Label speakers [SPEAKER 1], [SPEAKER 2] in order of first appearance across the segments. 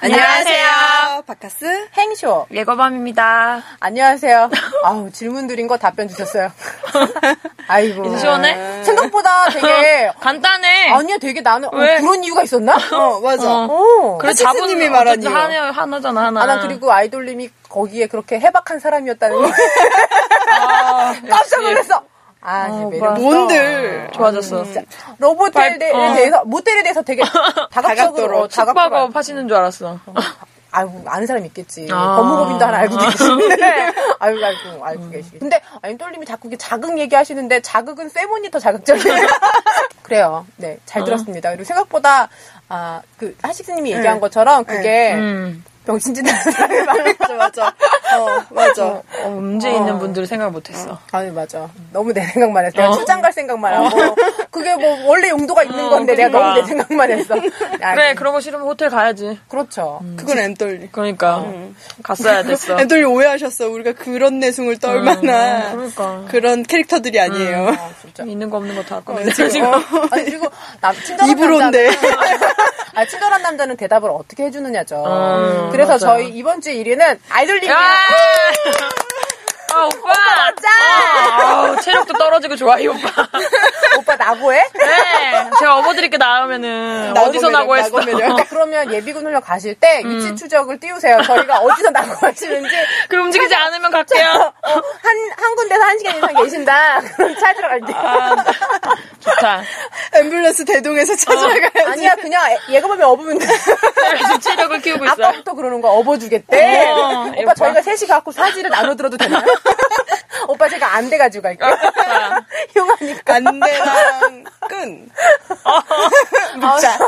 [SPEAKER 1] 안녕하세요. 아, 바카스
[SPEAKER 2] 행쇼.
[SPEAKER 3] 예거밤입니다.
[SPEAKER 2] 안녕하세요. 아우, 질문 드린 거 답변 주셨어요. 아이고.
[SPEAKER 3] 시원해?
[SPEAKER 2] 생각보다
[SPEAKER 3] 예.
[SPEAKER 2] 되게,
[SPEAKER 3] 간단해.
[SPEAKER 2] 아니야, 되게 나는, 어,
[SPEAKER 3] 왜?
[SPEAKER 2] 그런 이유가 있었나?
[SPEAKER 1] 어 맞아
[SPEAKER 2] 어.
[SPEAKER 3] 그래서
[SPEAKER 1] 하치스님이
[SPEAKER 3] 자본은
[SPEAKER 1] 말한
[SPEAKER 3] 어쨌든
[SPEAKER 1] 이유.
[SPEAKER 3] 하나, 하나잖아, 하나.
[SPEAKER 2] 아, 난 그리고 아이돌님이 거기에 그렇게 해박한 사람이었다는 거 깜짝 놀랐어. 아, 이제
[SPEAKER 3] 아,
[SPEAKER 2] 매력
[SPEAKER 3] 오빠. 네.
[SPEAKER 1] 뭔들
[SPEAKER 3] 좋아졌어.
[SPEAKER 2] 로보텔에 대-
[SPEAKER 3] 어.
[SPEAKER 2] 대해서 모텔에 대해서 되게 다각적으로 다각도로
[SPEAKER 1] 다각도로
[SPEAKER 3] 숙박업 어, 하시는 줄 알았어.
[SPEAKER 2] 아유, 아는 사람 있겠지.
[SPEAKER 3] 아.
[SPEAKER 2] 법무법인도 하나 알고 계시는데. 아유, 알고, 알고 계시겠지. 근데, 아임돌님이 자꾸 이렇게 자극 얘기하시는데, 자극은 세모니 더 자극적이에요. 그래요. 네,
[SPEAKER 3] 어.
[SPEAKER 2] 잘 들었습니다. 그리고 생각보다, 아, 그, 하식스님이 얘기한 것처럼,
[SPEAKER 3] 네.
[SPEAKER 2] 그게,
[SPEAKER 3] 음.
[SPEAKER 2] 병신짓 하는 사람이 많아요.
[SPEAKER 1] 맞아 맞아 어 맞아
[SPEAKER 3] 어, 문제 있는 분들을 생각 못했어.
[SPEAKER 2] 아니, 맞아. 너무 내 생각만 했어. 내가
[SPEAKER 3] 어.
[SPEAKER 2] 출장 갈 생각만 하고, 그게 뭐, 원래 용도가 있는 건데, 내가
[SPEAKER 3] 그러니까. 네,
[SPEAKER 2] 너무 내 생각만 했어. 아,
[SPEAKER 3] 그래, 그런 거 싫으면 호텔 가야지.
[SPEAKER 2] 그렇죠.
[SPEAKER 3] 음.
[SPEAKER 1] 그건 엠돌리
[SPEAKER 3] 그러니까. 갔어야 됐어.
[SPEAKER 1] 엠돌리 오해하셨어 우리가 그런 내숭을 떨 만한
[SPEAKER 3] 그러니까.
[SPEAKER 1] 그런 캐릭터들이 아니에요
[SPEAKER 2] 아, 진짜.
[SPEAKER 3] 있는 거 없는 거 다 꺼내.
[SPEAKER 1] 어, 지금,
[SPEAKER 3] 지금.
[SPEAKER 1] 어.
[SPEAKER 2] 아니, 그리고, 남, 친절한
[SPEAKER 1] 입으로인데
[SPEAKER 2] 아, 친절한 남자는 대답을 어떻게 해주느냐죠.
[SPEAKER 3] 음,
[SPEAKER 2] 그래서
[SPEAKER 3] 맞아요.
[SPEAKER 2] 저희 이번 주 1위는 아이돌님이에요.
[SPEAKER 3] 야! 아, 오빠! 아, 우 체력도 떨어지고 좋아, 이 오빠.
[SPEAKER 2] 오빠 나고 해?
[SPEAKER 3] 네. 제가 업어드릴게 나오면은.
[SPEAKER 1] 나고
[SPEAKER 3] 어디서
[SPEAKER 1] 매력,
[SPEAKER 3] 나고 했어. 음.
[SPEAKER 1] 나고 매력.
[SPEAKER 2] 그러면 예비군 훈련 가실 때 위치 추적을 띄우세요. 저희가 어디서 나고 하시는지
[SPEAKER 3] 그럼 움직이지 않으면 갈게요.
[SPEAKER 2] 어, 한, 한 군데서 한 시간 이상 계신다. 그럼 찾으러 갈게요.
[SPEAKER 3] 좋다.
[SPEAKER 1] 앰뷸런스 아, 대동에서
[SPEAKER 3] 어.
[SPEAKER 1] 찾아가야지
[SPEAKER 2] 아니야, 그냥 애- 얘가 보면 업으면 돼.
[SPEAKER 3] 지금 체력을 키우고 있어요.
[SPEAKER 2] 아빠부터 그러는 거 업어주겠대.
[SPEAKER 3] 어,
[SPEAKER 2] 오빠
[SPEAKER 3] 예뻐.
[SPEAKER 2] 저희가 셋이 갖고 사지를 나눠 들어도 되나요? 오빠 제가 안 돼가지고 갈게요.
[SPEAKER 3] 좋다.
[SPEAKER 2] 흉하니까.
[SPEAKER 1] 안대랑 끈
[SPEAKER 2] 아,
[SPEAKER 1] 묶자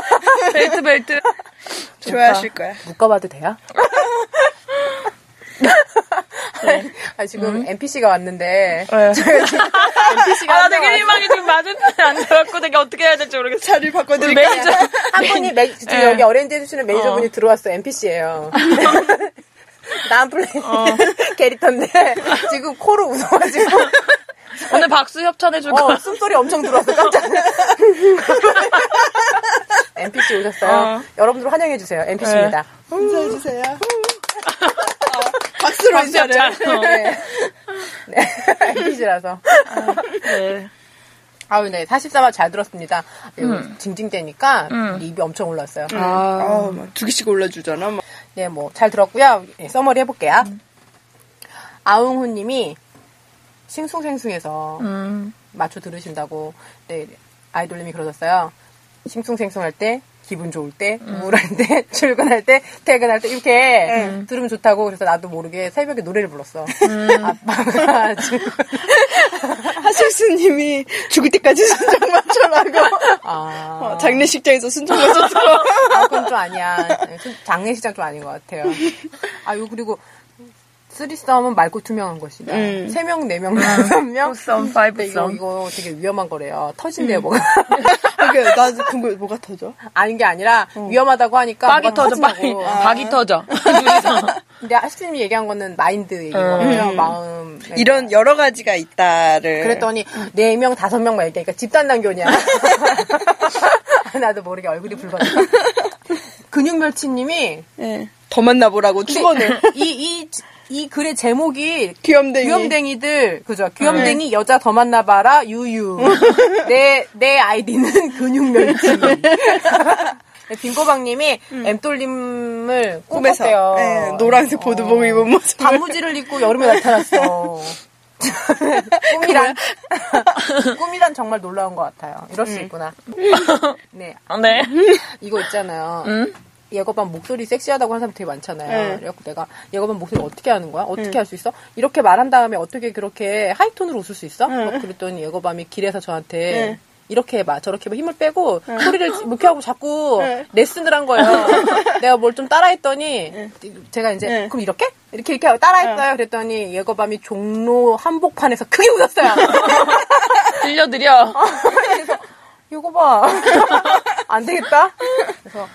[SPEAKER 3] 벨트 벨트.
[SPEAKER 1] 좋아하실 거야
[SPEAKER 2] 묶어봐도 돼요? 아, 지금 NPC가 왔는데 NPC가
[SPEAKER 3] 아, 나 되게 희망이 지금 맞은편 안 돼갖고 되게 어떻게 해야 될지 모르겠어.
[SPEAKER 1] 자리를
[SPEAKER 3] 우리
[SPEAKER 1] 바꿔드릴게요
[SPEAKER 3] 매니저.
[SPEAKER 2] 한 분이 매, 지금
[SPEAKER 3] 예.
[SPEAKER 2] 여기 어렌지 해주시는 매니저분이 네. 들어왔어요. 어. NPC예요. 난 플레이 캐릭터인데 지금 코로 웃어가지고
[SPEAKER 3] 오늘 박수 협찬해줄
[SPEAKER 2] 어,
[SPEAKER 3] 거야.
[SPEAKER 2] 숨소리 엄청 들어왔어 깜짝 놀랐어 NPC 오셨어요
[SPEAKER 3] 어.
[SPEAKER 2] 여러분들 환영해주세요 NPC입니다
[SPEAKER 1] 음. 인사해주세요 어, 네. 박수로
[SPEAKER 3] 박수
[SPEAKER 1] 인사를
[SPEAKER 3] 협찬. 어,
[SPEAKER 2] 네. 네. NPC라서
[SPEAKER 3] 네.
[SPEAKER 2] 아유 네 43화 잘 들었습니다 음.
[SPEAKER 1] 음.
[SPEAKER 2] 징징대니까 입이 엄청 올랐어요
[SPEAKER 1] 아, 막두 개씩 올려주잖아. 막.
[SPEAKER 2] 네, 뭐, 잘 들었고요. 예, 써머리 해볼게요.
[SPEAKER 1] 음.
[SPEAKER 2] 아웅후 님이 싱숭생숭해서
[SPEAKER 3] 음.
[SPEAKER 2] 맞춰 들으신다고, 네, 아이돌님이 그러셨어요. 싱숭생숭할 때, 기분 좋을 때,
[SPEAKER 3] 음.
[SPEAKER 2] 우울할 때, 출근할 때, 퇴근할 때, 이렇게
[SPEAKER 3] 네.
[SPEAKER 2] 들으면 좋다고, 그래서 나도 모르게 새벽에 노래를 불렀어.
[SPEAKER 3] 음.
[SPEAKER 2] 아빠가 지금.
[SPEAKER 1] 하실수님이 죽을 때까지 순정 맞춰라고.
[SPEAKER 2] 아,
[SPEAKER 1] 어, 장례식장에서 순정 맞춰 들어.
[SPEAKER 2] 아, 그건 좀 아니야. 장례식장 좀 아닌 것 같아요. 아유, 그리고, 쓰리썸은 맑고 투명한 것이다.
[SPEAKER 1] 음.
[SPEAKER 2] 세명네명 다섯 명
[SPEAKER 3] 포썸,
[SPEAKER 2] 근데 이거,
[SPEAKER 3] 파이브썸. 음.
[SPEAKER 2] 이거 되게 위험한 거래요. 터진대요, 뭐가.
[SPEAKER 1] 그러니까 나 궁금해, 뭐가 터져?
[SPEAKER 2] 아닌 게 아니라 위험하다고 하니까.
[SPEAKER 3] 음. 빡이
[SPEAKER 2] 뭐가
[SPEAKER 3] 터져, 빡이.
[SPEAKER 2] 터진다고. 어.
[SPEAKER 3] 박이 터져. 아. 둘이서.
[SPEAKER 2] 근데 하시님이 얘기한 거는 마인드 얘기거든요. 어. 마음.
[SPEAKER 1] 이런 여러 가지가 있다를.
[SPEAKER 2] 네. 그랬더니 네 명 다섯 명만 얘기하니까 집단 단교냐. 나도 모르게 얼굴이 붉어졌어. 근육멸치님이 네.
[SPEAKER 1] 예. 더 만나보라고 축원을.
[SPEAKER 2] 이, 이, 이 글의 제목이
[SPEAKER 1] 귀염댕이.
[SPEAKER 2] 귀염댕이들, 그죠? 귀염댕이 여자 더 만나봐라, 유유. 내, 내 아이디는 근육면치. 빙고방님이 엠돌님을
[SPEAKER 1] 꿈에서.
[SPEAKER 2] 음. 꿈꿨대요.
[SPEAKER 1] 예, 노란색 보드복 입은 모습.
[SPEAKER 2] 단무지를 입고 여름에 나타났어. 꿈이란, 꿈이란 정말 놀라운 것 같아요. 이럴 수 있구나. 네.
[SPEAKER 3] 아, 네.
[SPEAKER 2] 이거 있잖아요. 예거반 목소리 섹시하다고 하는 사람 되게 많잖아요.
[SPEAKER 1] 네.
[SPEAKER 2] 그래갖고 내가 예거반 목소리 어떻게 하는 거야? 어떻게 할 수 있어? 이렇게 말한 다음에 어떻게 그렇게 하이톤으로 웃을 수 있어? 막 그랬더니 예거밤이 길에서 저한테
[SPEAKER 1] 네.
[SPEAKER 2] 이렇게 해봐, 저렇게 해봐, 힘을 빼고 소리를 이렇게 하고 자꾸
[SPEAKER 1] 네.
[SPEAKER 2] 레슨을 한 거예요. 내가 뭘 좀 따라했더니 제가 이제
[SPEAKER 1] 네.
[SPEAKER 2] 그럼 이렇게 이렇게 이렇게 하고 따라했어요. 그랬더니 예거밤이 종로 한복판에서 크게 웃었어요.
[SPEAKER 3] 들려드려. 어,
[SPEAKER 2] 이거 봐. 안 되겠다. 그래서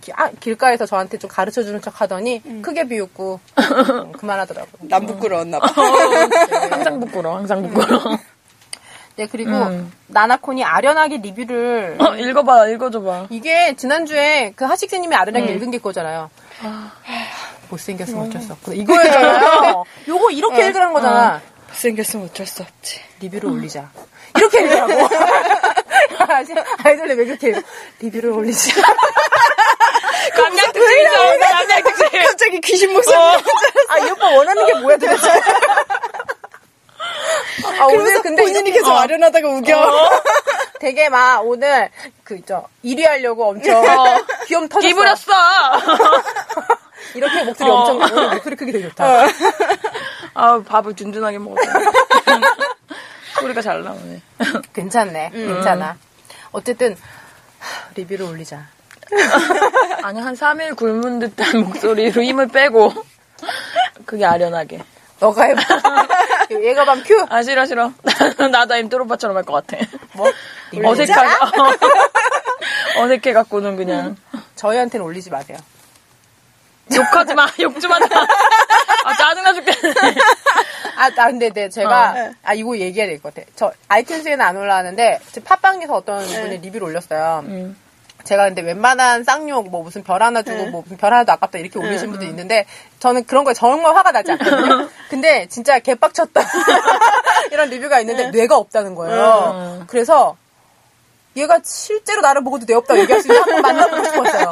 [SPEAKER 2] 기- 아, 길가에서 저한테 좀 가르쳐 주는 척 하더니 크게 비웃고 음, 그만하더라고요.
[SPEAKER 1] 난 부끄러웠나 봐.
[SPEAKER 3] 항상 부끄러워, 항상 부끄러워.
[SPEAKER 2] 네, 그리고 나나콘이 아련하게 리뷰를
[SPEAKER 3] 어, 읽어봐, 읽어줘봐.
[SPEAKER 2] 이게 지난주에 그 하식스님이 음. 아련하게 음. 읽은 게 거잖아요. 못생겼으면 어쩔 수 없구나. 이거잖아요. 요거 이렇게 읽으라는 거잖아.
[SPEAKER 1] 생겼으면 어쩔 수 없지.
[SPEAKER 2] 리뷰를 올리자. 이렇게 읽으라고. 아시- 아이돌이 왜 그렇게 읽어? 리뷰를 올리자.
[SPEAKER 3] 감량 특집이죠. 감량 특집.
[SPEAKER 1] 아, 갑자기 귀신 목소리.
[SPEAKER 2] 아, 이 오빠 원하는 게 뭐야 도대체. 아,
[SPEAKER 1] 그래서 본인이 계속 아련하다가 우겨.
[SPEAKER 2] 어. 되게 막 오늘 그 있죠 1위 하려고
[SPEAKER 1] 어.
[SPEAKER 2] 엄청 귀염 터졌어.
[SPEAKER 3] 기부렸어.
[SPEAKER 1] 어.
[SPEAKER 2] 이렇게 목소리 엄청 오늘 목소리 크기 되게 좋다.
[SPEAKER 3] 아 밥을 든든하게 먹었어. 소리가 잘 나오네.
[SPEAKER 2] 괜찮네,
[SPEAKER 1] 음.
[SPEAKER 2] 괜찮아. 어쨌든 하, 리뷰를 올리자.
[SPEAKER 3] 아니 한 3일 굶은 듯한 목소리로 힘을 빼고 그게 아련하게.
[SPEAKER 2] 너가 해봐. 얘가 밤 큐.
[SPEAKER 3] 아 싫어 싫어. 나도 임토로바처럼 할 것 같아.
[SPEAKER 2] 뭐?
[SPEAKER 3] 어색하게. 어색해 갖고는 그냥
[SPEAKER 2] 저희한테는 올리지 마세요.
[SPEAKER 3] 욕하지 마. 욕 좀 하지 마. 아 짜증나 죽겠네.
[SPEAKER 2] 아, 나 근데 네, 제가 아 이거 얘기해야 될 것 같아. 저 아이튠즈에는 안 올라왔는데 지금 팟빵에서 어떤
[SPEAKER 3] 네.
[SPEAKER 2] 분이 리뷰를 올렸어요.
[SPEAKER 3] 음.
[SPEAKER 2] 제가 근데 웬만한 쌍욕 뭐 무슨 별 하나
[SPEAKER 3] 네.
[SPEAKER 2] 주고 뭐 무슨 별 하나도 아깝다 이렇게 올리신 분들
[SPEAKER 3] 음.
[SPEAKER 2] 있는데 저는 그런 거에 정말 화가 나지 않거든요. 근데 진짜 개빡쳤다 이런 리뷰가 있는데
[SPEAKER 3] 네.
[SPEAKER 2] 뇌가 없다는 거예요.
[SPEAKER 3] 어.
[SPEAKER 2] 그래서 얘가 실제로 나를 보고도 뇌 없다고 얘기할 수 있는 한번 만나보고 싶었어요.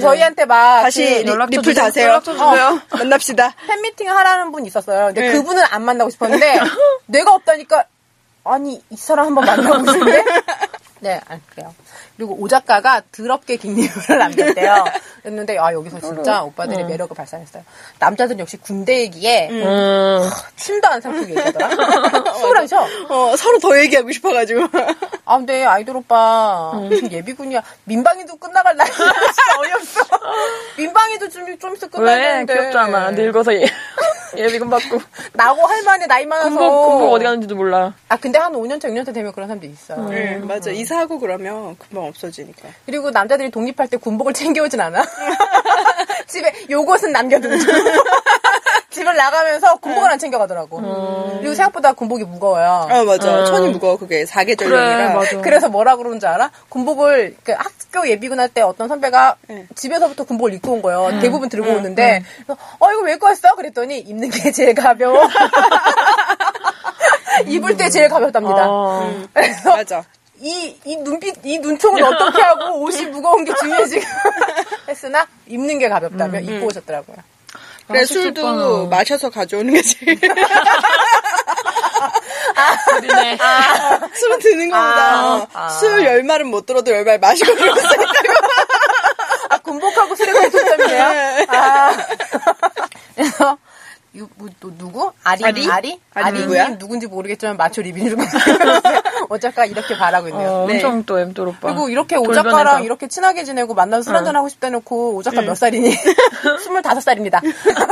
[SPEAKER 2] 저희한테 막 그-
[SPEAKER 1] 다시 리,
[SPEAKER 3] 네. 연락처
[SPEAKER 1] 리플
[SPEAKER 3] 주세요.
[SPEAKER 1] 다세요.
[SPEAKER 3] 연락처 주세요.
[SPEAKER 1] 어, 만납시다.
[SPEAKER 2] 팬미팅 하라는 분 있었어요. 근데
[SPEAKER 1] 네.
[SPEAKER 2] 그분은 안 만나고 싶었는데 내가 없다니까 아니 이 사람 한번 만나고 싶은데 네, 안 그래요. 그리고 오 작가가 더럽게 긴 리뷰를 남겼대요. 했는데 아 여기서 진짜 오빠들의 매력을 발산했어요. 남자들은 역시 군대 얘기에
[SPEAKER 3] 음.
[SPEAKER 2] 침도 안 삼키고 얘기하더라. 술안 쉬어.
[SPEAKER 1] 어, 서로 더 얘기하고 싶어가지고.
[SPEAKER 2] 아 근데 아이돌 오빠
[SPEAKER 3] 음.
[SPEAKER 2] 무슨 예비군이야. 민방위도 끝나갈 날이 진짜 어이없어. 민방위도 좀, 좀 있어 끝나야
[SPEAKER 3] 왜?
[SPEAKER 2] 되는데.
[SPEAKER 3] 귀엽잖아. 늙어서 예, 예비군 받고.
[SPEAKER 2] 나고 할 만해 나이 많아서.
[SPEAKER 3] 군복, 군복 어디 갔는지도 몰라.
[SPEAKER 2] 아 근데 한 5년차 6년차 되면 그런 사람들이 있어요.
[SPEAKER 1] 네, 맞아. 이사하고 그러면 금방 없어지니까.
[SPEAKER 2] 그리고 남자들이 독립할 때 군복을 챙겨오진 않아. 집에 요것은 남겨두고 집을 나가면서 군복을 안 챙겨가더라고. 그리고 생각보다 군복이 무거워요.
[SPEAKER 1] 아, 맞아. 천이 무거워. 그게 사계절용이라.
[SPEAKER 2] 그래서 뭐라 그러는 줄 알아? 군복을 그 학교 예비군 할 때 어떤 선배가
[SPEAKER 1] 네.
[SPEAKER 2] 집에서부터 군복을 입고 온 거예요. 대부분 들고 오는데 그래서 어 이거 왜 입고 왔어? 그랬더니 입는 게 제일 가벼워. 입을 때 제일 가볍답니다.
[SPEAKER 3] 어.
[SPEAKER 2] 그래서
[SPEAKER 1] 맞아.
[SPEAKER 2] 이, 이 눈빛, 이 눈총을 어떻게 하고 옷이 무거운 게 중요해 지금. 했으나 입는 게 가볍다며 입고 오셨더라고요.
[SPEAKER 1] 그래, 술도 마셔서 가져오는 게 제일.
[SPEAKER 3] 그러네.
[SPEAKER 1] 술은 드는 거보다 어, 술 열말은 못 들어도 열말 마시고 그러니까
[SPEAKER 2] 아, 군복하고 수레가 있었다며요? 아. 그래서, 이, 뭐, 또 누구? 아리?
[SPEAKER 1] 아리?
[SPEAKER 2] 아리?
[SPEAKER 1] 아리
[SPEAKER 2] 아리
[SPEAKER 1] 누구야?
[SPEAKER 2] 님 누군지 모르겠지만 마초 리뷰를 어작가 이렇게 바라고 아, 있네요.
[SPEAKER 3] 어,
[SPEAKER 1] 네.
[SPEAKER 3] 엄청 또 엠돌 오빠.
[SPEAKER 2] 그리고 이렇게
[SPEAKER 3] 돌변해서.
[SPEAKER 2] 오작가랑 이렇게 친하게 지내고 만나서 술 한잔 하고 싶다 놓고 오작가 몇 살이니? 25살입니다.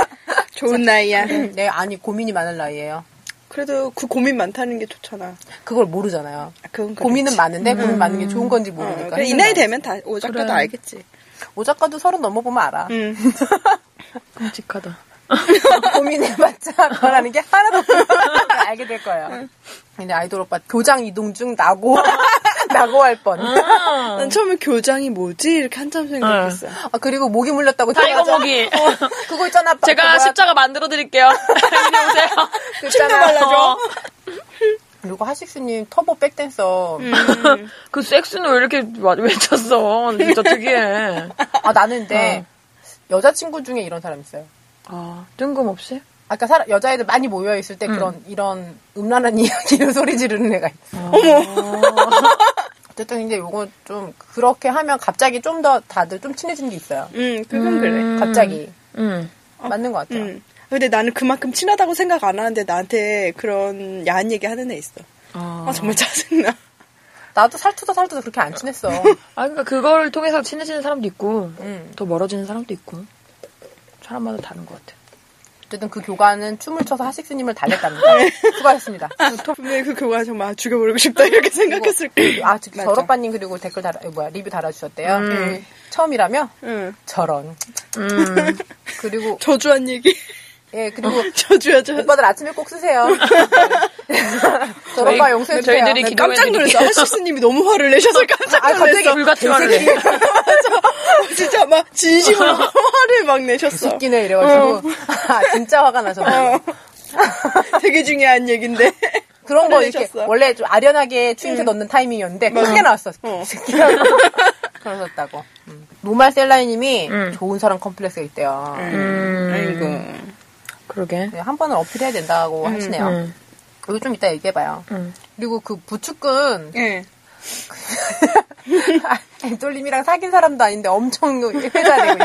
[SPEAKER 1] 좋은 나이야.
[SPEAKER 2] 네, 아니 고민이 많을 나이예요.
[SPEAKER 1] 음, 그래도 그 고민 많다는 게 좋잖아.
[SPEAKER 2] 그걸 모르잖아요.
[SPEAKER 1] 아, 그건 그렇지.
[SPEAKER 2] 고민은 많은데 고민 많은 게 좋은 건지
[SPEAKER 1] 어,
[SPEAKER 2] 모르니까.
[SPEAKER 1] 그래, 이 나이 되면 다 오작가도
[SPEAKER 3] 그래.
[SPEAKER 1] 알겠지.
[SPEAKER 2] 오 작가도 서른 넘어보면 알아.
[SPEAKER 1] 음.
[SPEAKER 3] 끔찍하다.
[SPEAKER 2] 고민해봤자 그라는 게 하나도 없는 걸 알게 될 거예요. 근데 아이돌 오빠 교장 이동 중 나고 나고 할 뻔.
[SPEAKER 3] 음.
[SPEAKER 1] 난 처음에 교장이 뭐지? 이렇게 한참 어. 생각했어.
[SPEAKER 2] 아, 그리고 모기 물렸다고
[SPEAKER 3] 다이거
[SPEAKER 2] 들어가자.
[SPEAKER 3] 모기.
[SPEAKER 2] 그거 아. 있잖아. 빠-
[SPEAKER 3] 제가
[SPEAKER 2] 뭐야,
[SPEAKER 3] 십자가 만들어 드릴게요. 이리 오세요.
[SPEAKER 2] 그 있잖아.
[SPEAKER 3] 발라줘.
[SPEAKER 2] 그리고 하식스님 터보 백댄서.
[SPEAKER 3] 그 섹스는 왜 이렇게 와- 외쳤어? 진짜 특이해.
[SPEAKER 2] 아 나는 근데 여자친구 중에 이런 사람 있어요.
[SPEAKER 3] 아, 뜬금없이?
[SPEAKER 2] 아까 사람, 여자애들 많이 모여 있을
[SPEAKER 1] 음.
[SPEAKER 2] 때 그런 이런 음란한 이야기를 소리 지르는 애가 있어. 어머. 어쨌든 이제 요거 좀 그렇게 하면 갑자기 좀 더 다들 좀 친해진 게 있어요.
[SPEAKER 1] 음, 그건 그래.
[SPEAKER 2] 갑자기
[SPEAKER 3] 응.
[SPEAKER 2] 맞는 것 같아요.
[SPEAKER 1] 음. 근데 나는 그만큼 친하다고 생각 안 하는데 나한테 그런 야한 얘기 하는 애 있어.
[SPEAKER 3] 아.
[SPEAKER 1] 아, 정말 짜증나.
[SPEAKER 2] 나도 살투다 살투다 그렇게 안 친했어.
[SPEAKER 1] 음.
[SPEAKER 3] 아, 그러니까 그거를 통해서 친해지는 사람도 있고,
[SPEAKER 2] 음.
[SPEAKER 3] 더 멀어지는 사람도 있고, 사람마다 다른 것 같아.
[SPEAKER 2] 어쨌든 그 교관은 춤을 춰서 하식스님을 달랬답니다.
[SPEAKER 1] 음.
[SPEAKER 2] 수고하셨습니다.
[SPEAKER 1] 분명히 그 교관 정말 아, 죽여버리고 싶다 이렇게 생각했을 거야.
[SPEAKER 2] 아, 지금
[SPEAKER 1] 맞아.
[SPEAKER 2] 절오빠님 그리고 댓글 달아, 이거 뭐야, 리뷰 달아주셨대요. 그
[SPEAKER 1] 음.
[SPEAKER 2] 처음이라며?
[SPEAKER 1] 응.
[SPEAKER 2] 저런.
[SPEAKER 3] 음.
[SPEAKER 2] 그리고,
[SPEAKER 1] 저주한 얘기.
[SPEAKER 2] 예, 그리고
[SPEAKER 1] 저주하자.
[SPEAKER 2] 오빠들 아침에 꼭 쓰세요. 절오빠
[SPEAKER 3] 저희-
[SPEAKER 2] 용서해주세요.
[SPEAKER 3] 저희들이
[SPEAKER 1] 깜짝 놀랐어. 하식스님이 너무 화를 내셔서 깜짝
[SPEAKER 2] 아, 갑자기
[SPEAKER 1] 놀랐어.
[SPEAKER 3] 불가태화를 해.
[SPEAKER 1] 진짜 막 진심으로 화를 막 내셨어.
[SPEAKER 2] 웃기네 이래가지고 아, 진짜 화가 나셨어요.
[SPEAKER 1] 되게 중요한 얘긴데.
[SPEAKER 2] 그런 거 이렇게
[SPEAKER 1] 내셨어.
[SPEAKER 2] 원래 좀 아련하게
[SPEAKER 3] 음.
[SPEAKER 2] 추임새 넣는 타이밍이었는데 크게 나왔어.
[SPEAKER 1] 어.
[SPEAKER 2] 그러셨다고. 음. 노말 셀라이님이
[SPEAKER 3] 음.
[SPEAKER 2] 좋은 사람 컴플렉스가 있대요.
[SPEAKER 1] 음. 아이고.
[SPEAKER 3] 그러게.
[SPEAKER 2] 네, 한 번은 어필해야 된다고 하시네요.
[SPEAKER 3] 음.
[SPEAKER 2] 이거 좀 이따 얘기해봐요.
[SPEAKER 3] 음.
[SPEAKER 2] 그리고 그 부축근
[SPEAKER 1] 예.
[SPEAKER 2] 엔돌님이랑 사귄 사람도 아닌데 엄청 회자되고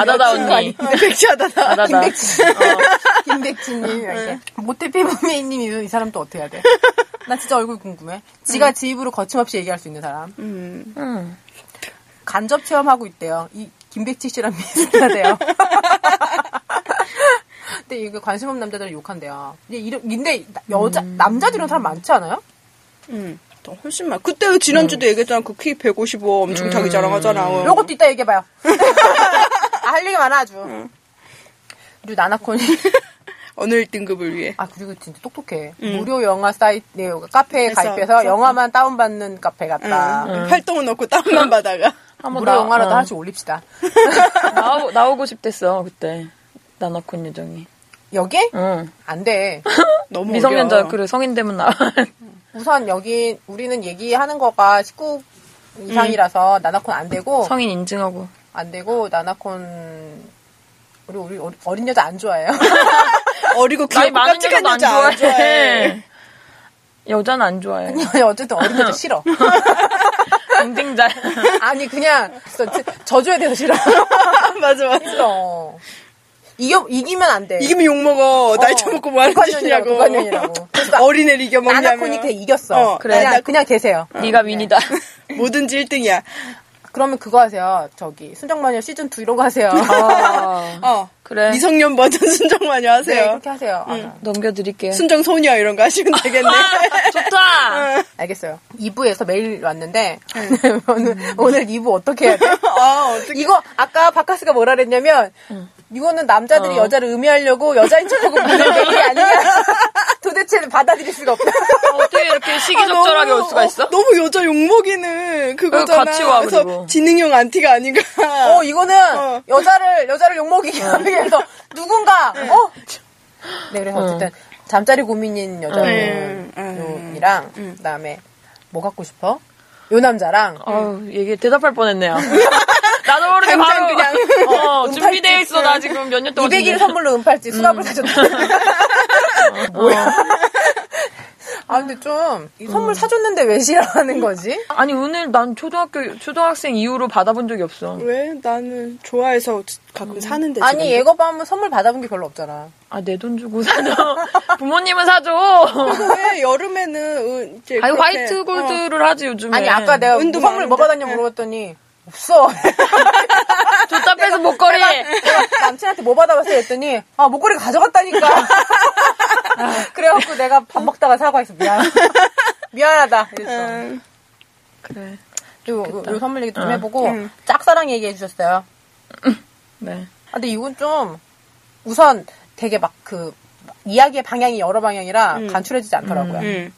[SPEAKER 3] 아다다 언니. 어.
[SPEAKER 1] 아, 백지하다.
[SPEAKER 3] 아다다.
[SPEAKER 2] 김백진.
[SPEAKER 3] 네.
[SPEAKER 2] 김백진님 이렇게. 모태 피부메이님이 이 사람 또 어떻게 해야 돼? 나 진짜 얼굴 궁금해. 지가 지 입으로 거침없이 얘기할 수 있는 사람.
[SPEAKER 1] 음.
[SPEAKER 3] 음.
[SPEAKER 2] 간접 체험하고 있대요. 이 김백진 씨랑 비슷하대요. 근데 이거 관심 없는 남자들은 욕한대요. 근데, 이런, 근데 나- 여자
[SPEAKER 3] 음.
[SPEAKER 2] 남자들 이런 사람 많지 않아요?
[SPEAKER 1] 음. 더 훨씬 많아. 그때 지난주도 얘기했잖아. 그 키 155 엄청 자기 자랑하잖아. 어.
[SPEAKER 2] 요것도 이따 얘기해봐요. 아, 할 얘기 많아 아주.
[SPEAKER 3] 음.
[SPEAKER 2] 그리고 나나콘이
[SPEAKER 1] 어느 1등급을 위해.
[SPEAKER 2] 아 그리고 진짜 똑똑해. 무료 영화 사이트 네, 카페에
[SPEAKER 1] 그래서,
[SPEAKER 2] 가입해서
[SPEAKER 1] 그래서.
[SPEAKER 2] 영화만 다운받는 카페 같다.
[SPEAKER 1] 음. 활동은 넣고 땀만 받아가.
[SPEAKER 3] 한번
[SPEAKER 2] 무료
[SPEAKER 3] 나,
[SPEAKER 2] 영화라도
[SPEAKER 3] 어.
[SPEAKER 2] 하나씩 올립시다.
[SPEAKER 3] 나오, 나오고 싶댔어, 그때. 나나콘 요정이.
[SPEAKER 2] 여기?
[SPEAKER 3] 응.
[SPEAKER 2] 안 돼.
[SPEAKER 1] 너무
[SPEAKER 3] 미성년자,
[SPEAKER 1] 어려워.
[SPEAKER 3] 그래, 성인 되면 나와.
[SPEAKER 2] 우선 여기 우리는 얘기하는 거가 19 이상이라서 나나콘 안 되고
[SPEAKER 3] 성인 인증하고.
[SPEAKER 2] 안 되고 나나콘 우리 우리 어리- 어린 여자 안 좋아해요.
[SPEAKER 1] 어리고
[SPEAKER 3] 나이
[SPEAKER 1] 귀엽고
[SPEAKER 3] 많은
[SPEAKER 1] 깜찍한
[SPEAKER 3] 여자도 안
[SPEAKER 1] 여자 안 좋아해.
[SPEAKER 3] 좋아해. 여자는 안 좋아해.
[SPEAKER 2] 어쨌든 어린 여자 싫어.
[SPEAKER 3] 인증자.
[SPEAKER 2] 아니 그냥 진짜 저- 저주에 대해서 싫어.
[SPEAKER 1] 맞아
[SPEAKER 2] 음.
[SPEAKER 1] 맞아.
[SPEAKER 2] 싫어. 이겨 이기면 안 돼.
[SPEAKER 1] 이기면 욕먹어. 나이 처먹고 뭐하는 짓이냐고.
[SPEAKER 2] 관련이라고.
[SPEAKER 1] 어린애를 이겨먹냐면.
[SPEAKER 2] 나나콘이 그냥 이겼어.
[SPEAKER 1] 어,
[SPEAKER 2] 그래. 그냥,
[SPEAKER 1] 나나-
[SPEAKER 2] 그냥 계세요.
[SPEAKER 3] 네가 윈이다.
[SPEAKER 1] 뭐든지 1등이야.
[SPEAKER 2] 그러면 그거 하세요. 저기 순정마녀 시즌 2 이런 거 하세요.
[SPEAKER 3] 아,
[SPEAKER 1] 어.
[SPEAKER 3] 그래.
[SPEAKER 1] 미성년 버전 순정 마녀
[SPEAKER 2] 네,
[SPEAKER 1] 하세요.
[SPEAKER 2] 그렇게 하세요. 아,
[SPEAKER 3] 넘겨드릴게요.
[SPEAKER 1] 순정 소녀 이런 거 하시면 되겠네.
[SPEAKER 3] 아, 좋다!
[SPEAKER 2] 알겠어요. 2부에서 메일 왔는데 오늘, 오늘 2부 어떻게 해야 돼?
[SPEAKER 1] 아, 어떻게.
[SPEAKER 2] 이거 아까 바카스가 뭐라 그랬냐면 이거는 남자들이 여자를 음해하려고 여자인 척하고 보는 얘기 아니야. 도대체 받아들일 수가 없다.
[SPEAKER 3] 어떻게 이렇게 시기적절하게 올 수가 아, 있어? 어,
[SPEAKER 1] 너무 여자 욕먹이는 그거잖아.
[SPEAKER 3] 같이 와,
[SPEAKER 1] 그래서
[SPEAKER 3] 그리고.
[SPEAKER 1] 지능형 안티가 아닌가.
[SPEAKER 2] 어 이거는
[SPEAKER 1] 어.
[SPEAKER 2] 여자를 여자를 욕먹이기 위해서 누군가 어. 네 그래서 어쨌든 잠자리 고민인
[SPEAKER 1] 음,
[SPEAKER 2] 여자분이랑 네. 그다음에 뭐 갖고 싶어? 요 남자랑
[SPEAKER 3] 아우, 얘기 어, 대답할 뻔했네요. 나도 모르게 바로
[SPEAKER 2] 당장 그냥
[SPEAKER 3] 어,
[SPEAKER 2] 음팔찌.
[SPEAKER 3] 준비되어 있어. 나 지금 몇 년 동안
[SPEAKER 2] 200일
[SPEAKER 3] 준비해.
[SPEAKER 2] 선물로 은팔찌 수갑을 사줬다. 뭐야? 아 근데 좀이 선물 사줬는데 왜 싫어하는 거지?
[SPEAKER 3] 아니 오늘 난 초등학교 초등학생 이후로 받아본 적이 없어.
[SPEAKER 1] 왜? 나는 좋아해서
[SPEAKER 3] 음.
[SPEAKER 1] 가끔 사는데.
[SPEAKER 2] 아니
[SPEAKER 1] 지금.
[SPEAKER 2] 얘거 보면 선물 받아본 게 별로 없잖아.
[SPEAKER 3] 아 내 돈 주고 사줘. 부모님은 사줘.
[SPEAKER 1] 그래서 왜 여름에는, 어, 이제.
[SPEAKER 3] 아니
[SPEAKER 1] 그렇게,
[SPEAKER 3] 화이트
[SPEAKER 1] 어,
[SPEAKER 3] 골드를 하지 요즘에.
[SPEAKER 2] 아니 아까 내가
[SPEAKER 1] 은도
[SPEAKER 2] 선물 뭐 네.
[SPEAKER 1] 많은데.
[SPEAKER 2] 받았냐 물어봤더니 없어.
[SPEAKER 3] 줬다 빼서 목걸이.
[SPEAKER 2] 내가 남친한테 뭐 받아봤어 했더니 아 목걸이 가져갔다니까 그래갖고 내가 밥 먹다가 사과했어 미안 미안하다 이랬어
[SPEAKER 1] 음,
[SPEAKER 3] 그래.
[SPEAKER 2] 그리고 요, 요 선물 얘기 좀 해보고
[SPEAKER 1] 음.
[SPEAKER 2] 짝사랑 얘기해 주셨어요
[SPEAKER 3] 네.
[SPEAKER 2] 아, 근데 이건 좀 우선 되게 막 그 이야기의 방향이 여러 방향이라 간추려지지 않더라고요
[SPEAKER 1] 음,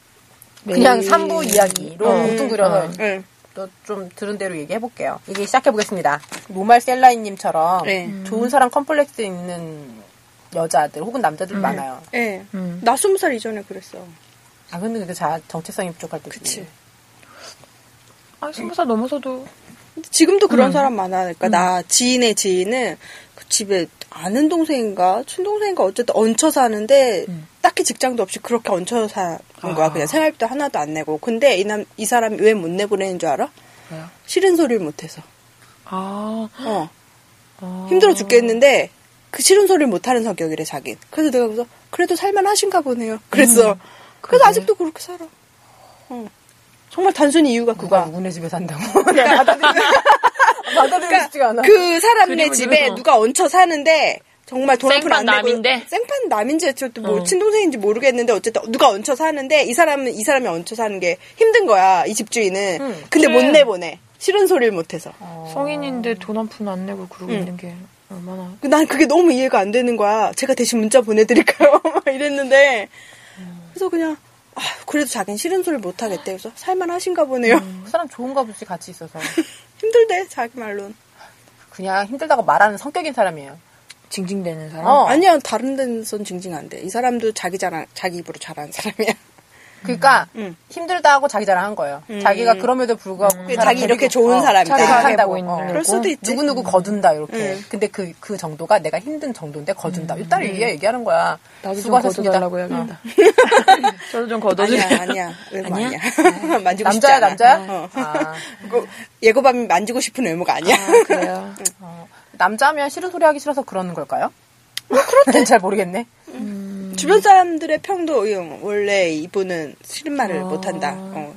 [SPEAKER 2] 음. 그냥
[SPEAKER 3] 매일-
[SPEAKER 2] 3부 이야기로
[SPEAKER 3] 음.
[SPEAKER 2] 어, 뭉뚱그려서
[SPEAKER 3] 음.
[SPEAKER 1] 음.
[SPEAKER 2] 또 좀 들은 대로 얘기해볼게요. 얘기 시작해보겠습니다. 노말 셀라인님처럼
[SPEAKER 1] 네.
[SPEAKER 2] 좋은 사람 컴플렉스 있는 여자들 혹은 남자들 많아요.
[SPEAKER 1] 예.
[SPEAKER 3] 음.
[SPEAKER 1] 나 스무 살 이전에 그랬어.
[SPEAKER 2] 아 근데 그게 자 정체성이 부족할 때지.
[SPEAKER 1] 그치.
[SPEAKER 3] 아 스무 살 넘어서도
[SPEAKER 1] 근데 지금도 그런 사람 많아. 그러니까 나 지인의 지인은 그 집에 아는 동생인가 친동생인가 어쨌든 얹혀 사는데 딱히 직장도 없이 그렇게 얹혀 사는 거야. 그냥 생활비도 하나도 안 내고. 근데 이 남 이 사람이 왜 못 내보내는 줄 알아?
[SPEAKER 3] 왜요?
[SPEAKER 1] 싫은 소리를 못 해서.
[SPEAKER 3] 아
[SPEAKER 1] 어.
[SPEAKER 3] 아.
[SPEAKER 1] 힘들어 죽겠는데 그 싫은 소리를 못 하는 성격이래 자긴. 그래서 내가 그래서 그래도 살만 하신가 보네요. 그랬어. 음. 그래서 아직도 그렇게 살아. 어. 정말 단순히 이유가
[SPEAKER 2] 누가
[SPEAKER 1] 그러니까 그거야.
[SPEAKER 2] 누구네 집에 산다고.
[SPEAKER 1] 그러니까
[SPEAKER 2] 그러니까 받아들이니까 받아들이고 싶지가 않아.
[SPEAKER 1] 그 사람네
[SPEAKER 3] 그리고
[SPEAKER 1] 집에
[SPEAKER 3] 누구?
[SPEAKER 1] 누가 얹혀 사는데 정말 돈한푼
[SPEAKER 3] 생판
[SPEAKER 1] 안 내고
[SPEAKER 3] 남인데?
[SPEAKER 1] 생판 남인지 어쨌든 뭐 친동생인지 모르겠는데 어쨌든 누가 얹혀 사는데 이 사람은 이 사람이 얹혀 사는 게 힘든 거야 이 집주인은 근데
[SPEAKER 3] 음,
[SPEAKER 1] 못
[SPEAKER 3] 그래. 어.
[SPEAKER 1] 내보내 싫은 소리를 못 해서
[SPEAKER 3] 성인인데 돈 한 푼 안 내고 그러고 있는 게 얼마나
[SPEAKER 1] 난 그게 너무 이해가 안 되는 거야 제가 대신 문자 보내드릴까요 막 이랬는데 그래서 그냥 아, 그래도 자긴 싫은 소리를 못 하겠대. 그래서 살만 하신가 보네요.
[SPEAKER 3] 음.
[SPEAKER 2] 그 사람 좋은가 보지 같이 있어서
[SPEAKER 1] 힘들대 자기 말론.
[SPEAKER 2] 그냥 힘들다고 말하는 성격인 사람이에요.
[SPEAKER 3] 징징대는 사람.
[SPEAKER 2] 어.
[SPEAKER 1] 아니야 다른 데선 징징 안 돼. 이 사람도 자기 자랑 자기 입으로 잘하는 사람이야.
[SPEAKER 2] 그러니까
[SPEAKER 1] 음.
[SPEAKER 2] 힘들다고 자기 자랑한 거예요. 자기가 그럼에도 불구하고 그
[SPEAKER 1] 자기
[SPEAKER 2] 사람
[SPEAKER 1] 이렇게
[SPEAKER 2] 데리고-
[SPEAKER 1] 좋은 사람이다. 뭐,
[SPEAKER 2] 자기
[SPEAKER 3] 자랑해
[SPEAKER 2] 한다고
[SPEAKER 3] 보이는
[SPEAKER 2] 어.
[SPEAKER 1] 그럴 수도 있지.
[SPEAKER 2] 누구 누구 거둔다 이렇게.
[SPEAKER 1] 음.
[SPEAKER 2] 근데 그 그 정도가 내가 힘든 정도인데 거둔다. 이따로 얘기
[SPEAKER 1] 음.
[SPEAKER 2] 얘기하는 거야.
[SPEAKER 3] 나도 좀
[SPEAKER 2] 수고하셨습니다.
[SPEAKER 3] 거둬달라고 해야겠다. 저도 좀 거둬주세요.
[SPEAKER 1] 아니야 아니야. 외모 아니야. 만지고 싶지
[SPEAKER 2] 남자야
[SPEAKER 1] 않아.
[SPEAKER 2] 남자야.
[SPEAKER 1] 어.
[SPEAKER 2] 아,
[SPEAKER 1] 그 예고밤이 만지고 싶은 외모가 아니야.
[SPEAKER 3] 아, 그래요.
[SPEAKER 2] 어. 남자면 싫은 소리 하기 싫어서 그러는 걸까요? 그렇대. 잘 모르겠네. 음.
[SPEAKER 1] 주변 사람들의 평도 응, 원래 이분은 싫은 말을
[SPEAKER 3] 아.
[SPEAKER 1] 못한다. 어.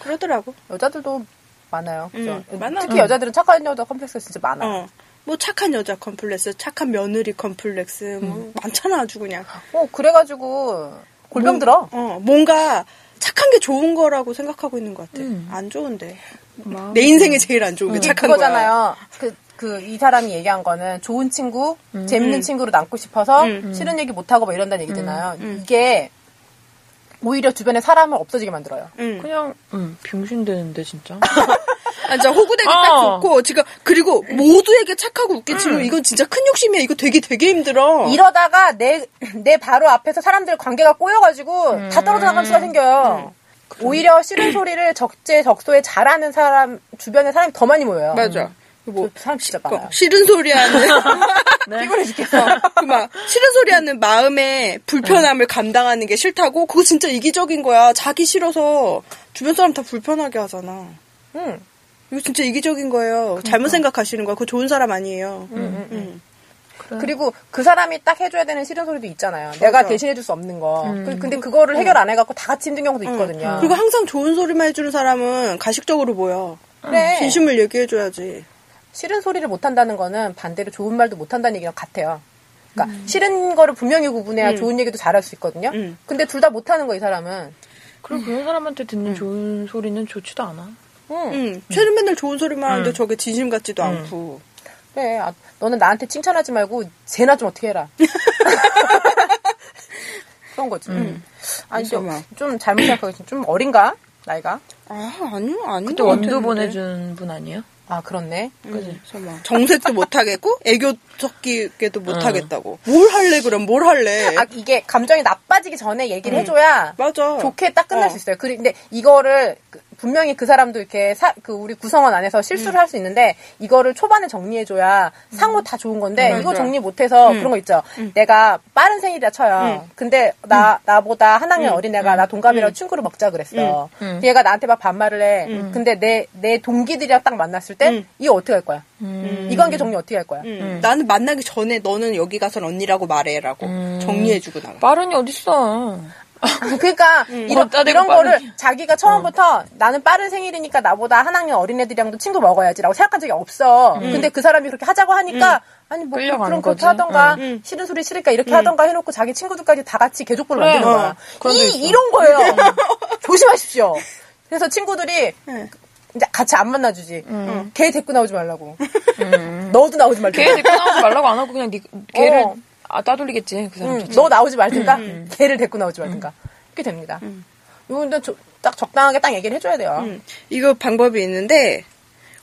[SPEAKER 1] 그러더라고.
[SPEAKER 2] 여자들도 많아요. 그죠?
[SPEAKER 1] 음, 많아.
[SPEAKER 2] 특히 여자들은 착한 여자 컴플렉스 진짜 많아. 요
[SPEAKER 1] 어. 뭐 착한 여자 컴플렉스, 착한 며느리 컴플렉스, 뭐
[SPEAKER 2] 음.
[SPEAKER 1] 많잖아 아주 그냥.
[SPEAKER 2] 어 그래가지고 골병 들어.
[SPEAKER 1] 어, 뭔가 착한 게 좋은 거라고 생각하고 있는 것 같아. 안 좋은데.
[SPEAKER 3] 마음-
[SPEAKER 1] 내 인생에 제일 안 좋은 게
[SPEAKER 2] 이게
[SPEAKER 1] 착한 거야.
[SPEAKER 2] 음. 그거잖아요. 그, 그, 이 사람이 얘기한 거는 좋은 친구,
[SPEAKER 1] 음.
[SPEAKER 2] 재밌는 친구로 남고 싶어서 싫은 얘기 못하고 막 이런다는 얘기잖아요.
[SPEAKER 1] 음.
[SPEAKER 2] 이게 오히려 주변에 사람을 없어지게 만들어요.
[SPEAKER 1] 응.
[SPEAKER 3] 그냥 음, 병신되는데 진짜.
[SPEAKER 1] 아, 진짜 호구되기 딱
[SPEAKER 3] 어.
[SPEAKER 1] 좋고 지금 그리고 모두에게 착하고 웃기지만 이건 진짜 큰 욕심이야. 이거 되게 되게 힘들어.
[SPEAKER 2] 음. 이러다가 내, 내 바로 앞에서 사람들 관계가 꼬여가지고 다 떨어져 나가는 수가 생겨요.
[SPEAKER 1] 음.
[SPEAKER 2] 그렇죠. 오히려 싫은 소리를 적재적소에 잘하는 사람, 주변에 사람이 더 많이 모여요. 음.
[SPEAKER 1] 맞아. 뭐
[SPEAKER 2] 저 사람 진짜 많아요.
[SPEAKER 1] 어, 싫은 소리 하는
[SPEAKER 2] 피곤해 죽겠어.
[SPEAKER 1] 그 막 싫은 소리 하는 마음의 불편함을 감당하는 게 싫다고 그거 진짜 이기적인 거야. 자기 싫어서 주변 사람 다 불편하게 하잖아.
[SPEAKER 2] 응.
[SPEAKER 1] 이거 진짜 이기적인 거예요.
[SPEAKER 2] 그러니까.
[SPEAKER 1] 잘못 생각하시는 거야. 그거 좋은 사람 아니에요.
[SPEAKER 2] 응, 응.
[SPEAKER 1] 음.
[SPEAKER 2] 그리고 그 사람이 딱 해줘야 되는 싫은 소리도 있잖아요. 내가 대신해줄 수 없는 거. 그- 근데 그거를 해결 안 해갖고 다 같이 힘든 경우도 있거든요.
[SPEAKER 1] 음. 그리고 항상 좋은 소리만 해주는 사람은 가식적으로 보여.
[SPEAKER 2] 그래.
[SPEAKER 1] 진심을 얘기해줘야지.
[SPEAKER 2] 싫은 소리를 못한다는 거는 반대로 좋은 말도 못한다는 얘기랑 같아요. 그러니까 싫은 거를 분명히 구분해야 좋은 얘기도 잘할 수 있거든요.
[SPEAKER 1] 음.
[SPEAKER 2] 근데 둘 다 못하는 거 이 사람은.
[SPEAKER 3] 그리고 그런 사람한테 듣는 좋은 소리는 좋지도 않아.
[SPEAKER 2] 응.
[SPEAKER 1] 응. 쟤는 맨날 좋은 소리만 하는데 저게 진심 같지도 않고.
[SPEAKER 2] 그래. 아, 너는 나한테 칭찬하지 말고 쟤나 좀 어떻게 해라. 그런 거지. 아니
[SPEAKER 1] 잠깐만.
[SPEAKER 2] 좀좀 잘못 생각하고 좀 어린가 나이가?
[SPEAKER 1] 아, 아니요, 아니요.
[SPEAKER 3] 그때 원두 보내준 분 아니에요?
[SPEAKER 2] 아 그렇네.
[SPEAKER 1] 정색도 못하겠고, 애교 섞이게도 못하겠다고. 뭘 할래, 그럼 뭘 할래.
[SPEAKER 2] 아 이게 감정이 나빠지기 전에 얘기를 해줘야
[SPEAKER 1] 음. 맞아.
[SPEAKER 2] 좋게 딱 끝날
[SPEAKER 1] 어.
[SPEAKER 2] 수 있어요. 그런데 이거를 그- 분명히 그 사람도 이렇게 사- 그 우리 구성원 안에서 실수를
[SPEAKER 1] 음.
[SPEAKER 2] 할 수 있는데 이거를 초반에 정리해줘야 상호 다 좋은 건데
[SPEAKER 1] 맞아.
[SPEAKER 2] 이거 정리 못해서
[SPEAKER 1] 음.
[SPEAKER 2] 그런 거 있죠. 내가 빠른 생일이라 쳐요. 근데
[SPEAKER 1] 음.
[SPEAKER 2] 나 나보다 한 학년 어린 애가 나 동갑이랑 친구를 먹자
[SPEAKER 1] 음.
[SPEAKER 2] 그랬어. 얘가 나한테 막 반말을 해. 근데 내 내 동기들이랑 딱 만났을 때
[SPEAKER 1] 음.
[SPEAKER 2] 이거 어떻게 할 거야? 이 관계 정리 어떻게 할 거야?
[SPEAKER 1] 음. 나는 만나기 전에 너는 여기 가선 언니라고 말해라고 정리해주고 나가.
[SPEAKER 3] 빠른이 어딨어.
[SPEAKER 2] 그러니까 이런,
[SPEAKER 3] 걷다 대고 어.
[SPEAKER 2] 이런
[SPEAKER 3] 음. 빠르게.
[SPEAKER 2] 거를 자기가 처음부터 나는 빠른 생일이니까 나보다 한 학년 어린애들이랑도 친구 먹어야지라고 생각한 적이 없어. 근데 그 사람이 그렇게 하자고 하니까 아니 뭐
[SPEAKER 3] 음. 끌려가는
[SPEAKER 2] 그럼 그렇게
[SPEAKER 3] 거지. 음.
[SPEAKER 2] 하던가
[SPEAKER 1] 응.
[SPEAKER 2] 싫은 소리 싫으니까 이렇게 하던가 해놓고 자기 친구들까지 다 같이 개족보를
[SPEAKER 3] 그래,
[SPEAKER 2] 만드는
[SPEAKER 1] 어.
[SPEAKER 2] 거야.
[SPEAKER 3] 그런 게 있어. 음.
[SPEAKER 2] 이 이런 거예요. 조심하십시오. 그래서 친구들이
[SPEAKER 3] 음.
[SPEAKER 1] 응.
[SPEAKER 2] 이제 같이 안 만나주지. 걔 데리고 나오지 말라고. 너도 나오지 말고.
[SPEAKER 3] 음. 걔 데리고 나오지 말라고 안 하고 그냥 니, 걔를
[SPEAKER 2] 어.
[SPEAKER 3] 아, 따돌리겠지 그 사람
[SPEAKER 2] 음,
[SPEAKER 3] 자체.
[SPEAKER 2] 너 나오지 말든가 걔를 데리고 나오지 말든가 이렇게 됩니다. 이건 딱 적당하게 딱 얘기를 해줘야 돼요.
[SPEAKER 1] 음. 이거 방법이 있는데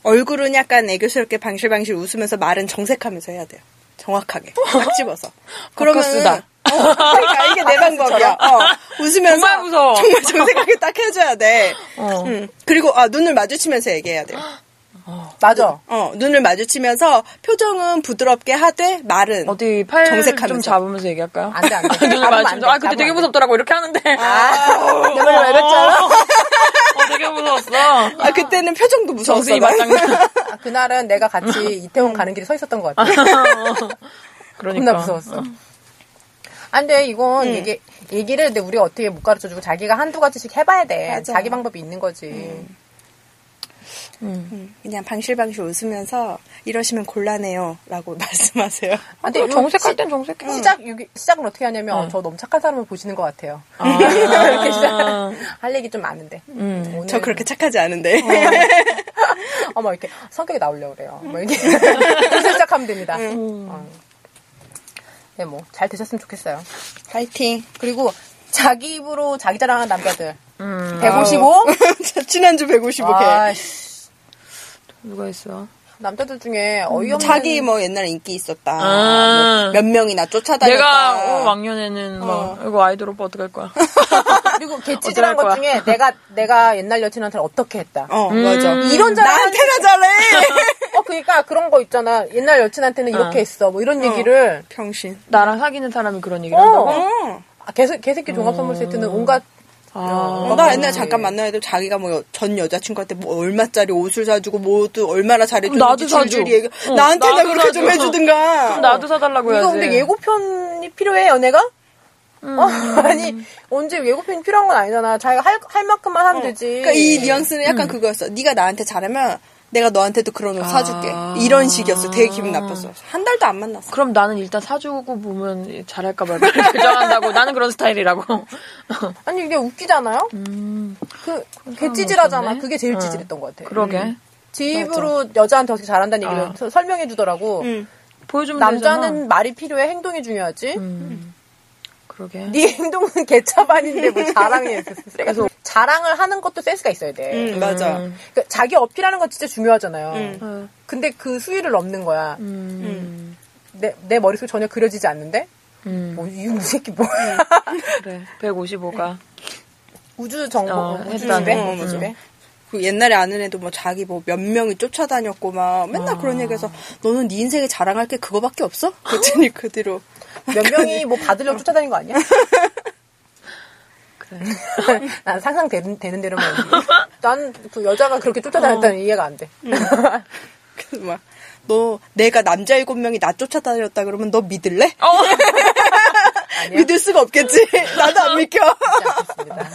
[SPEAKER 1] 얼굴은 약간 애교스럽게 방실방실 웃으면서 말은 정색하면서 해야 돼요. 정확하게 딱 집어서.
[SPEAKER 3] 바카스다.
[SPEAKER 1] 어, 그러니까 이게 내 방법이야. 어, 웃으면서
[SPEAKER 3] 정말 무서워.
[SPEAKER 1] 정말 정색하게 딱 해줘야 돼.
[SPEAKER 3] 어.
[SPEAKER 1] 음. 그리고 아 눈을 마주치면서 얘기해야 돼요.
[SPEAKER 2] 맞아.
[SPEAKER 1] 어 눈을 마주치면서 표정은 부드럽게 하되 말은
[SPEAKER 3] 어디 팔
[SPEAKER 1] 정색하면서.
[SPEAKER 3] 좀 잡으면서 얘기할까요?
[SPEAKER 2] 안 돼, 안 돼.
[SPEAKER 3] 눈을
[SPEAKER 2] 잡으면 안
[SPEAKER 3] 마주치면서
[SPEAKER 2] 돼,
[SPEAKER 3] 아 그때
[SPEAKER 2] 잡으면
[SPEAKER 3] 되게
[SPEAKER 2] 안 돼.
[SPEAKER 3] 무섭더라고 이렇게 하는데.
[SPEAKER 2] 아, 내말 왜 이랬지 알아?
[SPEAKER 3] 어, 되게 무서웠어.
[SPEAKER 1] 아 그때는 표정도 무서웠어.
[SPEAKER 3] 정승이 맞장난.
[SPEAKER 2] 아, 그날은 내가 같이 이태원 가는 길에 서 있었던 것 같아.
[SPEAKER 3] 그러니까.
[SPEAKER 2] 겁나 무서웠어. 안 돼, 이건 얘기, 얘기를 근데 우리가 어떻게 못 가르쳐 주고 자기가 한두 가지씩 해봐야 돼.
[SPEAKER 1] 맞아.
[SPEAKER 2] 자기 방법이 있는 거지.
[SPEAKER 1] 음, 그냥 방실방실 웃으면서 이러시면 곤란해요라고 말씀하세요.
[SPEAKER 2] 아,
[SPEAKER 3] 근데 정색할 땐 정색해.
[SPEAKER 2] 시작, 여기, 시작은 어떻게 하냐면, 어, 저 너무 착한 사람을 보시는 것 같아요.
[SPEAKER 3] 아.
[SPEAKER 2] 이렇게 시작. 할 얘기 좀 많은데. 오늘
[SPEAKER 1] 저 그렇게 착하지 않은데.
[SPEAKER 2] 어머, 이렇게 성격이 나오려고 그래요. 뭐, 이렇게. 그래서 시작하면 됩니다. 어. 네, 뭐, 잘 되셨으면 좋겠어요.
[SPEAKER 1] 파이팅.
[SPEAKER 2] 그리고 자기 입으로 자기 자랑하는 남자들.
[SPEAKER 3] 음.
[SPEAKER 2] 155?
[SPEAKER 1] 아. 어. 지난주 155개.
[SPEAKER 2] 아, 씨.
[SPEAKER 3] 누가 있어?
[SPEAKER 2] 남자들 중에 어이없는.
[SPEAKER 1] 자기 뭐 옛날에 인기 있었다.
[SPEAKER 3] 음. 아.
[SPEAKER 1] 뭐몇 명이나 쫓아다녔다.
[SPEAKER 3] 내가 어, 왕년에는 막 이거 아이돌 오빠 어떡할 거야?
[SPEAKER 2] 그리고 개찌질한
[SPEAKER 3] 어떡할
[SPEAKER 2] 것
[SPEAKER 3] 거야?
[SPEAKER 2] 중에 내가, 내가 옛날 여친한테 어떻게 했다.
[SPEAKER 1] 어, 맞아.
[SPEAKER 3] 음.
[SPEAKER 2] 이런 자랑.
[SPEAKER 1] 나한테나 잘해.
[SPEAKER 2] 어, 그니까 그런 거 있잖아. 옛날 여친한테는 이렇게 했어. 뭐 이런 얘기를.
[SPEAKER 1] 병신.
[SPEAKER 3] 나랑 사귀는 사람이 그런 얘기를
[SPEAKER 2] 어.
[SPEAKER 3] 한다고?
[SPEAKER 2] 아, 개새, 개새끼 종합선물 세트는 온갖.
[SPEAKER 3] 아.
[SPEAKER 1] 어, 나 옛날에 잠깐 만나야 도 자기가 뭐 전 여자친구한테 뭐 얼마짜리 옷을 사주고 모두 얼마나 잘해주는지
[SPEAKER 3] 나도 사줘.
[SPEAKER 1] 줄줄이 얘기.
[SPEAKER 3] 어,
[SPEAKER 1] 나한테나
[SPEAKER 3] 나도
[SPEAKER 1] 그렇게 좀
[SPEAKER 3] 사줘.
[SPEAKER 1] 해주든가.
[SPEAKER 3] 그럼 나도 사달라고 해야지.
[SPEAKER 2] 이거 근데 예고편이 필요해, 연애가? 어, 아니, 언제 예고편이 필요한 건 아니잖아. 자기가 할, 할 만큼만 하면 되지.
[SPEAKER 1] 그러니까 이 뉘앙스는
[SPEAKER 3] 음.
[SPEAKER 1] 약간 그거였어. 네가 나한테 잘하면 내가 너한테도 그런 옷 사줄게.
[SPEAKER 3] 아.
[SPEAKER 1] 이런 식이었어. 되게 기분 나빴어. 한 달도 안 만났어.
[SPEAKER 3] 그럼 나는 일단 사주고 보면 잘할까 말까 결정한다고. 나는 그런 스타일이라고.
[SPEAKER 2] 아니, 이게 웃기잖아요? 그, 개 찌질하잖아.
[SPEAKER 3] 없었네.
[SPEAKER 2] 그게 제일
[SPEAKER 3] 어.
[SPEAKER 2] 찌질했던 것 같아.
[SPEAKER 3] 그러게.
[SPEAKER 2] 집으로 여자한테 어떻게 잘한다는 얘기를
[SPEAKER 3] 아.
[SPEAKER 2] 서- 설명해 주더라고.
[SPEAKER 1] 응.
[SPEAKER 3] 보여주면
[SPEAKER 2] 남자는
[SPEAKER 3] 되잖아.
[SPEAKER 2] 말이 필요해, 행동이 중요하지.
[SPEAKER 3] 음. 그러게.
[SPEAKER 2] 네 행동은 개차반인데 뭐 자랑해. 그래서 자랑을 하는 것도 센스가 있어야 돼.
[SPEAKER 1] 응, 맞아.
[SPEAKER 3] 음.
[SPEAKER 2] 그러니까 자기 어필하는 거 진짜 중요하잖아요.
[SPEAKER 1] 응.
[SPEAKER 3] 어,
[SPEAKER 2] 근데 그 수위를 넘는 거야.
[SPEAKER 3] 음.
[SPEAKER 2] 내, 내 머릿속에 전혀 그려지지 않는데?
[SPEAKER 3] 음.
[SPEAKER 2] 뭐, 이 새끼 뭐야.
[SPEAKER 3] 그래. 155가.
[SPEAKER 2] 우주 정보,
[SPEAKER 3] 어,
[SPEAKER 2] 우주
[SPEAKER 3] 했다네.
[SPEAKER 2] 집에?
[SPEAKER 1] 음.
[SPEAKER 2] 우주 집에?
[SPEAKER 1] 그 옛날에 아는 애도 뭐 자기 뭐 몇 명이 쫓아다녔고 막 맨날 그런 얘기해서 너는 네 인생에 자랑할 게 그거밖에 없어? 그랬더니 그 뒤로
[SPEAKER 2] 몇 명이 뭐 받으려고 쫓아다닌 거 아니야?
[SPEAKER 3] 그래.
[SPEAKER 2] 난 상상되는 되는 대로만. 난그 여자가 그렇게
[SPEAKER 3] 어.
[SPEAKER 2] 쫓아다녔다는 이해가 안 돼.
[SPEAKER 3] 음.
[SPEAKER 1] 막. 너 내가 남자 일곱 명이 나 쫓아다녔다 그러면 너 믿을래?
[SPEAKER 2] 아니야.
[SPEAKER 1] 믿을 수가 없겠지. 나도 안 믿겨.
[SPEAKER 2] 않겠습니다.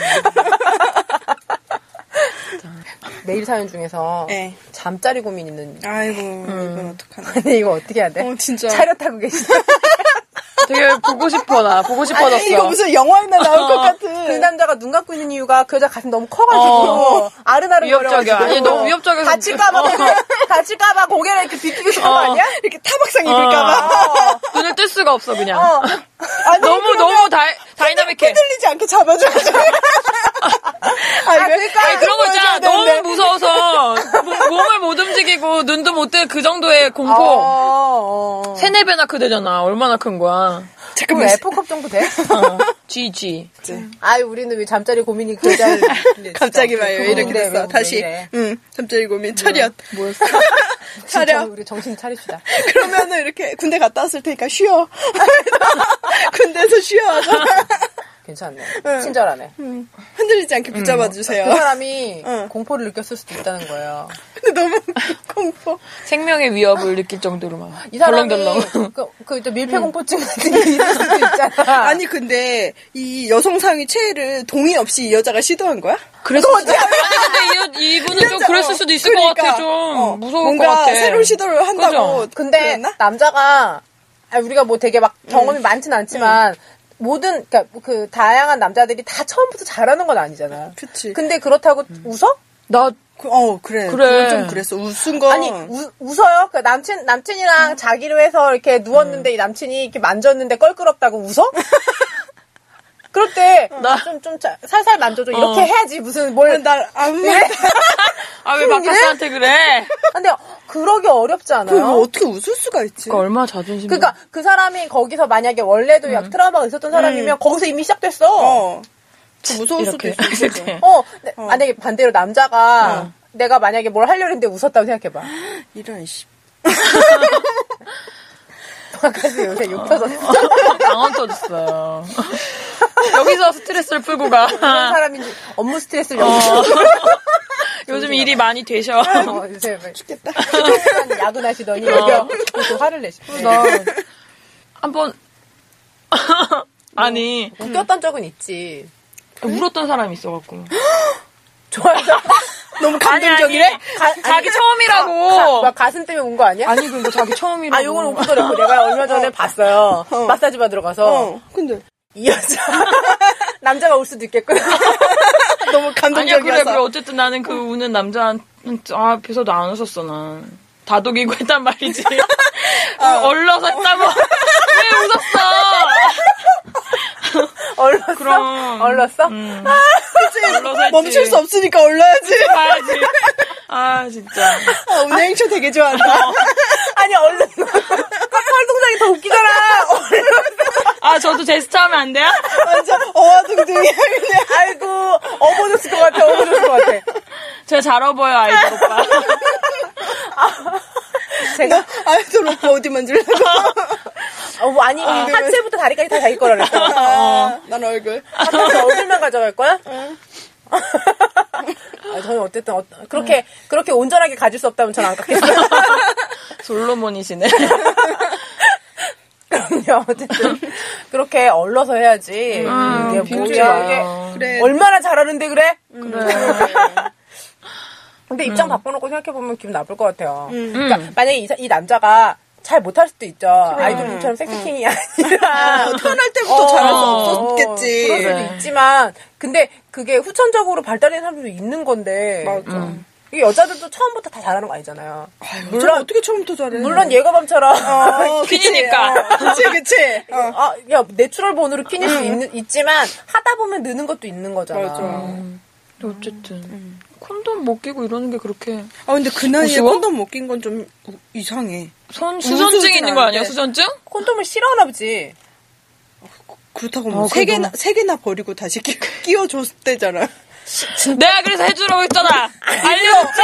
[SPEAKER 2] 메일 사연 중에서
[SPEAKER 3] 예.
[SPEAKER 1] 네.
[SPEAKER 2] 잠자리 고민 있는.
[SPEAKER 1] 아이고 이건 어떡하나. 아,
[SPEAKER 2] 근데 이거 어떻게 해야 돼?
[SPEAKER 1] 어, 진짜.
[SPEAKER 2] 차렷하고 계시다.
[SPEAKER 3] 어. 되게 보고 싶어, 나. 보고 싶어졌어.
[SPEAKER 1] 아니, 이거 무슨 영화에나 나올 것 같은.
[SPEAKER 2] 그 남자가 눈 감고 있는 이유가 그 여자 가슴 너무 커가지고 아른아른
[SPEAKER 3] 어. 위협적이야.
[SPEAKER 2] 거려가지고.
[SPEAKER 3] 아니, 너무 위협적이어서- 어.
[SPEAKER 2] 다칠까봐 고개- 다칠까봐 고개를 이렇게 비키고 싶은 거 아니야?
[SPEAKER 1] 이렇게 타박상 입을까봐.
[SPEAKER 3] 눈을 뜰 수가 없어, 그냥.
[SPEAKER 2] 어.
[SPEAKER 1] 아니,
[SPEAKER 3] 너무, 너무 다이, 다이나믹해.
[SPEAKER 1] 흔들리지 않게 잡아줘야지. 네, 아니, 왜?
[SPEAKER 3] 아니, 그런 거
[SPEAKER 1] 보여줘야
[SPEAKER 3] 있잖아.
[SPEAKER 1] 되는데.
[SPEAKER 3] 너무 무서워서 뭐, 몸- 몸을 못 움직이고 눈도 못 뜰 그 정도의
[SPEAKER 2] 어,
[SPEAKER 3] 공포.
[SPEAKER 2] 어, 어.
[SPEAKER 3] 세네 배나 크대잖아. 얼마나 큰 거야.
[SPEAKER 2] 그럼
[SPEAKER 1] 잠깐만.
[SPEAKER 2] F컵 정도 돼?
[SPEAKER 3] 어, G, G.
[SPEAKER 2] 아이, 우리는 왜 잠자리 고민이 굉장히.
[SPEAKER 1] 갑자기 봐요. 이렇게
[SPEAKER 2] 근데 왜
[SPEAKER 1] 됐어. 다시. 음,
[SPEAKER 2] 이래?
[SPEAKER 1] 응. 잠자리 고민 차렷.
[SPEAKER 3] 뭐였어?
[SPEAKER 2] 진짜
[SPEAKER 1] 차렷.
[SPEAKER 2] 우리 정신 차립시다.
[SPEAKER 1] 그러면은 이렇게 군대 갔다 왔을 테니까 쉬어. 군대에서 쉬어. 하자.
[SPEAKER 2] 괜찮네. 친절하네.
[SPEAKER 1] 흔들리지 않게 붙잡아 주세요.
[SPEAKER 2] 그 사람이
[SPEAKER 1] 응.
[SPEAKER 2] 공포를 느꼈을 수도 있다는 거예요.
[SPEAKER 1] 근데 너무 공포.
[SPEAKER 3] 생명의 위협을 느낄 정도로만.
[SPEAKER 2] 이 사람이
[SPEAKER 3] 덜렁덜렁.
[SPEAKER 2] 그, 그 이제 밀폐공포증 같은 게 있을 수도 있잖아.
[SPEAKER 1] 아니 근데 이 여성 상위 최애를 동의 없이 이 여자가 시도한 거야?
[SPEAKER 3] 그랬을 수도 아니, 근데 이, 이분은 좀 그랬을 수도 있을 것 같아. 좀
[SPEAKER 1] 어,
[SPEAKER 3] 무서울
[SPEAKER 1] 뭔가
[SPEAKER 3] 것 같아.
[SPEAKER 1] 새로운 시도를 한다고.
[SPEAKER 3] 그죠?
[SPEAKER 2] 근데
[SPEAKER 1] 그랬나? 음.
[SPEAKER 2] 남자가 아니, 우리가 뭐 되게 막 경험이 많진 않지만 모든 그러니까 그 다양한 남자들이 다 처음부터 잘하는 건 아니잖아.
[SPEAKER 1] 그치. 음.
[SPEAKER 2] 근데 그렇다고 웃어?
[SPEAKER 3] 나
[SPEAKER 1] 그- 어 그래.
[SPEAKER 3] 그래.
[SPEAKER 1] 그건 좀 그랬어. 음. 웃은 거.
[SPEAKER 2] 아니 우- 웃어요? 그 남친 남친이랑 자기로 해서 이렇게
[SPEAKER 1] 음.
[SPEAKER 2] 누웠는데 이 남친이 이렇게 만졌는데 껄끄럽다고 웃어? 그럴
[SPEAKER 1] 어.
[SPEAKER 3] 나-
[SPEAKER 2] 때좀좀 살살 만져줘 이렇게
[SPEAKER 3] 어.
[SPEAKER 2] 해야지 무슨 뭘
[SPEAKER 1] 날 아무 말.
[SPEAKER 3] 아, 왜 마카스한테 그래?
[SPEAKER 2] 근데 그러기 어렵지
[SPEAKER 1] 그걸
[SPEAKER 2] 않아요?
[SPEAKER 1] 어떻게 웃을 수가 있지?
[SPEAKER 3] 그러니까 얼마나 자존심.
[SPEAKER 2] 그러니까 그 사람이 거기서 만약에 원래도 약 트라우마가 있었던 사람이면 거기서 이미 시작됐어.
[SPEAKER 1] 음. 어. 더 무서울
[SPEAKER 3] 이렇게
[SPEAKER 1] 수도 있어.
[SPEAKER 3] 했을
[SPEAKER 1] 그죠?
[SPEAKER 3] 때.
[SPEAKER 2] 어, 네, 만약에 반대로 남자가 내가 만약에 뭘 하려고 했는데 웃었다고 생각해봐.
[SPEAKER 1] 이런 씨.
[SPEAKER 2] 그래서 요새 욕 터졌어.
[SPEAKER 3] 당황 터졌어요. 여기서 스트레스를 풀고 가.
[SPEAKER 2] 그런 사람인지 업무 스트레스를 어.
[SPEAKER 3] 요즘 일이 많이 되셔.
[SPEAKER 2] 어, 요새 막 죽겠다. 야근하시더니 어. 또 화를 내시고.
[SPEAKER 3] 나 한번 아니
[SPEAKER 2] 웃겼던 적은 있지.
[SPEAKER 3] 울었던 사람이 있어갖고.
[SPEAKER 2] 좋아하잖아.
[SPEAKER 1] 너무
[SPEAKER 3] 아니 아니.
[SPEAKER 1] 감동적이래.
[SPEAKER 2] 가-
[SPEAKER 3] 자기
[SPEAKER 2] 아니,
[SPEAKER 3] 처음이라고.
[SPEAKER 2] 가- 막 가슴 때문에 운 거 아니야?
[SPEAKER 3] 아니 근데 자기 처음이라고.
[SPEAKER 2] 아, 요건
[SPEAKER 1] 뭐
[SPEAKER 2] 웃기더라고. 내가 얼마 전에 봤어요. 마사지 받으러 가서.
[SPEAKER 1] 어. 근데
[SPEAKER 2] 이 여자. 남자가 올 수도 있겠구나.
[SPEAKER 1] 너무
[SPEAKER 3] 아니야 그래
[SPEAKER 1] 감동적이어서.
[SPEAKER 3] 그래 어쨌든 나는 그 우는 남자한테 아 앞에서도 안 웃었어 난. 다독이고 했단 말이지.
[SPEAKER 1] 아.
[SPEAKER 3] 어, 얼러서 했다고. 왜 웃었어?
[SPEAKER 2] 얼렀어?
[SPEAKER 3] 그럼.
[SPEAKER 2] 얼렀어?
[SPEAKER 3] 음.
[SPEAKER 1] 그치?
[SPEAKER 2] 어,
[SPEAKER 3] 올라가지.
[SPEAKER 1] 아, 멈출 수 없으니까 올라야지.
[SPEAKER 3] 봐야지. 아, 진짜.
[SPEAKER 1] 아, 오늘 행쇼 되게 좋아한다.
[SPEAKER 2] 어. 아니 얼른 깜빡할 동작이 더 웃기잖아.
[SPEAKER 3] 아, 저도 제스처 하면 안 돼요?
[SPEAKER 1] 어, 완전 어와둥둥이야 그냥.
[SPEAKER 2] 아이고 업어줬을 것 같아. 업어줬을 것 같아.
[SPEAKER 3] 제가 잘 업어요, 아이돌 오빠.
[SPEAKER 2] 제가
[SPEAKER 1] 아이돌 오빠 어디 만지려고.
[SPEAKER 2] 어, 아니 하체부터 다리까지 다 자기 거라 그랬어.
[SPEAKER 1] 아, 난 얼굴.
[SPEAKER 2] 하면서 얼굴만 가져갈 거야? 아, 저는 어쨌든 어- 그렇게 그렇게 온전하게 가질 수 없다면 저는 안 갖겠어요.
[SPEAKER 3] 솔로몬이시네.
[SPEAKER 2] 그럼요. 어쨌든 그렇게 얼러서 해야지.
[SPEAKER 3] 음,
[SPEAKER 2] 이게
[SPEAKER 3] 비웃지
[SPEAKER 2] 뭐야?
[SPEAKER 3] 마요. 음.
[SPEAKER 1] 그래.
[SPEAKER 2] 이게 얼마나 잘하는데 그래?
[SPEAKER 3] 그래.
[SPEAKER 2] 근데 입장 바꿔놓고 생각해보면 기분 나쁠 것 같아요.
[SPEAKER 3] 음.
[SPEAKER 2] 그러니까 만약에 이, 사- 이 남자가 잘 못할 수도 있죠. 아이돌님처럼 섹스킹이 아니라.
[SPEAKER 1] 음. 어, 태어날 때부터 잘할 수 없었겠지. 네.
[SPEAKER 2] 그럴 수도
[SPEAKER 3] 어, 그래.
[SPEAKER 2] 있지만, 근데 그게 후천적으로 발달된 사람들도 있는 건데. 음.
[SPEAKER 1] 맞아.
[SPEAKER 2] 이게 여자들도 처음부터 다 잘하는 거 아니잖아요.
[SPEAKER 1] 물론 어떻게 처음부터 잘해?
[SPEAKER 2] 물론 예거밤처럼.
[SPEAKER 1] 어, 그치.
[SPEAKER 3] 퀸이니까.
[SPEAKER 1] 어, 그치 그치. 어.
[SPEAKER 2] 아, 야, 내추럴 본으로 퀸일 수 있는, 있지만, 하다 보면 느는 것도 있는 거잖아.
[SPEAKER 1] 맞아.
[SPEAKER 3] 근데 음, 어쨌든
[SPEAKER 2] 음.
[SPEAKER 3] 콘돔 못 끼고 이러는 게 그렇게
[SPEAKER 1] 아 근데 그 나이에
[SPEAKER 3] 무서워?
[SPEAKER 1] 콘돔 못 낀 건 좀 이상해.
[SPEAKER 3] 손
[SPEAKER 1] 수술은
[SPEAKER 3] 수전증 있는 거 아니야?
[SPEAKER 1] 아닌데.
[SPEAKER 3] 수전증?
[SPEAKER 2] 콘돔을 싫어하나 보지.
[SPEAKER 1] 그렇다고
[SPEAKER 3] 아,
[SPEAKER 1] 뭐세
[SPEAKER 3] 그래도-
[SPEAKER 1] 개나 세 개나 버리고 다시 끼, 끼워줬대잖아.
[SPEAKER 3] 내가 그래서 해주라고 했잖아. 알려줬지.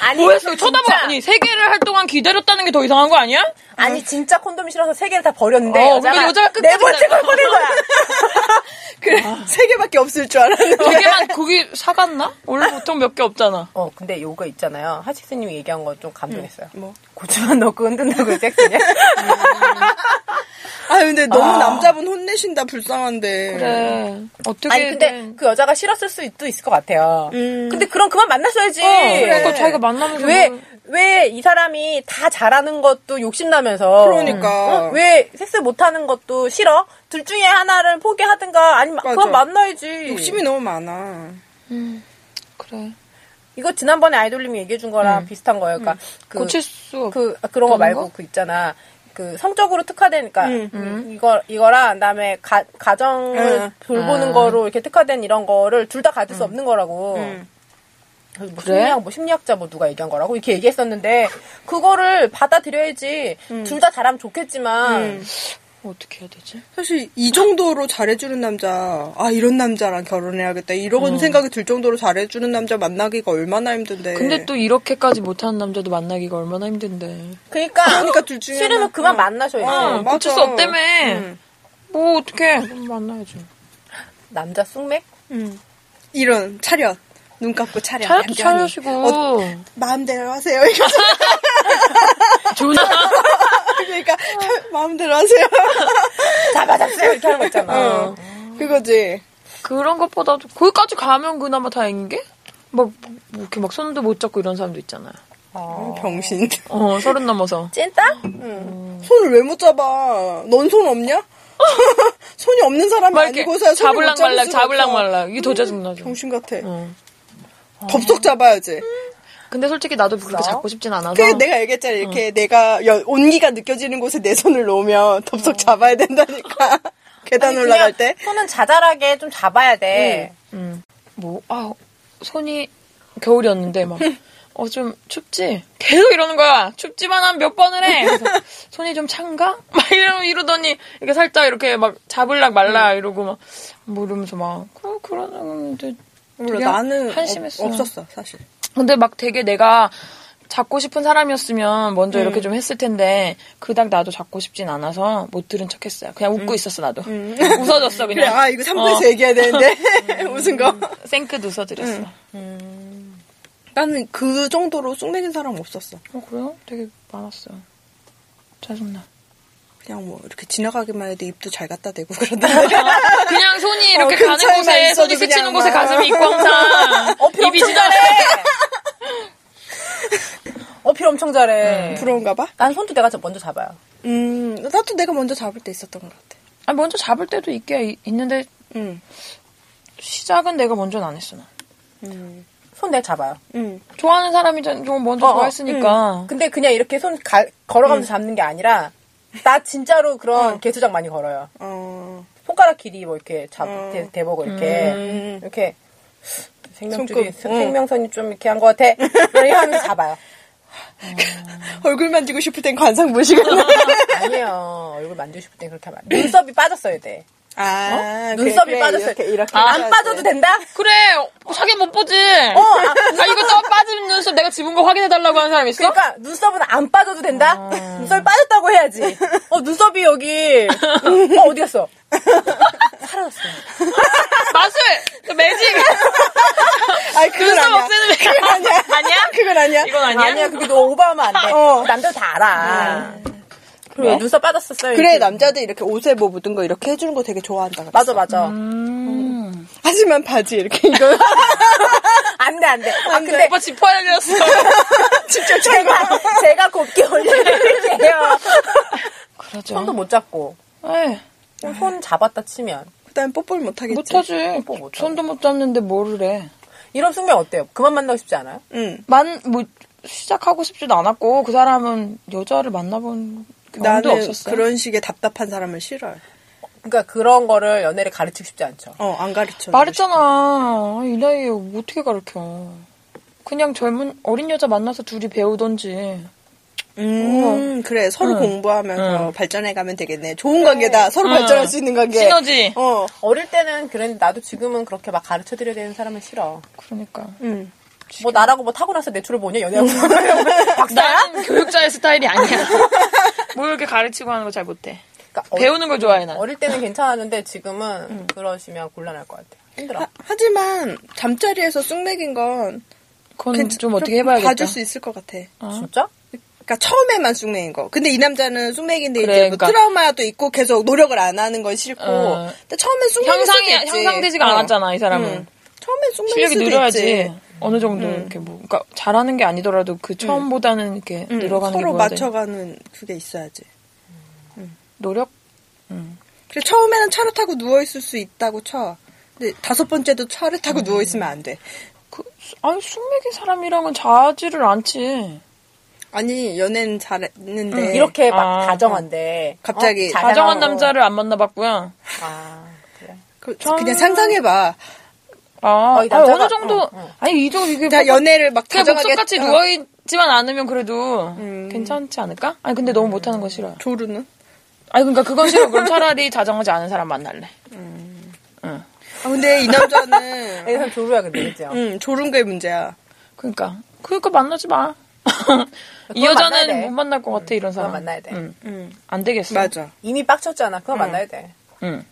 [SPEAKER 2] 아니,
[SPEAKER 3] 뭐했어? 쳐다보
[SPEAKER 2] 진짜.
[SPEAKER 3] 아니 세 개를 할 동안 기다렸다는 게 더 이상한 거 아니야?
[SPEAKER 2] 아니 진짜 콘돔이 싫어서 세 개를 다 버렸는데
[SPEAKER 3] 어,
[SPEAKER 2] 여자가,
[SPEAKER 3] 근데 여자가 끝까지
[SPEAKER 2] 네 번째 걸 꺼낸 거야. 아.
[SPEAKER 1] 그래 세 개밖에 없을 줄 알았는데.
[SPEAKER 3] 두 개만 거기 사갔나? 원래 보통 몇 개 없잖아.
[SPEAKER 2] 어 근데 요거 있잖아요. 하식스님이 얘기한 거 좀 감동했어요.
[SPEAKER 1] 뭐?
[SPEAKER 2] 고추만 넣고 흔든다고 섹스냐?
[SPEAKER 1] 아 근데 너무 남자분 혼내신다 불쌍한데.
[SPEAKER 3] 그래. 네. 어떻게?
[SPEAKER 2] 네. 아니 근데 그 여자가 싫었을 수도 있을 것 같아요.
[SPEAKER 1] 음.
[SPEAKER 2] 근데 그럼 그만 만났어야지.
[SPEAKER 3] 그러니까 자기가 만나면서 뭐-
[SPEAKER 2] 왜왜 이 사람이 다 잘하는 것도 욕심나면서
[SPEAKER 1] 그러니까.
[SPEAKER 2] 어? 왜 섹스 못하는 것도 싫어? 둘 중에 하나를 포기하든가 아니면
[SPEAKER 1] 맞아.
[SPEAKER 2] 그만 만나야지.
[SPEAKER 1] 욕심이 너무 많아.
[SPEAKER 3] 음, 그래.
[SPEAKER 2] 이거 지난번에 아이돌님이 얘기해 준 거랑
[SPEAKER 1] 음.
[SPEAKER 2] 비슷한 거예요. 그러니까 그,
[SPEAKER 3] 고칠 수 없-
[SPEAKER 2] 그 아, 그런 거
[SPEAKER 3] 없다는
[SPEAKER 2] 말고
[SPEAKER 3] 거?
[SPEAKER 2] 그 있잖아. 그 성적으로 특화된 그러니까
[SPEAKER 1] 음,
[SPEAKER 2] 이- 이거 이거랑 그다음에 가, 가정을
[SPEAKER 1] 음.
[SPEAKER 2] 돌보는
[SPEAKER 3] 아.
[SPEAKER 2] 거로 이렇게 특화된 이런 거를 둘 다 가질 수 없는 거라고.
[SPEAKER 1] 음.
[SPEAKER 2] 그래서 뭐
[SPEAKER 3] 그래?
[SPEAKER 2] 심리학 뭐 심리학자 뭐 누가 얘기한 거라고 이렇게 얘기했었는데 그거를 받아들여야지
[SPEAKER 1] 음.
[SPEAKER 2] 둘 다 잘하면 좋겠지만
[SPEAKER 3] 어떻게 해야 되지?
[SPEAKER 1] 사실 이 정도로 잘해주는 남자, 아 이런 남자랑 결혼해야겠다 이런
[SPEAKER 3] 음.
[SPEAKER 1] 생각이 들 정도로 잘해주는 남자 만나기가 얼마나 힘든데.
[SPEAKER 2] 네.
[SPEAKER 3] 근데 또 이렇게까지 못하는 남자도 만나기가 얼마나 힘든데.
[SPEAKER 2] 그러니까
[SPEAKER 1] 그러니까 둘 중에 하나.
[SPEAKER 2] 싫으면 그만 만나셔야지.
[SPEAKER 1] 어. 맞아.
[SPEAKER 3] 고칠 수 없다며.
[SPEAKER 2] 음.
[SPEAKER 3] 뭐 어떻게? 만나야지.
[SPEAKER 2] 남자 숙맥?
[SPEAKER 1] 음. 이런 차렷 눈 감고 차렷.
[SPEAKER 3] 차렷도
[SPEAKER 1] 얌전히.
[SPEAKER 3] 차렷이고.
[SPEAKER 1] 어, 마음대로 하세요. 이거
[SPEAKER 3] 존나.
[SPEAKER 1] 그러니까 마음대로 하세요.
[SPEAKER 2] 잡아잡세요 이렇게 하는 거 있잖아.
[SPEAKER 1] 어. 그거지.
[SPEAKER 3] 그런 것보다도 거기까지 가면 그나마 다행인 게? 막, 뭐 이렇게 막 손도 못 잡고 이런 사람도 있잖아요.
[SPEAKER 2] 어.
[SPEAKER 1] 병신.
[SPEAKER 3] 어, 서른 넘어서.
[SPEAKER 2] 찐따?
[SPEAKER 3] 어.
[SPEAKER 1] 손을 왜 못 잡아? 넌 손 없냐? 손이 없는 사람이
[SPEAKER 3] 막뭐 이렇게
[SPEAKER 1] 아니고서 손을 못
[SPEAKER 3] 잡을랑
[SPEAKER 1] 잡을
[SPEAKER 3] 말랑,
[SPEAKER 1] 수가
[SPEAKER 3] 잡을랑
[SPEAKER 1] 없어. 음.
[SPEAKER 3] 말랑. 이게 더 짜증나죠.
[SPEAKER 1] 병신 같아.
[SPEAKER 3] 어.
[SPEAKER 1] 덥석 잡아야지.
[SPEAKER 3] 근데 솔직히 나도 그렇게
[SPEAKER 2] 없어?
[SPEAKER 3] 잡고 싶진 않아서.
[SPEAKER 1] 그 내가 얘기했잖아.
[SPEAKER 3] 어.
[SPEAKER 1] 이렇게 내가 여- 온기가 느껴지는 곳에 내 손을 놓으면
[SPEAKER 3] 어.
[SPEAKER 1] 덥석 잡아야 된다니까. 계단
[SPEAKER 2] 아니,
[SPEAKER 1] 올라갈
[SPEAKER 2] 그냥
[SPEAKER 1] 때.
[SPEAKER 2] 손은 자잘하게 좀 잡아야 돼.
[SPEAKER 3] 음. 뭐, 아, 손이 겨울이었는데 막. 어, 좀 춥지? 계속 이러는 거야. 춥지만 한 몇 번을 해. 그래서 손이 좀 찬가? 막 이러, 이러더니, 이렇게 살짝 이렇게 막 잡을락 말라 이러고 막, 뭐 이러면서 막, 그, 그러는데.
[SPEAKER 1] 몰라,
[SPEAKER 3] 그냥
[SPEAKER 1] 나는
[SPEAKER 3] 한심했어.
[SPEAKER 1] 없, 었어 사실.
[SPEAKER 3] 근데 막 되게 내가 잡고 싶은 사람이었으면 먼저 이렇게 좀 했을 텐데 그닥 나도 잡고 싶진 않아서 못 들은 척했어요. 그냥 웃고 있었어 나도. 네. 웃어줬어 음.
[SPEAKER 1] 그래,
[SPEAKER 3] 그냥. 어,
[SPEAKER 1] 아, 이거 3부에서 얘기해야 되는데. 웃은 거.
[SPEAKER 3] 생크도 웃어드렸어.
[SPEAKER 1] 나는 그 정도로 쑥맥인 사람 없었어.
[SPEAKER 3] 어 그래요? 되게 많았어. 요 짜증나.
[SPEAKER 1] 그냥 뭐, 이렇게 지나가기만 해도 입도 잘 갖다 대고 그러던데.
[SPEAKER 3] 그냥 손이 이렇게
[SPEAKER 1] 어, 근처에만
[SPEAKER 3] 가는 곳에
[SPEAKER 1] 있어도
[SPEAKER 3] 손이 스치는
[SPEAKER 1] 그냥
[SPEAKER 3] 곳에
[SPEAKER 1] 막.
[SPEAKER 3] 가슴이 있고 항상
[SPEAKER 2] 어필
[SPEAKER 3] 입이
[SPEAKER 2] 엄청
[SPEAKER 3] 지나.
[SPEAKER 2] 잘해. 어필 엄청 잘해.
[SPEAKER 1] 부러운가 봐?
[SPEAKER 2] 난 손도 내가 저- 먼저 잡아요.
[SPEAKER 1] 음, 나도 내가 먼저 잡을 때 있었던 것 같아. 음.
[SPEAKER 3] 아 먼저 잡을 때도 있게 이- 있는데
[SPEAKER 1] 응.
[SPEAKER 3] 시작은 내가 먼저는 안 했어. 난.
[SPEAKER 1] 음.
[SPEAKER 2] 손 내가 잡아요.
[SPEAKER 1] 응.
[SPEAKER 3] 좋아하는 사람이 좀 먼저
[SPEAKER 2] 어, 어,
[SPEAKER 3] 좋아했으니까.
[SPEAKER 2] 근데 그냥 이렇게 손 가- 걸어가면서 잡는 게 아니라 나 진짜로 그런 개수작 많이 걸어요.
[SPEAKER 1] 어.
[SPEAKER 2] 손가락 길이 뭐 이렇게 잡 대- 대보고 이렇게
[SPEAKER 1] 음.
[SPEAKER 2] 이렇게 생명줄이
[SPEAKER 1] 손금. 응.
[SPEAKER 2] 생명선이 좀 이렇게 한 것 같아. 이렇게 하면 잡아요.
[SPEAKER 1] 얼굴 만지고 싶을 땐 관상 보시거나.
[SPEAKER 2] 아니요 얼굴 만지고 싶을 땐 그렇게 하면 안 돼. 눈썹이 빠졌어야 돼.
[SPEAKER 1] 아, 그래,
[SPEAKER 2] 눈썹이
[SPEAKER 1] 그래,
[SPEAKER 2] 빠졌어요. 아,
[SPEAKER 1] 이렇게, 이렇게.
[SPEAKER 2] 안 빠져도 된다?
[SPEAKER 3] 그래 어, 자기 못 보지. 어. 아 이거 또 빠진 눈썹 내가 집은 거 확인해 달라고 하는 사람 있어?
[SPEAKER 2] 그러니까 눈썹은 안 빠져도 된다? 눈썹이 빠졌다고 해야지. 어 눈썹이 여기 어 어디 갔어?
[SPEAKER 3] 마술 그 매직
[SPEAKER 1] 아니, 그건
[SPEAKER 3] 눈썹
[SPEAKER 1] 아니야.
[SPEAKER 3] 없애는 매직 아니야? 아니야?
[SPEAKER 1] 그건 아니야.
[SPEAKER 3] 이건 아니야?
[SPEAKER 2] 아니야 그게 너무 오버하면 안 돼.
[SPEAKER 1] 어.
[SPEAKER 2] 남들 다 알아. 네? 그래 눈썹 빠졌었어요.
[SPEAKER 1] 그래,
[SPEAKER 2] 이렇게.
[SPEAKER 1] 남자들 이렇게 옷에 뭐 묻은 거 이렇게 해주는 거 되게 좋아한다. 그랬어.
[SPEAKER 2] 맞아 맞아.
[SPEAKER 1] 하지만 바지 이렇게 이거
[SPEAKER 2] 안돼 안돼. 아
[SPEAKER 1] 안 돼.
[SPEAKER 2] 근데
[SPEAKER 3] 오빠 지퍼 열렸어.
[SPEAKER 1] 직접 차고.
[SPEAKER 2] 제가 제가 곱게 올려드릴게요. 손도
[SPEAKER 3] 그러죠.
[SPEAKER 2] 못 잡고
[SPEAKER 3] 에이,
[SPEAKER 2] 손 잡았다 치면
[SPEAKER 1] 그다음 뽀뽀를 못 하겠지.
[SPEAKER 3] 못하지.
[SPEAKER 2] 뽀뽀 못하고.
[SPEAKER 3] 손도 못 잡는데 뭐를 해.
[SPEAKER 2] 이런 순간 어때요? 그만 만나고 싶지 않아요?
[SPEAKER 1] 응.
[SPEAKER 3] 만, 뭐, 시작하고 싶지도 않았고, 그 사람은 여자를 만나본 경험도
[SPEAKER 1] 나는
[SPEAKER 3] 없었어요.
[SPEAKER 1] 그런 식의 답답한 사람을 싫어해.
[SPEAKER 2] 그러니까 그런 거를 연애를 가르치고 싶지 않죠.
[SPEAKER 1] 어, 안 가르쳐.
[SPEAKER 3] 말했잖아. 이 나이에 어떻게 가르쳐. 그냥 젊은, 어린 여자 만나서 둘이 배우던지.
[SPEAKER 1] 음, 그래. 서로 공부하면서 발전해 가면 되겠네. 좋은 관계다. 서로
[SPEAKER 3] 응.
[SPEAKER 1] 음. 발전할 수 있는 관계.
[SPEAKER 3] 시너지.
[SPEAKER 1] 어.
[SPEAKER 2] 어릴 때는 그랬는데 나도 지금은 그렇게 막 가르쳐 드려야 되는 사람은 싫어.
[SPEAKER 3] 그러니까.
[SPEAKER 1] 음.
[SPEAKER 2] 뭐 나라고 뭐 타고나서 내추럴 뭐냐
[SPEAKER 3] 음.
[SPEAKER 2] 연애하고 박사야?
[SPEAKER 3] 나는 교육자의 스타일이 아니야. 뭘 이렇게 가르치고 하는 거 잘 못해.
[SPEAKER 2] 그러니까 어,
[SPEAKER 3] 배우는 음. 걸 좋아해, 난.
[SPEAKER 2] 어릴 때는 괜찮았는데 지금은 그러시면 곤란할 것 같아요. 힘들어.
[SPEAKER 1] 하지만 잠자리에서 쑥맥인 건
[SPEAKER 3] 그건
[SPEAKER 1] 괜찮-
[SPEAKER 3] 음, 좀 어떻게 해봐야겠다. 어.
[SPEAKER 1] 봐줄 수 있을 것 같아.
[SPEAKER 2] 진짜?
[SPEAKER 1] 그러니까 처음에만 쑥맥인 거. 근데 이 남자는 쑥맥인데
[SPEAKER 3] 그래,
[SPEAKER 1] 이제 뭐
[SPEAKER 3] 그러니까.
[SPEAKER 1] 트라우마도 있고 계속 노력을 안 하는 건 싫고.
[SPEAKER 3] 어.
[SPEAKER 1] 근데 처음엔 쑥맥일
[SPEAKER 3] 향상이,
[SPEAKER 1] 수도 있지.
[SPEAKER 3] 향상되지가
[SPEAKER 1] 어.
[SPEAKER 3] 않았잖아, 이 사람은.
[SPEAKER 1] 응. 처음엔 쑥맥일
[SPEAKER 3] 실력이
[SPEAKER 1] 수도
[SPEAKER 3] 늘어야지.
[SPEAKER 1] 있지.
[SPEAKER 3] 어느 정도 이렇게 뭐, 그러니까 잘하는 게 아니더라도 그 처음보다는 이렇게
[SPEAKER 1] 응,
[SPEAKER 3] 늘어가는 게
[SPEAKER 1] 서로
[SPEAKER 3] 뭐야 돼.
[SPEAKER 1] 맞춰가는 그게 있어야지.
[SPEAKER 3] 노력.
[SPEAKER 1] 그래 처음에는 차를 타고 누워 있을 수 있다고 쳐. 근데 다섯 번째도 차를
[SPEAKER 3] 음.
[SPEAKER 1] 타고 누워 있으면 안 돼.
[SPEAKER 3] 그 수- 아니 숙맥인 사람이랑은 자지를 않지.
[SPEAKER 1] 아니 연애는 잘했는데
[SPEAKER 2] 이렇게 막
[SPEAKER 3] 아,
[SPEAKER 2] 다정한데 어?
[SPEAKER 1] 갑자기
[SPEAKER 2] 자상하고.
[SPEAKER 3] 다정한 남자를 안 만나봤고요.
[SPEAKER 2] 아 그래.
[SPEAKER 1] 그,
[SPEAKER 3] 참-
[SPEAKER 1] 냥 상상해봐.
[SPEAKER 3] 아,
[SPEAKER 2] 어, 이
[SPEAKER 3] 아,
[SPEAKER 2] 남자가-
[SPEAKER 3] 어느 정도
[SPEAKER 2] 어, 어.
[SPEAKER 3] 아니 이 정도 이게 뭐
[SPEAKER 1] 다 연애를 막
[SPEAKER 3] 그냥
[SPEAKER 1] 다정하게
[SPEAKER 3] 목숨같이
[SPEAKER 1] 했- 어,
[SPEAKER 3] 누워 있지만 않으면 그래도 괜찮지 않을까? 아니 근데 너무 못하는 거 싫어요.
[SPEAKER 1] 조르는.
[SPEAKER 3] 아니 그러니까 그건 싫어. 그럼 차라리 자정하지 않은 사람 만날래. 응.
[SPEAKER 1] 아 근데 이 남자는
[SPEAKER 2] 애들 조루야 근데 그죠?
[SPEAKER 1] 음 조른 게 문제야.
[SPEAKER 3] 그러니까 그러니까 만나지 마. 이
[SPEAKER 2] 그건 만나야
[SPEAKER 3] 여자는
[SPEAKER 2] 돼.
[SPEAKER 3] 못 만날 것 같아 이런 사람.
[SPEAKER 2] 만나야 돼.
[SPEAKER 3] 응.
[SPEAKER 1] 음
[SPEAKER 3] 안 되겠어.
[SPEAKER 1] 맞아.
[SPEAKER 2] 이미 빡쳤잖아.
[SPEAKER 3] 음.
[SPEAKER 2] 그거 만나야 돼.
[SPEAKER 3] 응.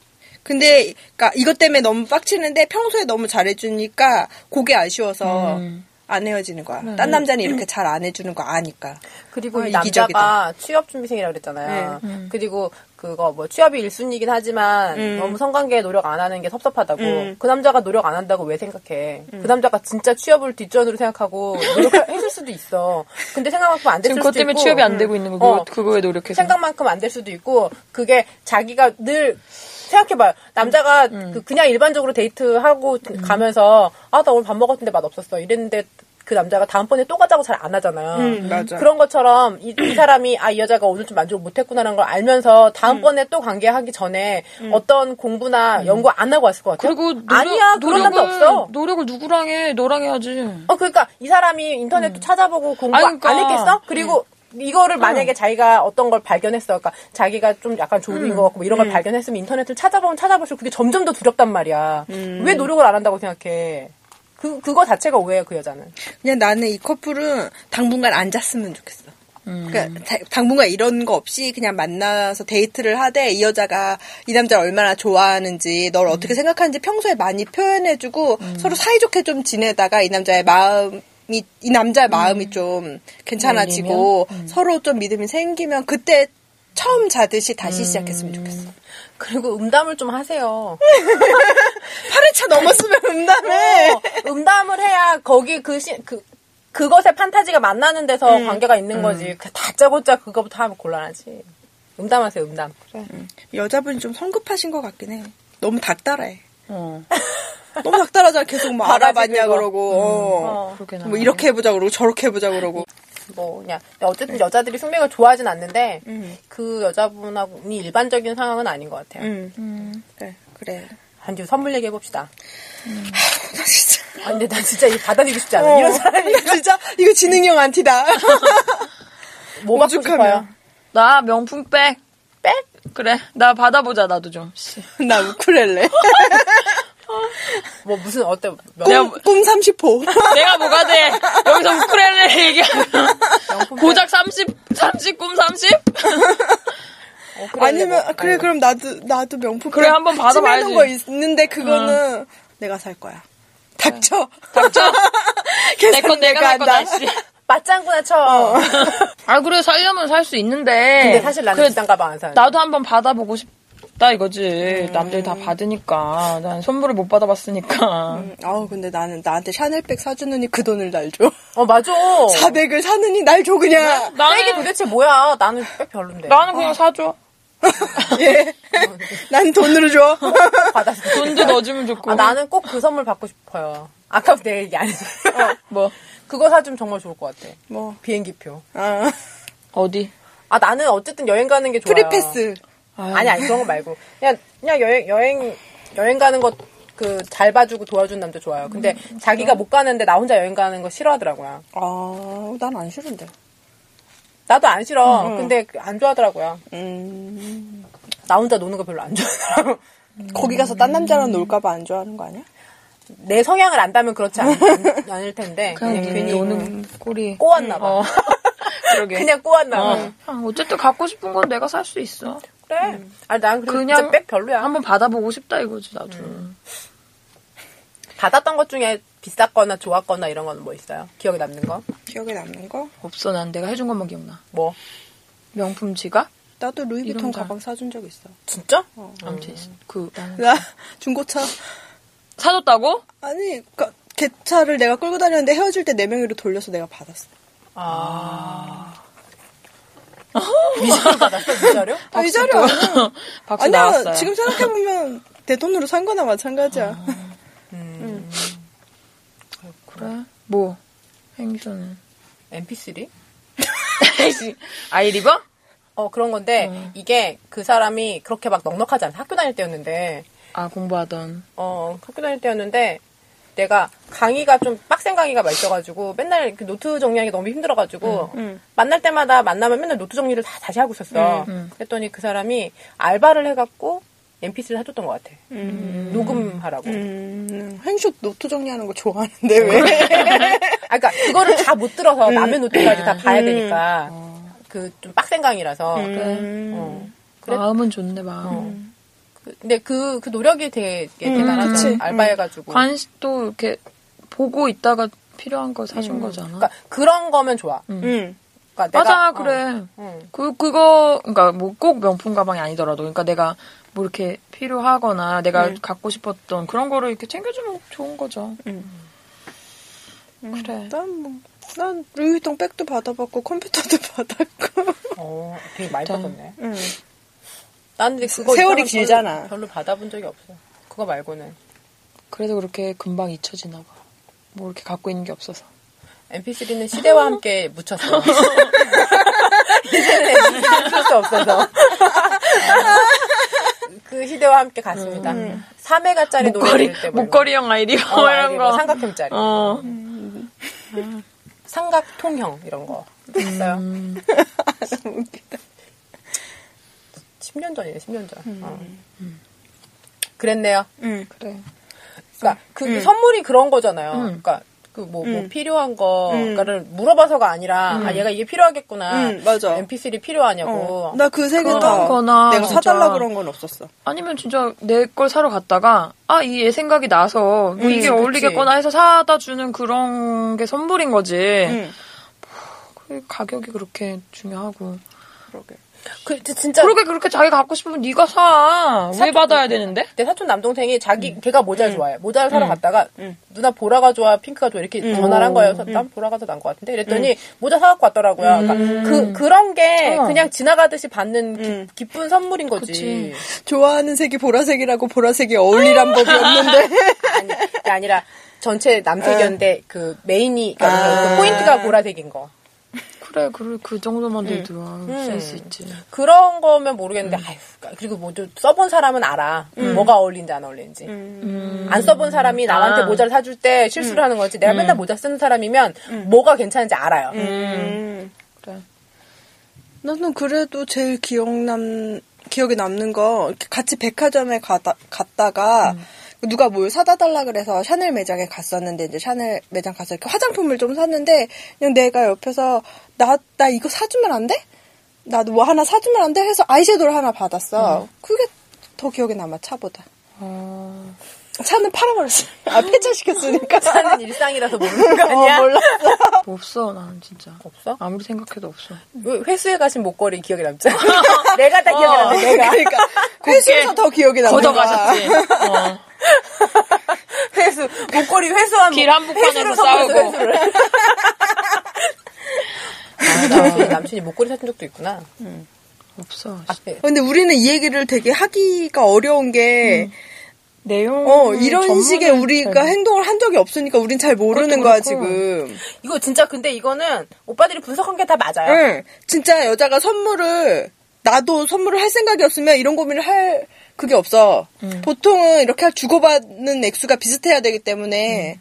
[SPEAKER 1] 근데 그니까 이것 때문에 너무 빡치는데 평소에 너무 잘해주니까 그게 아쉬워서
[SPEAKER 3] 음.
[SPEAKER 1] 안 헤어지는 거야. 딴 남자는 이렇게 잘 안 해주는 거 아니까.
[SPEAKER 2] 그리고
[SPEAKER 1] 아,
[SPEAKER 2] 이
[SPEAKER 1] 이기적이다.
[SPEAKER 2] 남자가 취업 준비생이라고 그랬잖아요.
[SPEAKER 3] 네.
[SPEAKER 2] 그리고 그거 뭐 취업이 1순위긴 하지만
[SPEAKER 3] 음.
[SPEAKER 2] 너무 성관계에 노력 안 하는 게 섭섭하다고. 그 남자가 노력 안 한다고 왜 생각해?
[SPEAKER 3] 음.
[SPEAKER 2] 그 남자가 진짜 취업을 뒷전으로 생각하고 노력했을 수도 있어. 근데 생각만큼 안 됐을
[SPEAKER 3] 지금
[SPEAKER 2] 수도 있고.
[SPEAKER 3] 그것 때문에 취업이 안 되고 있는 거 그거,
[SPEAKER 2] 어.
[SPEAKER 3] 그거에 노력해서.
[SPEAKER 2] 생각만큼 안 될 수도 있고 그게 자기가 늘 생각해봐요. 남자가 그, 냥 일반적으로 데이트하고 가면서 아 나 오늘 밥 먹었는데 맛 없었어 이랬는데 그 남자가 다음번에 또 가자고 잘 안 하잖아요.
[SPEAKER 1] 음, 맞아.
[SPEAKER 2] 그런 것처럼 이, 이 사람이 아 이 여자가 오늘 좀 만족을 못했구나라는 걸 알면서 다음번에 또 관계하기 전에 어떤 공부나 연구 안 하고 왔을 것 같아요.
[SPEAKER 3] 그리고 노력,
[SPEAKER 2] 아니야 그런 남자 없어.
[SPEAKER 3] 노력을 누구랑 해? 너랑 해야지.
[SPEAKER 2] 어, 그러니까 이 사람이 인터넷도 음. 찾아보고 공부
[SPEAKER 3] 아니, 그러니까.
[SPEAKER 2] 안 했겠어? 그리고 이거를 만약에 자기가 어떤 걸 발견했어, 그러니까 자기가 좀 약간 졸린 것 같고 뭐 이런 걸 발견했으면 인터넷을 찾아보면 찾아볼수록 그게 점점 더 두렵단 말이야. 왜 노력을 안 한다고 생각해? 그 그거 자체가 오해야 그 여자는.
[SPEAKER 1] 그냥 나는 이 커플은 당분간 안 잤으면 좋겠어. 그러니까 자- 당분간 이런 거 없이 그냥 만나서 데이트를 하되 이 여자가 이 남자를 얼마나 좋아하는지 널 어떻게 생각하는지 평소에 많이 표현해주고 서로 사이좋게 좀 지내다가 이 남자의 마음 이, 이 남자의 마음이 좀 괜찮아지고 서로 좀 믿음이 생기면 그때 처음 자듯이 다시 시작했으면 좋겠어.
[SPEAKER 2] 그리고 음담을 좀 하세요.
[SPEAKER 1] 8회차 넘었으면 음담해.
[SPEAKER 2] 어, 음담을 해야 거기 그, 시, 그 그것의 판타지가 만나는 데서 관계가 있는 거지. 그 다짜고짜 그거부터 하면 곤란하지. 음담하세요, 음담.
[SPEAKER 1] 여자분이 좀 성급하신 것 같긴 해. 너무 닥달해.
[SPEAKER 3] 어,
[SPEAKER 1] 너무 닥달하잖아. 계속 뭐
[SPEAKER 2] 바가지
[SPEAKER 1] 알아봤냐
[SPEAKER 2] 그거.
[SPEAKER 1] 그러고. 어.
[SPEAKER 3] 그러게
[SPEAKER 1] 뭐 이렇게 해보자 그러고 저렇게 해보자 그러고
[SPEAKER 2] 뭐 그냥 어쨌든 여자들이 숙맥을 좋아하진 않는데
[SPEAKER 1] 네. 음.
[SPEAKER 2] 그 여자분하고니 일반적인 상황은 아닌 것 같아요.
[SPEAKER 1] 음. 그래, 그래.
[SPEAKER 2] 한주 선물 얘기해 봅시다.
[SPEAKER 1] 나 진짜.
[SPEAKER 2] 아 근데 난 진짜 이 받아들이고 싶지 않아.
[SPEAKER 1] 어.
[SPEAKER 2] 이런 사람이
[SPEAKER 1] 나 진짜 이거 지능형 안티다.
[SPEAKER 2] 뭐 받고 싶어요?
[SPEAKER 1] 오죽하면.
[SPEAKER 3] 나 명품백. 백? 그래. 나 받아보자, 나도 좀. 씨.
[SPEAKER 1] 나 우쿨렐레.
[SPEAKER 2] 뭐 무슨 어때? 명,
[SPEAKER 1] 꿈, 꿈 30호.
[SPEAKER 3] 내가 뭐가 돼? 여기서 우크렐레 얘기하면. 고작 30? 30? 꿈 30?
[SPEAKER 2] 어, 그래,
[SPEAKER 1] 아니면
[SPEAKER 2] 뭐,
[SPEAKER 1] 그래
[SPEAKER 2] 아니,
[SPEAKER 1] 그럼 나도 나도 명품
[SPEAKER 3] 그래, 한번 받아봐야지.
[SPEAKER 1] 찜해놓은 거 있는데 그거는 내가 살 거야. 닥쳐.
[SPEAKER 3] 닥쳐.
[SPEAKER 1] 계산
[SPEAKER 3] 내 건 내가 할 거다, 씨.
[SPEAKER 2] 맞장구나 쳐.
[SPEAKER 1] 어.
[SPEAKER 3] 아, 그래, 살려면 살 수 있는데.
[SPEAKER 1] 네.
[SPEAKER 2] 근데 사실 나는
[SPEAKER 3] 그래,
[SPEAKER 2] 비싼 가방 안 사는데.
[SPEAKER 3] 나도 한번 받아보고 싶다
[SPEAKER 2] 음.
[SPEAKER 3] 이거지. 남들이 다 받으니까. 난 선물을 못 받아봤으니까.
[SPEAKER 1] 음, 아우 근데 나는 나한테 샤넬백 사주느니 그 돈을 날 줘.
[SPEAKER 2] 어 맞아.
[SPEAKER 1] 400을 사느니 날 줘 그냥.
[SPEAKER 2] 백이
[SPEAKER 3] 나는,
[SPEAKER 2] 도대체 뭐야? 나는 백 별론데.
[SPEAKER 3] 나는 그냥 사줘.
[SPEAKER 1] 예. 난 돈으로 줘.
[SPEAKER 2] 받았어.
[SPEAKER 3] 돈도 넣어주면 좋고.
[SPEAKER 2] 아 나는 꼭 그 선물 받고 싶어요. 아까 내 얘기 아니지.
[SPEAKER 1] 어.
[SPEAKER 3] 뭐,
[SPEAKER 2] 그거 사주면 정말 좋을 것 같아.
[SPEAKER 1] 뭐.
[SPEAKER 2] 비행기표.
[SPEAKER 1] 아,
[SPEAKER 3] 어디?
[SPEAKER 2] 아 나는 어쨌든 여행 가는 게 좋아요.
[SPEAKER 1] 프리패스.
[SPEAKER 3] 아유.
[SPEAKER 2] 아니 아니 그런 거 말고 그냥 그냥 여행 여행 여행 가는 것 그 잘 봐주고 도와준 남자 좋아요. 근데
[SPEAKER 3] 음, 그렇죠.
[SPEAKER 2] 자기가 못 가는데 나 혼자 여행 가는 거 싫어하더라고요.
[SPEAKER 1] 아, 난 안 싫은데.
[SPEAKER 2] 나도 안
[SPEAKER 3] 음,
[SPEAKER 2] 싫어. 근데 안 좋아하더라고요.
[SPEAKER 1] 음.
[SPEAKER 2] 나 혼자 노는 거 별로 안 좋아하더라고.
[SPEAKER 1] 거기 가서 딴 남자랑 놀까봐 안 좋아하는 거 아니야?
[SPEAKER 2] 내 성향을 안다면 그렇지 않, 을 텐데 그냥,
[SPEAKER 3] 그냥
[SPEAKER 2] 괜히 음,
[SPEAKER 3] 노는 꼴이.
[SPEAKER 2] 꼬았나 봐.
[SPEAKER 3] 어. 그러게.
[SPEAKER 2] 그냥 꼬았나 봐.
[SPEAKER 3] 어. 쨌든 갖고 싶은 건 내가 살 수 있어.
[SPEAKER 2] 그래. 아, 난 그래서
[SPEAKER 3] 음. 그냥-
[SPEAKER 2] 진짜 백 별로야.
[SPEAKER 3] 한번 받아보고 싶다 이거지 나도.
[SPEAKER 2] 음. 받았던 것 중에 비쌌거나 좋았거나 이런 건 뭐 있어요? 기억에 남는 거?
[SPEAKER 1] 기억에 남는 거?
[SPEAKER 3] 없어 난 내가 해준 것만 기억나.
[SPEAKER 2] 뭐?
[SPEAKER 3] 명품 지갑?
[SPEAKER 1] 나도 루이비통
[SPEAKER 3] 이런 거.
[SPEAKER 1] 가방 사준 적 있어.
[SPEAKER 2] 진짜?
[SPEAKER 3] 아무튼 있어.
[SPEAKER 2] 음.
[SPEAKER 3] 그 나는
[SPEAKER 1] 나 중고차
[SPEAKER 3] 사줬다고?
[SPEAKER 1] 아니 그 개차를 내가 끌고 다녔는데 헤어질 때 네 명이로 돌려서 내가 받았어.
[SPEAKER 2] 아. 미자료 받았어? 미자료?
[SPEAKER 1] 아, 이 자료 아니야.
[SPEAKER 3] 박수
[SPEAKER 1] 아니야
[SPEAKER 3] 나왔어요.
[SPEAKER 1] 지금 생각해 보면 내 돈으로 산 거나 마찬가지야.
[SPEAKER 2] 음.
[SPEAKER 3] 그래? 뭐 행사는?
[SPEAKER 2] MP3?
[SPEAKER 3] 아이리버?
[SPEAKER 2] 어 그런 건데 이게 그 사람이 그렇게 막 넉넉하지 않아. 학교 다닐 때였는데
[SPEAKER 3] 아 공부하던.
[SPEAKER 2] 어 학교 다닐 때였는데 내가 강의가 좀 빡센 강의가 막 있어가지고 맨날 그 노트 정리하기 너무 힘들어가지고 만날 때마다 만나면 맨날 노트 정리를 다 다시 하고 있었어. 그랬더니 그 사람이 알바를 해갖고 MP3를 사줬던 것 같아. 녹음하라고.
[SPEAKER 1] 음, 행쇼 노트 정리하는 거 좋아하는데 왜?
[SPEAKER 2] 아, 그니까, 그거를 다 못
[SPEAKER 1] 음.
[SPEAKER 2] 들어서 남의 노트까지 다 봐야 되니까. 그, 좀 빡센 강의라서.
[SPEAKER 1] 어. 음.
[SPEAKER 2] 어. 그래?
[SPEAKER 3] 마음은 좋네 마음.
[SPEAKER 2] 그- 근데 그, 그 노력이 되게, 대단하죠.
[SPEAKER 1] 음. 그치.
[SPEAKER 2] 알바해가지고.
[SPEAKER 3] 관시 또 이렇게 보고 있다가 필요한 거 사준 거잖아.
[SPEAKER 2] 그러니까, 그런 거면 좋아.
[SPEAKER 1] 음.
[SPEAKER 2] 그러니까 내가,
[SPEAKER 3] 맞아
[SPEAKER 2] 어,
[SPEAKER 3] 그래.
[SPEAKER 2] 응.
[SPEAKER 3] 그 그거 그러니까 뭐 꼭 명품 가방이 아니더라도 그러니까 내가 뭐 이렇게 필요하거나 내가
[SPEAKER 2] 네.
[SPEAKER 3] 갖고 싶었던 그런 거를 이렇게 챙겨주면 좋은 거죠.
[SPEAKER 2] 음.
[SPEAKER 3] 음. 그래.
[SPEAKER 1] 난 뭐. 난 루이비통 백도 받아봤고 컴퓨터도 받았고
[SPEAKER 2] 어, 되게 많이
[SPEAKER 3] 일단.
[SPEAKER 2] 받았네.
[SPEAKER 1] 음.
[SPEAKER 2] 난 근데 그거.
[SPEAKER 1] 세월이
[SPEAKER 2] 이상은
[SPEAKER 1] 길잖아.
[SPEAKER 2] 별로, 별로 받아본 적이 없어. 그거 말고는.
[SPEAKER 3] 그래서 그렇게 금방 잊혀지나 봐. 뭐 이렇게 갖고 있는 게 없어서.
[SPEAKER 2] MP3는 시대와 함께 묻혔어. 이제는 MP3를 쓸수 없어서. 어. 그 시대와 함께 갔습니다. 3회가짜리 노래
[SPEAKER 3] 음. 목걸이
[SPEAKER 2] 들을 때 물론.
[SPEAKER 3] 목걸이형 아이디
[SPEAKER 2] 어,
[SPEAKER 3] 뭐 이런
[SPEAKER 2] 아니,
[SPEAKER 3] 거.
[SPEAKER 2] 뭐 삼각형짜리.
[SPEAKER 3] 어.
[SPEAKER 2] 삼각통형 이런 거. 있어요.
[SPEAKER 3] 음.
[SPEAKER 1] 너무 웃기다.
[SPEAKER 2] 10년 전이네, 10년 전. 어.
[SPEAKER 3] 음.
[SPEAKER 2] 그랬네요.
[SPEAKER 1] 음.
[SPEAKER 3] 그래.
[SPEAKER 2] 그러니까 그 선물이 그런 거잖아요.
[SPEAKER 3] 음.
[SPEAKER 2] 그러니까 그 뭐
[SPEAKER 1] 음.
[SPEAKER 2] 필요한 거를 물어봐서가 아니라 아 얘가 이게 필요하겠구나.
[SPEAKER 1] 음, 맞아.
[SPEAKER 2] MP3 필요하냐고.
[SPEAKER 1] 어. 나그 세 개 다
[SPEAKER 3] 거나
[SPEAKER 1] 내가
[SPEAKER 3] 진짜.
[SPEAKER 1] 사달라 그런 건 없었어.
[SPEAKER 3] 아니면 진짜 내 걸 사러 갔다가 아 이 얘 생각이 나서
[SPEAKER 2] 음,
[SPEAKER 3] 이게 어울리겠거나 해서 사다 주는 그런 게 선물인 거지.
[SPEAKER 1] 음.
[SPEAKER 3] 그 가격이 그렇게 중요하고.
[SPEAKER 1] 그러게.
[SPEAKER 2] 그 진짜
[SPEAKER 3] 그렇게 그렇게 자기 갖고 싶으면 네가 사. 왜 받아야 되는데?
[SPEAKER 2] 내 사촌 남동생이 자기 걔가 모자를 좋아해 모자를 사러 갔다가 누나 보라가 좋아 핑크가 좋아 이렇게 전화를 한 거예요. 그래서 난 보라가 더 나은 것 같은데 이랬더니 모자 사갖고 왔더라고요. 그러니까 그 그런 게
[SPEAKER 3] 어.
[SPEAKER 2] 그냥 지나가듯이 받는 기,
[SPEAKER 1] 음.
[SPEAKER 2] 기쁜 선물인 거지.
[SPEAKER 3] 그치.
[SPEAKER 1] 좋아하는 색이 보라색이라고 보라색이 어울리란 법이 없는데.
[SPEAKER 2] 아니, 그게 아니라 전체 남색이었는데 그 메인이 그러니까
[SPEAKER 1] 아.
[SPEAKER 2] 그 포인트가 보라색인 거.
[SPEAKER 3] 그래, 그래, 그 정도만 돼도
[SPEAKER 2] 음.
[SPEAKER 3] 센스 있지.
[SPEAKER 2] 그런 거면 모르겠는데 아휴 그리고 뭐 좀 써본 사람은 알아 뭐가 어울리는지 안 어울리는지
[SPEAKER 1] 음.
[SPEAKER 2] 안 써본 사람이 나한테
[SPEAKER 3] 아.
[SPEAKER 2] 모자를 사줄 때 실수를 하는 거지 내가 맨날 모자 쓰는 사람이면 뭐가 괜찮은지 알아요
[SPEAKER 1] 음.
[SPEAKER 3] 그래.
[SPEAKER 1] 나는 그래도 제일 기억남 기억에 남는 거 이렇게 같이 백화점에 가다, 갔다가
[SPEAKER 3] 음.
[SPEAKER 1] 누가 뭘 사다 달라 그래서 샤넬 매장에 갔었는데 이제 샤넬 매장 가서 이렇게 화장품을 좀 샀는데 그냥 내가 옆에서 나 나 이거 사주면 안 돼? 나도 뭐 하나 사주면 안 돼? 해서 아이섀도우를 하나 받았어.
[SPEAKER 3] 음.
[SPEAKER 1] 그게 더 기억에 남아 차보다.
[SPEAKER 3] 어,
[SPEAKER 1] 차는 팔아버렸어. 아 폐차시켰으니까.
[SPEAKER 2] 하는 일상이라서 모르는 거 아니야
[SPEAKER 1] 어, 몰라.
[SPEAKER 3] 뭐 없어, 나는 진짜.
[SPEAKER 2] 없어
[SPEAKER 3] 아무리 생각해도 없어.
[SPEAKER 2] 왜 회수해 가신 목걸이 기억에 남지 내가 딱 기억에 남는 내가
[SPEAKER 1] 그러니까 회수에서 더 기억이 남아.
[SPEAKER 3] 걷어가셨지. 어.
[SPEAKER 2] 회수 목걸이 회수한
[SPEAKER 3] 길
[SPEAKER 2] 목-
[SPEAKER 3] 한복판에서
[SPEAKER 2] 회수를 선물해서
[SPEAKER 3] 싸우고.
[SPEAKER 2] 회수를. 아, 남친이, 남친이 목걸이 사준 적도 있구나
[SPEAKER 3] 없어.
[SPEAKER 2] 앞에
[SPEAKER 1] 근데 우리는 이 얘기를 되게 하기가 어려운
[SPEAKER 3] 음.
[SPEAKER 1] 게,
[SPEAKER 3] 내용.
[SPEAKER 1] 어, 이런 식의 우리가 행동을 한 적이 없으니까 우린 잘 모르는
[SPEAKER 3] 그것도
[SPEAKER 1] 거야,
[SPEAKER 3] 그렇죠, 그렇고.
[SPEAKER 1] 지금.
[SPEAKER 2] 이거 진짜 근데 이거는 오빠들이 분석한 게 다
[SPEAKER 3] 예.
[SPEAKER 2] 맞아요
[SPEAKER 1] 응. 네. 진짜 여자가 선물을, 나도 선물을 할 생각이 없으면 이런 고민을 할 그게 없어.
[SPEAKER 3] 음.
[SPEAKER 1] 보통은 이렇게 주고받는 액수가 비슷해야 되기
[SPEAKER 3] 음.
[SPEAKER 1] 때문에,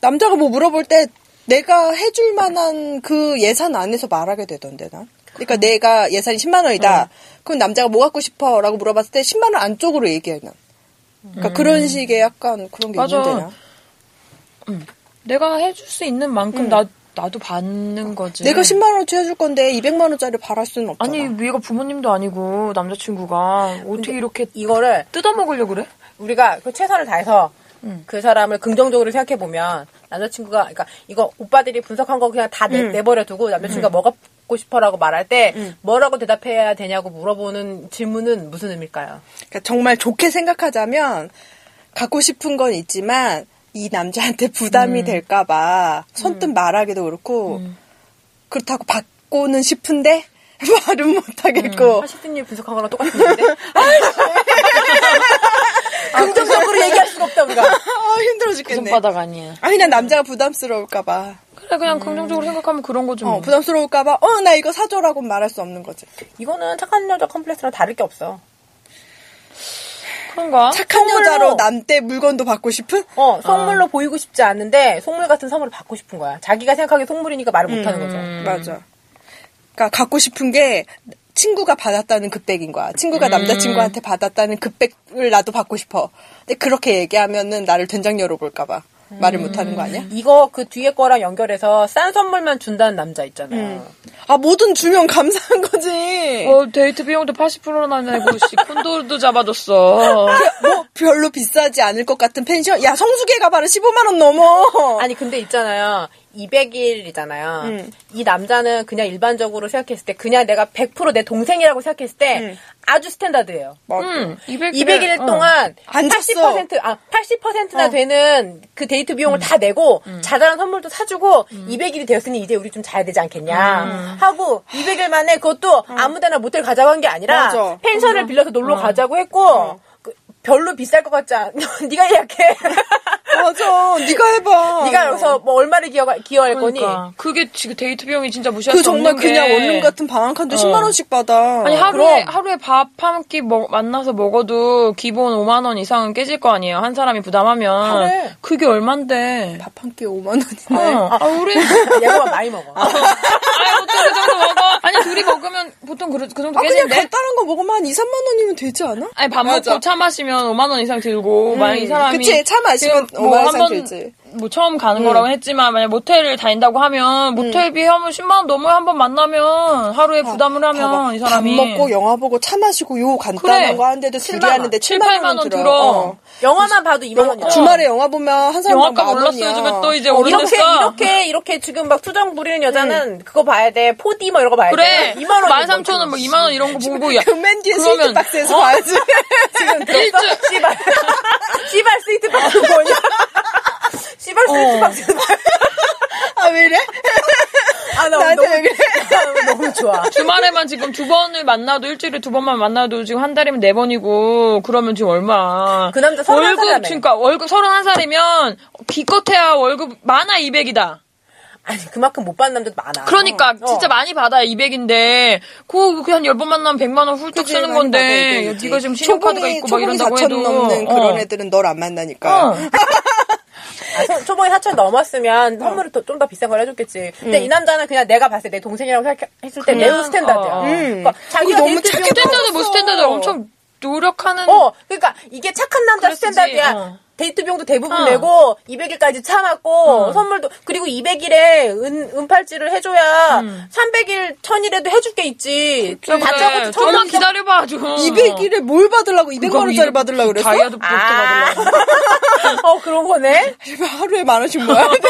[SPEAKER 1] 남자가 뭐 물어볼 때 내가 해줄 만한 그 예산 안에서 말하게 되던데, 난. 그러니까 내가 예산이 10만
[SPEAKER 3] 음.
[SPEAKER 1] 원이다. 그럼 남자가 뭐 갖고 싶어? 라고 물어봤을 때 10만 원 안쪽으로 얘기해, 난. 그러니까 그런 식의 약간 그런 게
[SPEAKER 3] 음. 맞아.
[SPEAKER 1] 있는데, 나.
[SPEAKER 3] 내가 해줄 수 있는 만큼 나, 나도 받는 거지.
[SPEAKER 1] 내가 10만 원어치 해줄 건데 200만 원짜리 바랄 수는 없잖아.
[SPEAKER 3] 네. 아니, 얘가 부모님도 아니고, 남자친구가 어떻게 이렇게
[SPEAKER 2] 이거를
[SPEAKER 3] 뜯어먹으려고 그래?
[SPEAKER 2] 우리가 그 최선을 다해서 그 사람을 긍정적으로 생각해 보면 남자친구가 그러니까 이거 오빠들이 분석한 거 그냥 다 내, 내버려 두고 남자친구가 뭐가 먹고 싶어라고 말할 때 뭐라고 대답해야 되냐고 물어보는 질문은 무슨 의미일까요?
[SPEAKER 1] 그러니까 정말 좋게 생각하자면 갖고 싶은 건 있지만 이 남자한테 부담이 될까봐 선뜻 말하기도 그렇고 그렇다고 받고는 싶은데 말은 못하겠고
[SPEAKER 2] 어, 하시든님 분석한 거랑 똑같은 건데 긍정적으로 얘기할 수가 없다 우리가
[SPEAKER 1] 아, 힘들어 죽겠네.
[SPEAKER 3] 손바닥 아니야.
[SPEAKER 1] 아 그냥 남자가 부담스러울까봐
[SPEAKER 3] 그래, 그냥 긍정적으로 생각하면 그런 거지 뭐.
[SPEAKER 1] 어, 부담스러울까봐 어 나 이거 사줘라고 말할 수 없는 거지.
[SPEAKER 2] 이거는 착한 여자 컴플렉스랑 다를 게 없어
[SPEAKER 3] 그런가?
[SPEAKER 1] 착한
[SPEAKER 2] 선물로.
[SPEAKER 1] 여자로 남때 물건도 받고 싶은?
[SPEAKER 2] 어 선물로 보이고 싶지 않은데 속물 같은 선물을 받고 싶은 거야 자기가 생각하기에 속물이니까 말을
[SPEAKER 1] 음.
[SPEAKER 2] 못하는
[SPEAKER 3] 음.
[SPEAKER 2] 거죠 음.
[SPEAKER 1] 맞아. 그러니까 갖고 싶은 게 친구가 받았다는 급백인 거야. 친구가
[SPEAKER 3] 음.
[SPEAKER 1] 남자친구한테 받았다는 급백을 나도 받고 싶어. 근데 그렇게 얘기하면은 나를 된장 열어볼까 봐 말을
[SPEAKER 3] 음.
[SPEAKER 1] 못하는 거 아니야?
[SPEAKER 2] 이거 그 뒤에 거랑 연결해서 싼 선물만 준다는 남자 있잖아요.
[SPEAKER 1] 아 뭐든 주면 감사한 거지.
[SPEAKER 3] 어, 데이트 비용도 80%나 내고, 씨, 콘도도 잡아줬어.
[SPEAKER 1] 뭐 별로 비싸지 않을 것 같은 펜션. 야 성수기 가발은 15만 원 넘어.
[SPEAKER 2] 아니 근데 있잖아요. 200일이잖아요. 이 남자는 그냥 일반적으로 생각했을 때 그냥 내가 100%내 동생이라고 생각했을 때 아주 스탠다드예요.
[SPEAKER 1] 맞아.
[SPEAKER 3] 응, 200일.
[SPEAKER 2] 200일 동안
[SPEAKER 1] 안 잤어. 어.
[SPEAKER 2] 80% 아, 80%나 되는 그 데이트 비용을
[SPEAKER 1] 음.
[SPEAKER 2] 다 내고
[SPEAKER 3] 음.
[SPEAKER 2] 자잘한 선물도 사주고 200일이 되었으니 이제 우리 좀 자야 되지 않겠냐
[SPEAKER 3] 음.
[SPEAKER 2] 하고 200일 만에 그것도 아무데나 모텔 가자고 한 게 아니라
[SPEAKER 1] 어. 맞아. 어.
[SPEAKER 2] 펜션을 빌려서
[SPEAKER 3] 어.
[SPEAKER 2] 놀러 가자고 했고 그 별로 비쌀 것 같지 않. 네가 예약해.
[SPEAKER 1] 맞아. 네가 해봐.
[SPEAKER 2] 네가 여기서 뭐 얼마를 기여할, 기여할 거니?
[SPEAKER 3] 그러니까. 그게 지금 데이트 비용이 진짜 무시할
[SPEAKER 1] 그
[SPEAKER 3] 수 없는
[SPEAKER 1] 정말 그냥
[SPEAKER 3] 게.
[SPEAKER 1] 원룸 같은 방 한 칸도 10만 원씩 받아.
[SPEAKER 3] 어. 아니 하루에
[SPEAKER 2] 그럼.
[SPEAKER 3] 하루에 밥 한 끼 만나서 먹어도 기본 5만 원 이상은 깨질 거 아니에요. 한 사람이 부담하면
[SPEAKER 2] 그래.
[SPEAKER 3] 그게 얼만데?
[SPEAKER 1] 밥 한 끼에 5만 원인데.
[SPEAKER 3] 어. 아, 우리
[SPEAKER 2] 얘가 뭐 많이 먹어.
[SPEAKER 1] 아.
[SPEAKER 3] 아니 보통 그 정도 먹어. 아니 둘이 먹으면 보통 그, 그 정도
[SPEAKER 1] 아 그냥
[SPEAKER 3] 깨지는데.
[SPEAKER 1] 간단한 거 먹으면 한 2, 3만 원이면 되지 않아?
[SPEAKER 3] 아니 밥
[SPEAKER 1] 맞아. 음.
[SPEAKER 3] 먹고 차 마시면 5만 원 이상 들고 만약 이 사람이
[SPEAKER 1] 그치, 차 마시면
[SPEAKER 3] 지금
[SPEAKER 1] 5만
[SPEAKER 3] 뭐
[SPEAKER 1] 원 이상
[SPEAKER 3] 한번
[SPEAKER 1] 들지.
[SPEAKER 3] 뭐 처음 가는 거라고 했지만 만약 모텔을 다닌다고 하면 모텔비 하면 10만 원 넘어야 한 번 만나면 하루에 아, 부담을 하면
[SPEAKER 1] 음. 어, 봐봐.
[SPEAKER 3] 이 사람이
[SPEAKER 1] 밥 먹고 영화 보고 차 마시고 요 간단한
[SPEAKER 3] 그래.
[SPEAKER 1] 거 하는데도 둘이
[SPEAKER 3] 7만 원.
[SPEAKER 1] 하는데
[SPEAKER 3] 7,
[SPEAKER 1] 7만, 원
[SPEAKER 3] 8만 원
[SPEAKER 1] 들어요.
[SPEAKER 3] 들어.
[SPEAKER 1] 어.
[SPEAKER 2] 영화만 봐도 2만 원이야.
[SPEAKER 1] 주말에 영화 보면 한 사람당
[SPEAKER 3] 영화값
[SPEAKER 1] 만 원이야.
[SPEAKER 3] 올랐어요. 지금 또 이제
[SPEAKER 2] 어, 이렇게
[SPEAKER 3] 올랐어.
[SPEAKER 2] 이렇게 이렇게 지금 막 투정 부리는 여자는 그거 봐야 돼. 4D 뭐 이런 거 봐야
[SPEAKER 3] 네. 그래.
[SPEAKER 2] 돼. 2만 원.
[SPEAKER 3] 13,000원 뭐 2만 원 이런 거 보고 야.
[SPEAKER 1] 그맨 뒤에
[SPEAKER 3] 그러면- 어?
[SPEAKER 1] 스위트 박스에서 봐야지. 지금
[SPEAKER 3] 일주
[SPEAKER 2] 뭐 씨발. 씨발 스위트 박스 뭐냐? 씨발
[SPEAKER 3] 어.
[SPEAKER 2] 스위트 박스.
[SPEAKER 1] 아왜 이래?
[SPEAKER 2] 아, 나
[SPEAKER 1] 나한테
[SPEAKER 2] 너무,
[SPEAKER 1] 왜 그래?
[SPEAKER 2] 나 너무 좋아.
[SPEAKER 3] 주말에만 지금 두 번을 만나도 일주일에 두 번만 만나도 지금 한 달이면 네 번이고 그러면 지금 얼마?
[SPEAKER 2] 그 남자 31
[SPEAKER 3] 월급
[SPEAKER 2] 살이라며.
[SPEAKER 3] 그러니까 월급 3 1 살이면 기껏해야 월급 많아 200이다.
[SPEAKER 2] 아니 그만큼 못 받는 남자도 많아.
[SPEAKER 3] 그러니까
[SPEAKER 2] 어.
[SPEAKER 3] 진짜 많이 받아요 200인데 그 그냥 열번 만나면 100만 원 훌쩍
[SPEAKER 1] 그치,
[SPEAKER 3] 쓰는
[SPEAKER 1] 많이 받아야
[SPEAKER 3] 건데
[SPEAKER 1] 되지.
[SPEAKER 3] 네가 지금 신용카드가
[SPEAKER 1] 초봉이-
[SPEAKER 3] 있고 막
[SPEAKER 1] 초봉이
[SPEAKER 3] 이런다고
[SPEAKER 1] 4천
[SPEAKER 3] 해도
[SPEAKER 1] 넘는
[SPEAKER 3] 어.
[SPEAKER 1] 그런 애들은 널 안 만나니까.
[SPEAKER 3] 어.
[SPEAKER 2] 아, 소- 초봉에 4천 넘었으면
[SPEAKER 3] 어.
[SPEAKER 2] 선물을 좀 더 비싼 걸 해줬겠지. 근데 이 남자는 그냥 내가 봤을 때 내 동생이라고 생각했을 때
[SPEAKER 3] 음. 그냥,
[SPEAKER 2] 매우 스탠다드야.
[SPEAKER 3] 어, 어.
[SPEAKER 2] 그러니까 자기가
[SPEAKER 1] 그게 너무
[SPEAKER 2] 데이트 비용도
[SPEAKER 3] 스탠다드 뭐
[SPEAKER 2] 없어.
[SPEAKER 3] 스탠다드 엄청 노력하는 네.
[SPEAKER 2] 어, 그러니까 이게 착한
[SPEAKER 3] 음.
[SPEAKER 2] 남자
[SPEAKER 3] 그럴 수지,
[SPEAKER 2] 스탠다드야.
[SPEAKER 3] 어.
[SPEAKER 2] 데이트 비용도 대부분
[SPEAKER 3] 어.
[SPEAKER 2] 내고 200일까지 참았고 선물도 그리고 200일에 은 은팔찌를 해줘야 300일 1000일에도 해줄 게
[SPEAKER 3] 음.
[SPEAKER 2] 있지.
[SPEAKER 3] 그래,
[SPEAKER 2] 가짜고
[SPEAKER 3] 좀만 기다려봐 좀
[SPEAKER 1] 200일에 뭘 받으려고 200만
[SPEAKER 3] 그거
[SPEAKER 1] 원짜리
[SPEAKER 3] 이백-
[SPEAKER 1] 받으려고 그랬어?
[SPEAKER 3] 그러니까 뭐 다이아도 볼트
[SPEAKER 2] 아,
[SPEAKER 3] 받으려고
[SPEAKER 2] 어 그런 거네.
[SPEAKER 1] 하루에 만 원씩 모아야 돼.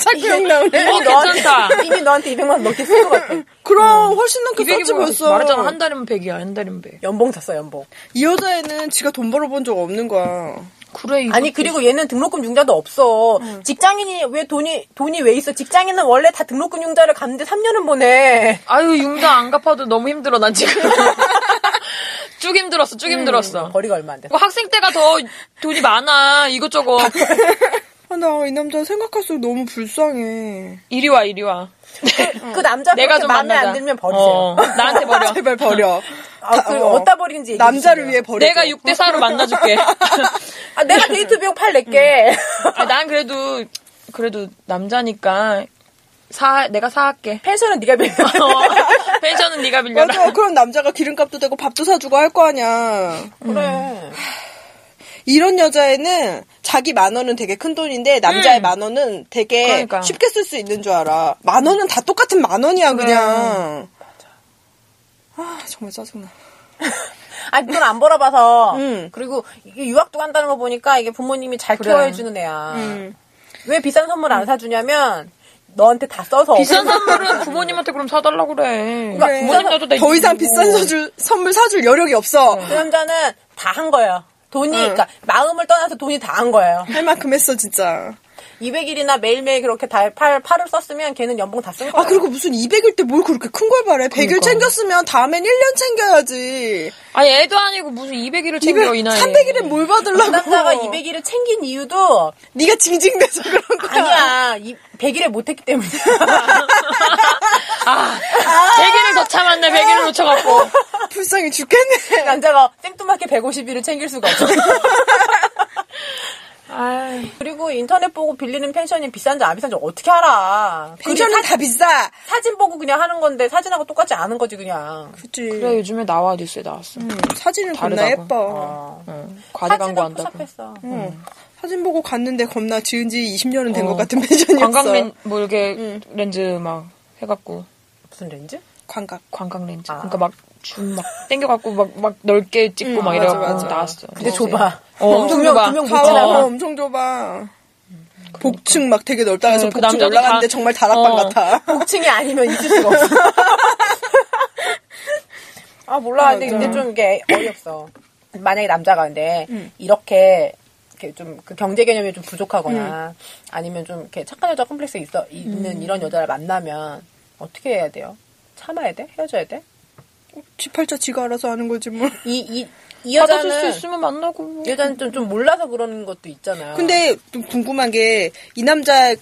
[SPEAKER 1] 자꾸 욕 나오네.
[SPEAKER 3] 어, 괜찮다.
[SPEAKER 2] 이미 너한테 200만 원 넘게 쓴것 같아.
[SPEAKER 1] 그럼 훨씬 넘게
[SPEAKER 3] 200이
[SPEAKER 1] 썼지
[SPEAKER 3] 뭐
[SPEAKER 1] 벌써.
[SPEAKER 3] 말했잖아 한 달이면 100이야 한 달이면 100
[SPEAKER 2] 연봉 줬어 연봉.
[SPEAKER 1] 이 여자애는 지가 돈 벌어본 적 없는 거야.
[SPEAKER 3] 그래 이거
[SPEAKER 2] 아니 그리고 얘는 등록금 융자도 없어.
[SPEAKER 3] 음.
[SPEAKER 2] 직장인이 왜 돈이 돈이 왜 있어? 직장인은 원래 다 등록금 융자를 갚는데 3년은 보내.
[SPEAKER 3] 아유 융자 안 갚아도 너무 힘들어 난 지금 쭉 힘들었어 쭉 힘들었어
[SPEAKER 2] 거리가 얼마 안 돼.
[SPEAKER 3] 그리고 학생 때가 더 돈이 많아 이것저것
[SPEAKER 1] 아, 나 이 남자 생각할수록 너무 불쌍해.
[SPEAKER 3] 이리 와 이리 와
[SPEAKER 2] 그 남자
[SPEAKER 3] 어. 내가
[SPEAKER 2] 그렇게
[SPEAKER 3] 좀
[SPEAKER 2] 마음에
[SPEAKER 3] 만나자
[SPEAKER 2] 안 들면 버리세요.
[SPEAKER 3] 어, 나한테 버려
[SPEAKER 1] 제발 버려.
[SPEAKER 2] 아,
[SPEAKER 1] 다-
[SPEAKER 2] 그 어디다 버리는지 얘기해
[SPEAKER 1] 남자를
[SPEAKER 2] 주세요.
[SPEAKER 1] 위해 버려.
[SPEAKER 3] 내가 6대 4로 만나줄게
[SPEAKER 2] 아, 내가 데이트 비용 팔 낼게.
[SPEAKER 3] 아, 난 그래도 그래도 남자니까 사 내가 사할게
[SPEAKER 2] 펜션은 네가 빌려.
[SPEAKER 3] 어, 펜션은 네가 빌려라
[SPEAKER 1] 맞아. 그럼 남자가 기름값도 되고 밥도 사주고 할 거 아니야.
[SPEAKER 2] 그래.
[SPEAKER 1] 이런 여자애는 자기 만 원은 되게 큰 돈인데 남자의
[SPEAKER 3] 음.
[SPEAKER 1] 만 원은 되게
[SPEAKER 3] 그러니까.
[SPEAKER 1] 쉽게 쓸 수 있는 줄 알아. 만 원은 다 똑같은 만 원이야 그냥 아, 정말 짜증나.
[SPEAKER 2] 아니 돈 안 벌어봐서.
[SPEAKER 1] 음.
[SPEAKER 2] 그리고 이게 유학도 간다는 거 보니까 이게 부모님이 잘
[SPEAKER 3] 그래.
[SPEAKER 2] 케어해주는 애야. 왜 비싼 선물 안 사주냐면 너한테 다 써서.
[SPEAKER 3] 비싼 선물은 부모님한테 그럼 사달라 그래.
[SPEAKER 2] 그러니까
[SPEAKER 3] 아, 부모님 나도 내
[SPEAKER 1] 더 이상
[SPEAKER 3] 일이고.
[SPEAKER 1] 비싼 사줄, 선물 사줄 여력이 없어.
[SPEAKER 2] 그 남자는 다 한 거예요. 돈이, 그러니까 마음을 떠나서 돈이 다 한 거예요.
[SPEAKER 1] 할 만큼 했어 진짜.
[SPEAKER 2] 200일이나 매일매일 그렇게 다 팔, 팔을 썼으면 걔는 연봉 다 쓴 거예요.
[SPEAKER 1] 아 그리고 무슨 200일 때 뭘 그렇게 큰 걸 바래. 100일
[SPEAKER 3] 그러니까.
[SPEAKER 1] 챙겼으면 다음엔 1년 챙겨야지.
[SPEAKER 3] 아니 애도 아니고 무슨 200일을
[SPEAKER 1] 200,
[SPEAKER 3] 챙겨 이 나이.
[SPEAKER 1] 300일에 뭘
[SPEAKER 2] 그
[SPEAKER 1] 받으려고.
[SPEAKER 2] 남자가 200일을 챙긴 이유도
[SPEAKER 1] 네가 징징대서 그런 거야.
[SPEAKER 2] 아니야. 이, 100일에 못했기 때문에.
[SPEAKER 3] 아 100일을 더 참았네. 100일을 놓쳐갖고.
[SPEAKER 1] 불쌍해 죽겠네.
[SPEAKER 2] 남자가 생뚱맞게 150일을 챙길 수가 없어.
[SPEAKER 3] 아
[SPEAKER 2] 그리고 인터넷 보고 빌리는 펜션이 비싼지 안 비싼지 어떻게 알아. 그게
[SPEAKER 1] 펜션은
[SPEAKER 2] 사,
[SPEAKER 1] 다 비싸.
[SPEAKER 2] 사진 보고 그냥 하는 건데 사진하고 똑같지 않은 거지 그냥.
[SPEAKER 1] 그치.
[SPEAKER 3] 그래 요즘에 나와 뉴스에 나왔어.
[SPEAKER 1] 사진은 겁나
[SPEAKER 3] 음. 다르다고. 아,
[SPEAKER 1] 예뻐.
[SPEAKER 2] 어.
[SPEAKER 3] 응, 과대 광고한다고.
[SPEAKER 2] 포샵했어.
[SPEAKER 3] 음.
[SPEAKER 1] 응. 사진 보고 갔는데 겁나 지은 지 20년은 된 것 같은 펜션이었어.
[SPEAKER 3] 관광 렌, 뭐 이렇게 렌즈 막 해갖고
[SPEAKER 2] 무슨 렌즈?
[SPEAKER 1] 관광.
[SPEAKER 3] 관광 렌즈.
[SPEAKER 2] 아.
[SPEAKER 3] 그러니까 막줌막 땡겨갖고 막 막 넓게 찍고 막
[SPEAKER 1] 맞아,
[SPEAKER 3] 이래갖고
[SPEAKER 1] 맞아.
[SPEAKER 3] 나왔어.
[SPEAKER 2] 근데
[SPEAKER 3] 뉴스에.
[SPEAKER 2] 좁아.
[SPEAKER 3] 어, 엄청 좁아.
[SPEAKER 2] 두명
[SPEAKER 1] 가와
[SPEAKER 2] 묻히라고.
[SPEAKER 1] 어, 엄청 좁아. 복층 막 되게 넓다 해서
[SPEAKER 3] 응, 그
[SPEAKER 1] 복층
[SPEAKER 3] 남자도
[SPEAKER 1] 올라갔는데
[SPEAKER 3] 다-
[SPEAKER 1] 정말 다락방
[SPEAKER 3] 어.
[SPEAKER 1] 같아.
[SPEAKER 2] 복층이 아니면 있을 수가 없어. 아 몰라. 근데
[SPEAKER 1] 맞아.
[SPEAKER 2] 근데 좀 이게 어이없어. 만약에 남자가 근데 이렇게 이렇게 좀 그 경제 개념이 좀 부족하거나 아니면 좀 이렇게 착한 여자 컴플렉스 있어 있는 이런 여자를 만나면 어떻게 해야 돼요? 참아야 돼? 헤어져야 돼?
[SPEAKER 1] 지팔자 지가 알아서 하는 거지 뭐.
[SPEAKER 2] 이 이 이
[SPEAKER 3] 받아줄 수
[SPEAKER 2] 여자는
[SPEAKER 3] 있으면 만나고.
[SPEAKER 2] 여자는 좀, 좀 몰라서 그러는 것도 있잖아요.
[SPEAKER 1] 근데 좀 궁금한 게 이 남자는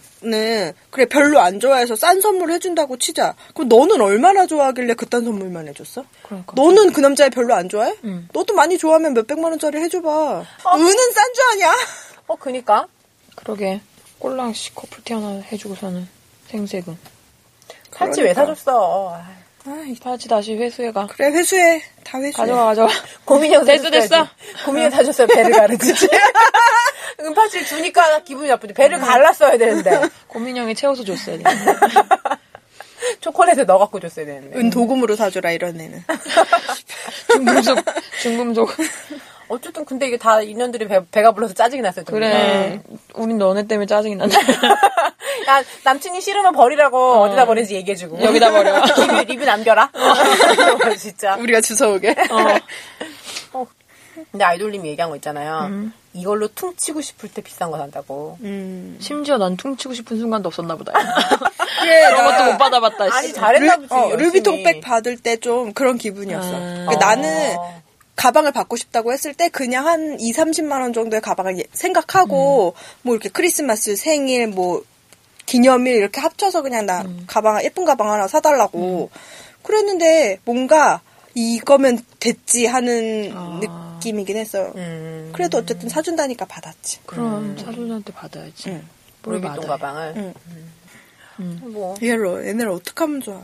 [SPEAKER 1] 그래 별로 안 좋아해서 싼 선물 해준다고 치자. 그럼 너는 얼마나 좋아하길래 그딴 선물만 해줬어?
[SPEAKER 3] 그러니까.
[SPEAKER 1] 너는 그 남자애 별로 안 좋아해?
[SPEAKER 3] 응. 어.
[SPEAKER 1] 너도 많이 좋아하면 몇 백만 원짜리 해줘봐. 은은 싼 줄 아냐?
[SPEAKER 2] 어 그니까
[SPEAKER 3] 그러게 꼴랑씨 커플티 하나 해주고서는 생색은.
[SPEAKER 2] 팔찌 왜 사줬어? 아,
[SPEAKER 1] 아이,
[SPEAKER 3] 바지 다시 회수해가.
[SPEAKER 1] 그래 회수해. 다 회수해.
[SPEAKER 3] 가져와 가져와.
[SPEAKER 2] 고민형
[SPEAKER 3] 됐어, 됐어.
[SPEAKER 2] 고민형 사줬어요. 배를 가르지. 은파실 주니까 기분이 나쁘지. 배를
[SPEAKER 3] 음.
[SPEAKER 2] 갈랐어야 되는데.
[SPEAKER 3] 고민형이 채워서 줬어야 돼.
[SPEAKER 2] 초콜릿을 넣어갖고 줬어야 되는데.
[SPEAKER 1] 은 도금으로 사줘라 이런 애는.
[SPEAKER 3] 중금속 중금속.
[SPEAKER 2] 어쨌든 근데 이게 다 인연들이 배, 배가 불러서 짜증이 났어요. 정말.
[SPEAKER 3] 그래. 우린 너네 때문에 짜증이 난다.
[SPEAKER 2] 야, 남친이 싫으면 버리라고 어. 디다 버리는지 얘기해주고.
[SPEAKER 3] 여기다 버려. 어.
[SPEAKER 2] 리뷰, 리뷰 남겨라. 진짜.
[SPEAKER 1] 우리가 주워오게.
[SPEAKER 2] 어. 근데 아이돌님이 얘기한 거 있잖아요.
[SPEAKER 3] 음.
[SPEAKER 2] 이걸로 퉁치고 싶을 때 비싼 거 산다고.
[SPEAKER 1] 음.
[SPEAKER 3] 심지어 난 퉁치고 싶은 순간도 없었나 보다.
[SPEAKER 1] 그래,
[SPEAKER 3] 그런
[SPEAKER 1] 예, 나
[SPEAKER 3] 것도 못 받아봤다. 씨.
[SPEAKER 2] 아니 잘했나
[SPEAKER 1] 르-
[SPEAKER 2] 보지.
[SPEAKER 1] 어,
[SPEAKER 2] 열심히.
[SPEAKER 1] 루비통백 받을 때 좀 그런 기분이었어.
[SPEAKER 3] 아.
[SPEAKER 1] 그러니까 나는
[SPEAKER 2] 어.
[SPEAKER 1] 가방을 받고 싶다고 했을 때 그냥 한 음. 2, 30만 원 정도의 가방을 예- 생각하고 뭐 이렇게 크리스마스, 생일 뭐 기념일 이렇게 합쳐서 그냥 나 가방 예쁜 가방 하나 사달라고 그랬는데 뭔가 이거면 됐지 하는
[SPEAKER 3] 아.
[SPEAKER 1] 느낌이긴 했어요.
[SPEAKER 2] 음.
[SPEAKER 1] 그래도 어쨌든 사준다니까 받았지.
[SPEAKER 3] 그럼 사준한테 받아야지.
[SPEAKER 1] 응.
[SPEAKER 3] 뭘
[SPEAKER 2] 모르겠던
[SPEAKER 3] 받아요. 음.
[SPEAKER 2] 가방을.
[SPEAKER 1] 응.
[SPEAKER 2] 뭐
[SPEAKER 1] 얘를 얘네를 어떻게 하면 좋아?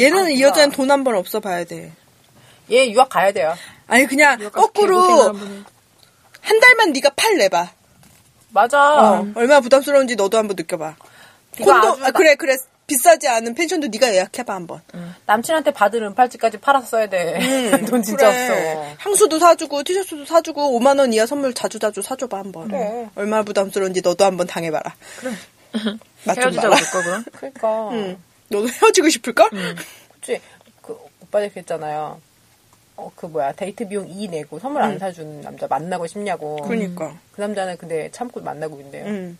[SPEAKER 1] 얘는 이 여자는 돈 한 번 없어 봐야 돼.
[SPEAKER 2] 얘 유학 가야 돼요.
[SPEAKER 1] 아니 그냥
[SPEAKER 3] 약간
[SPEAKER 1] 거꾸로
[SPEAKER 3] 개고생을 한번 해.
[SPEAKER 1] 한 달만 네가 팔 내봐.
[SPEAKER 2] 맞아.
[SPEAKER 1] 어, 얼마나 부담스러운지 너도 한번 느껴봐.
[SPEAKER 2] 네가
[SPEAKER 1] 콘도
[SPEAKER 2] 아주
[SPEAKER 1] 아,
[SPEAKER 2] 나-
[SPEAKER 1] 그래 그래 비싸지 않은 펜션도 네가 예약해봐 한번.
[SPEAKER 2] 남친한테 받은 은팔찌까지 팔았어야 돼. 돈 진짜
[SPEAKER 1] 음, 그래.
[SPEAKER 2] 없어.
[SPEAKER 1] 향수도 사주고 티셔츠도 사주고 5만 원 이하 선물 자주 자주 사줘봐 한번.
[SPEAKER 2] 그래.
[SPEAKER 1] 얼마나 부담스러운지 너도 한번 당해봐라. 그래. 맞좀
[SPEAKER 3] 헤어지자고
[SPEAKER 1] 봐라.
[SPEAKER 3] 그럴까 그럼?
[SPEAKER 2] 그러니까.
[SPEAKER 1] 응. 너도 헤어지고 싶을걸?
[SPEAKER 2] 그치. 그 오빠 얘기 했잖아요. 어, 그 뭐야. 데이트 비용 2 내고 선물 안 사주는 남자 만나고 싶냐고.
[SPEAKER 1] 음. 그러니까. 음.
[SPEAKER 2] 그 남자는 근데 참고 만나고 있는데요.
[SPEAKER 1] 응.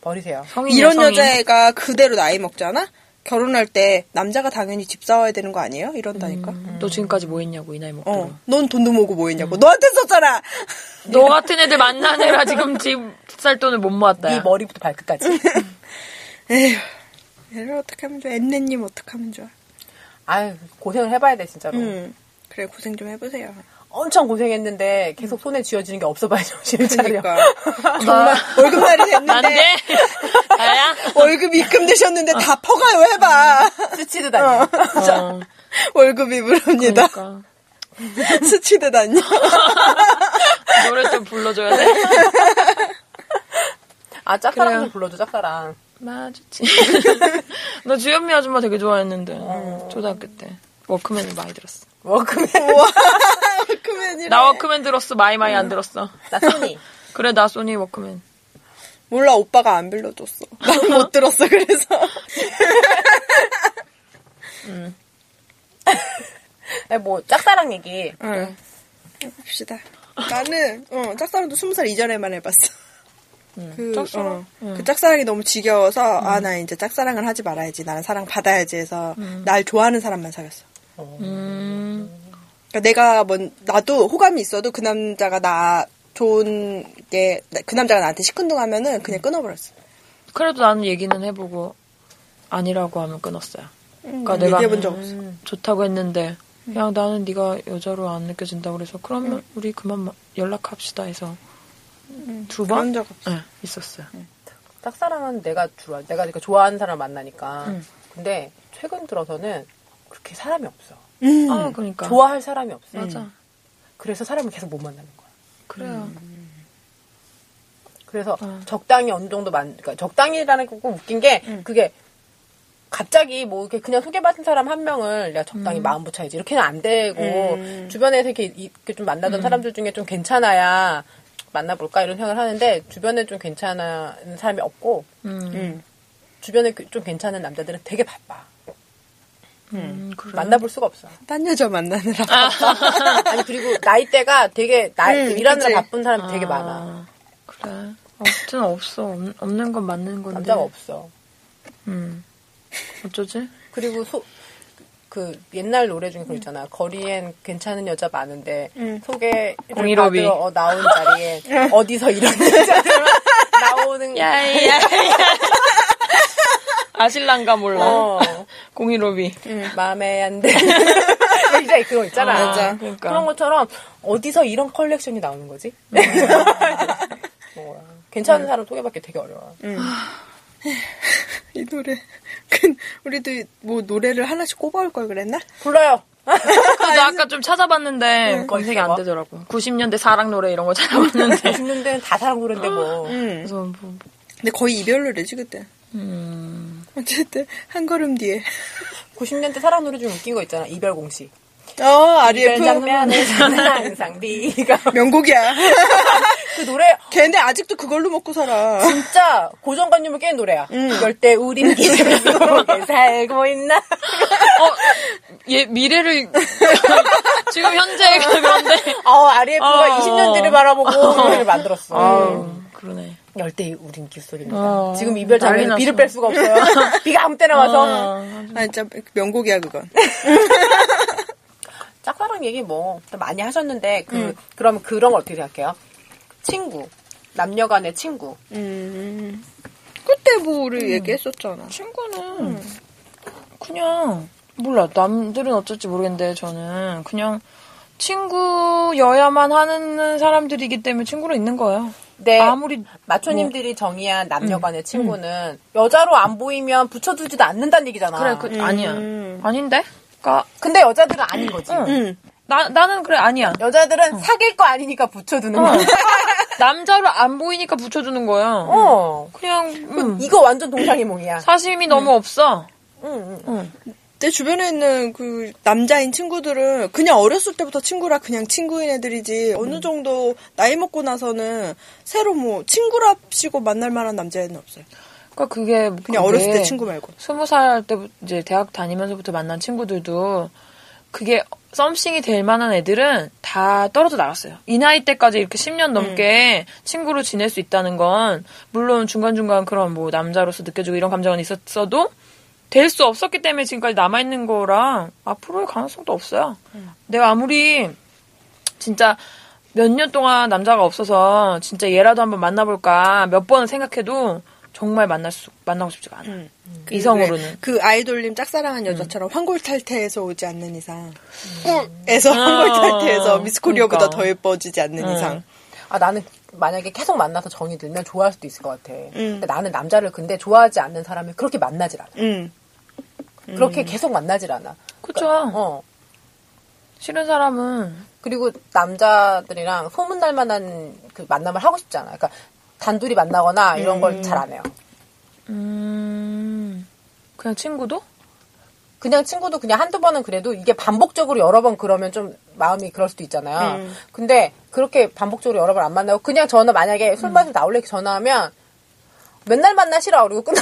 [SPEAKER 2] 버리세요.
[SPEAKER 3] 성인이야,
[SPEAKER 1] 이런
[SPEAKER 3] 성인.
[SPEAKER 1] 여자애가 그대로 나이 먹잖아? 결혼할 때 남자가 당연히 집 사와야 되는 거 아니에요? 이런다니까.
[SPEAKER 3] 너 지금까지 뭐 했냐고 이 나이 먹고.
[SPEAKER 1] 어. 넌 돈도 모으고 뭐 했냐고. 너한테 썼잖아!
[SPEAKER 3] 너 같은 애들 만나느라 지금 집 살 돈을 못 모았다.
[SPEAKER 2] 네
[SPEAKER 3] 야.
[SPEAKER 2] 머리부터
[SPEAKER 1] 음.
[SPEAKER 2] 발끝까지.
[SPEAKER 1] 에휴. 얘를 어떻게 하면 좋아? 엔네님 어떻게 하면 좋아?
[SPEAKER 2] 아유, 고생을 해봐야 돼, 진짜로.
[SPEAKER 1] 음. 그래, 고생 좀 해보세요.
[SPEAKER 2] 엄청 고생했는데 계속 손에 쥐어지는 게 없어봐야 정신을 차려.
[SPEAKER 1] 음. 그러니까. 정말 월급날이
[SPEAKER 3] 안
[SPEAKER 1] 됐는데. 뭐
[SPEAKER 3] 돼? 아야?
[SPEAKER 1] 월급 입금되셨는데 다 퍼가요, 해봐.
[SPEAKER 2] 스치듯 다녀.
[SPEAKER 3] 어,
[SPEAKER 1] 월급 입으랍니다.
[SPEAKER 3] 그러니까.
[SPEAKER 1] 스치듯 다녀.
[SPEAKER 3] 노래 좀 불러줘야 돼?
[SPEAKER 2] 아, 짝사랑 좀
[SPEAKER 3] 그래요.
[SPEAKER 2] 불러줘, 짝사랑.
[SPEAKER 3] 마주치. 나 주현미 아줌마 되게 좋아했는데. 초등학교 때. 워크맨을 많이 들었어.
[SPEAKER 2] 워크맨.
[SPEAKER 1] 그러면
[SPEAKER 3] 나 워크맨 들었어. 마이마이 안 들었어.
[SPEAKER 2] 나 소니.
[SPEAKER 3] 그래, 나 소니 워크맨.
[SPEAKER 1] 몰라, 오빠가 안 빌려줬어. 난 못 들었어, 그래서.
[SPEAKER 2] 아니, 뭐, 짝사랑 얘기.
[SPEAKER 1] 응. 해봅시다. 나는 어 짝사랑도 스무 살 이전에만 해봤어.
[SPEAKER 3] 음.
[SPEAKER 1] 그,
[SPEAKER 3] 짝사랑?
[SPEAKER 1] 어, 그 짝사랑이 너무 지겨워서 아 나 이제 짝사랑을 하지 말아야지 나는 사랑 받아야지 해서 날 좋아하는 사람만 사귀었어.
[SPEAKER 3] 음,
[SPEAKER 1] 그러니까 내가 뭔 나도 호감이 있어도 그 남자가 나 좋은 게 그 남자가 나한테 시큰둥하면은 그냥 끊어버렸어.
[SPEAKER 3] 그래도 나는 얘기는 해보고, 아니라고 하면 끊었어요.
[SPEAKER 1] 음.
[SPEAKER 3] 그러니까 내가
[SPEAKER 1] 얘기해본 적 없어.
[SPEAKER 3] 좋다고 했는데,
[SPEAKER 2] 음.
[SPEAKER 3] 야, 나는 네가 여자로 안 느껴진다 그래서, 그러면 우리 그만 마- 연락합시다 해서, 두
[SPEAKER 1] 그런
[SPEAKER 3] 번?
[SPEAKER 1] 적 없어.
[SPEAKER 3] 네, 있었어요.
[SPEAKER 2] 음. 짝사랑은 내가 주로 내가 그러니까 좋아하는 사람 만나니까. 근데 최근 들어서는 그렇게 사람이 없어.
[SPEAKER 1] 음.
[SPEAKER 3] 아, 그러니까.
[SPEAKER 2] 좋아할 사람이 없어.
[SPEAKER 3] 맞아.
[SPEAKER 2] 그래서 사람을 계속 못 만나는 거야.
[SPEAKER 3] 그래요.
[SPEAKER 2] 음. 그래서
[SPEAKER 3] 어.
[SPEAKER 2] 적당히 어느 정도 만, 그러니까 적당히라는 게 꼭 웃긴 게 그게 갑자기 뭐 이렇게 그냥 소개받은 사람 한 명을 내가 적당히 마음 붙여야지 이렇게는 안 되고
[SPEAKER 1] 음.
[SPEAKER 2] 주변에서 이렇게, 이렇게 좀 만나던 사람들 중에 좀 괜찮아야 만나볼까 이런 생각을 하는데 주변에 좀 괜찮은 사람이 없고
[SPEAKER 3] 음,
[SPEAKER 1] 음.
[SPEAKER 2] 주변에 그- 좀 괜찮은 남자들은 되게 바빠
[SPEAKER 3] 음, 그래.
[SPEAKER 2] 만나볼 수가 없어
[SPEAKER 1] 딴 여자 만나느라.
[SPEAKER 3] 아.
[SPEAKER 2] 아니 그리고 나이대가 되게 나
[SPEAKER 1] 음,
[SPEAKER 2] 일하느라
[SPEAKER 1] 그치.
[SPEAKER 2] 바쁜 사람이 되게
[SPEAKER 3] 아,
[SPEAKER 2] 많아
[SPEAKER 3] 그래. 아무튼 없어. 없- 없는 건 맞는 건데.
[SPEAKER 2] 남자가 없어
[SPEAKER 3] 음. 어쩌지?
[SPEAKER 2] 그리고 소, 그 옛날 노래 중에 그거 있잖아 거리엔 괜찮은 여자 많은데 소개를
[SPEAKER 3] 공일오비.
[SPEAKER 2] 받으러 어, 나온 자리에 어디서 이런 여자들 나오는
[SPEAKER 3] 야야. 아실랑가 몰라.
[SPEAKER 2] 어
[SPEAKER 3] 공일오비.
[SPEAKER 2] 마음에 안 드는 굉장히 그런 거 있잖아
[SPEAKER 3] 아, 맞아. 그러니까. 음.
[SPEAKER 2] 런 것처럼 어디서 이런 컬렉션이 나오는 거지 뭐야. 괜찮은 사람 소개받기 되게 어려워
[SPEAKER 1] 이 노래. 그, 우리도 뭐 노래를 하나씩 꼽아올 걸 그랬나?
[SPEAKER 2] 불러요
[SPEAKER 3] 음. 그래서 네. 아까 좀 찾아봤는데 검색이
[SPEAKER 2] 거기 있어봐.
[SPEAKER 3] 안 되더라고. 90년대 사랑 노래 이런 거 찾아봤는데.
[SPEAKER 2] 90년대는 다 사랑 노래인데 뭐
[SPEAKER 1] 음.
[SPEAKER 3] 그래서 뭐,
[SPEAKER 1] 근데 거의 이별 노래지 그때.
[SPEAKER 3] 음.
[SPEAKER 1] 어쨌든 한 걸음 뒤에.
[SPEAKER 2] 90년대 사랑 노래 중에 웃긴 거 있잖아 이별 공식
[SPEAKER 1] 어, RF
[SPEAKER 2] 이별 장면에서는 항상 네가
[SPEAKER 1] 명곡이야.
[SPEAKER 2] 그 노래
[SPEAKER 1] 걔네 아직도 그걸로 먹고 살아.
[SPEAKER 2] 진짜 고정관념을 깬 노래야.
[SPEAKER 3] 음.
[SPEAKER 2] 이럴 때 우린 이들 속에 살고 있나?
[SPEAKER 3] 어, 얘 미래를 지금 현재 그런데.
[SPEAKER 2] 어, RF가
[SPEAKER 3] 어.
[SPEAKER 2] 20년 뒤를 바라보고 노래를 만들었어.
[SPEAKER 3] 아 그러네.
[SPEAKER 2] 열대 우린 귓속입니다.
[SPEAKER 3] 어.
[SPEAKER 2] 지금 이별 장면에
[SPEAKER 3] 난리
[SPEAKER 2] 비를
[SPEAKER 3] 났어.
[SPEAKER 2] 뺄 수가 없어요. 비가 아무 때나 와서.
[SPEAKER 3] 아,
[SPEAKER 1] 아, 진짜 명곡이야 그건.
[SPEAKER 2] 짝사랑 얘기 뭐 많이 하셨는데 그 그럼 그런 걸 어떻게 생각해요? 친구, 남녀 간의 친구.
[SPEAKER 1] 때 음. 뭐를
[SPEAKER 3] 음.
[SPEAKER 1] 얘기했었잖아.
[SPEAKER 3] 친구는 그냥 몰라 남들은 어쩔지 모르겠는데 저는 그냥 친구여야만 하는 사람들이기 때문에 친구로 있는 거예요.
[SPEAKER 2] 네.
[SPEAKER 3] 아무리 음.
[SPEAKER 2] 마초님들이 정의한 남녀간의 친구는 여자로 안 보이면 붙여두지도 않는다는 얘기잖아.
[SPEAKER 3] 그래 그 아니야 아닌데? 그니까
[SPEAKER 2] 근데 여자들은 아닌 거지.
[SPEAKER 3] 음.
[SPEAKER 1] 응.
[SPEAKER 3] 나 나는 그래 아니야.
[SPEAKER 2] 여자들은 사귈 거 아니니까 붙여두는
[SPEAKER 3] 음. 어.
[SPEAKER 2] 거야.
[SPEAKER 3] 남자로 안 보이니까 붙여주는 거야.
[SPEAKER 2] 어.
[SPEAKER 3] 그냥 음.
[SPEAKER 2] 이거 완전 동상이몽이야. 음,
[SPEAKER 3] 사심이 너무 없어.
[SPEAKER 2] 응, 응.
[SPEAKER 1] 내 주변에 있는 그 남자인 친구들은 그냥 어렸을 때부터 친구라 그냥 친구인 애들이지
[SPEAKER 3] 음.
[SPEAKER 1] 어느 정도 나이 먹고 나서는 새로 뭐 친구랍시고 만날 만한 남자애는 없어요.
[SPEAKER 3] 그러니까 그게
[SPEAKER 1] 그냥 어렸을 때 친구 말고.
[SPEAKER 3] 스무 살 때 이제 대학 다니면서부터 만난 친구들도 그게 썸씽이 될 만한 애들은 다 떨어져 나갔어요. 이 나이 때까지 이렇게 10년 넘게
[SPEAKER 1] 음.
[SPEAKER 3] 친구로 지낼 수 있다는 건 물론 중간중간 그런 뭐 남자로서 느껴지고 이런 감정은 있었어도 될 수 없었기 때문에 지금까지 남아있는 거랑 앞으로의 가능성도 없어요.
[SPEAKER 2] 음.
[SPEAKER 3] 내가 아무리 진짜 몇 년 동안 남자가 없어서 진짜 얘라도 한번 만나볼까 몇 번은 생각해도 정말 만날 수 만나고 싶지가
[SPEAKER 2] 음.
[SPEAKER 3] 않아. 요 음. 이성으로는
[SPEAKER 1] 음.
[SPEAKER 3] 음.
[SPEAKER 1] 그 아이돌님 짝사랑한 여자처럼 환골탈태에서 오지 않는 이상 어, 꿀에서 환골탈태에서 미스코리아보다
[SPEAKER 3] 아. 그러니까.
[SPEAKER 1] 더 예뻐지지 않는 이상
[SPEAKER 2] 아, 나는 만약에 계속 만나서 정이 들면 좋아할 수도 있을 것 같아. 근데 나는 남자를 근데 좋아하지 않는 사람을 그렇게 만나질 않아.
[SPEAKER 1] 음.
[SPEAKER 2] 그렇게 계속 만나질 않아.
[SPEAKER 3] 그쵸.
[SPEAKER 2] 음. 어.
[SPEAKER 3] 싫은 사람은
[SPEAKER 2] 그리고 남자들이랑 소문날 만한 그 만남을 하고 싶지 않아. 그러니까 단둘이 만나거나 이런 걸 잘 안 해요.
[SPEAKER 3] 음 그냥 친구도
[SPEAKER 2] 그냥 친구도 그냥 한두 번은 그래도 이게 반복적으로 여러 번 그러면 좀 마음이 그럴 수도 있잖아요. 근데 그렇게 반복적으로 여러 번 안 만나고 그냥 저는 만약에 술 마시고 나올래 전화하면 맨날 만나 싫어. 그리고 끝나.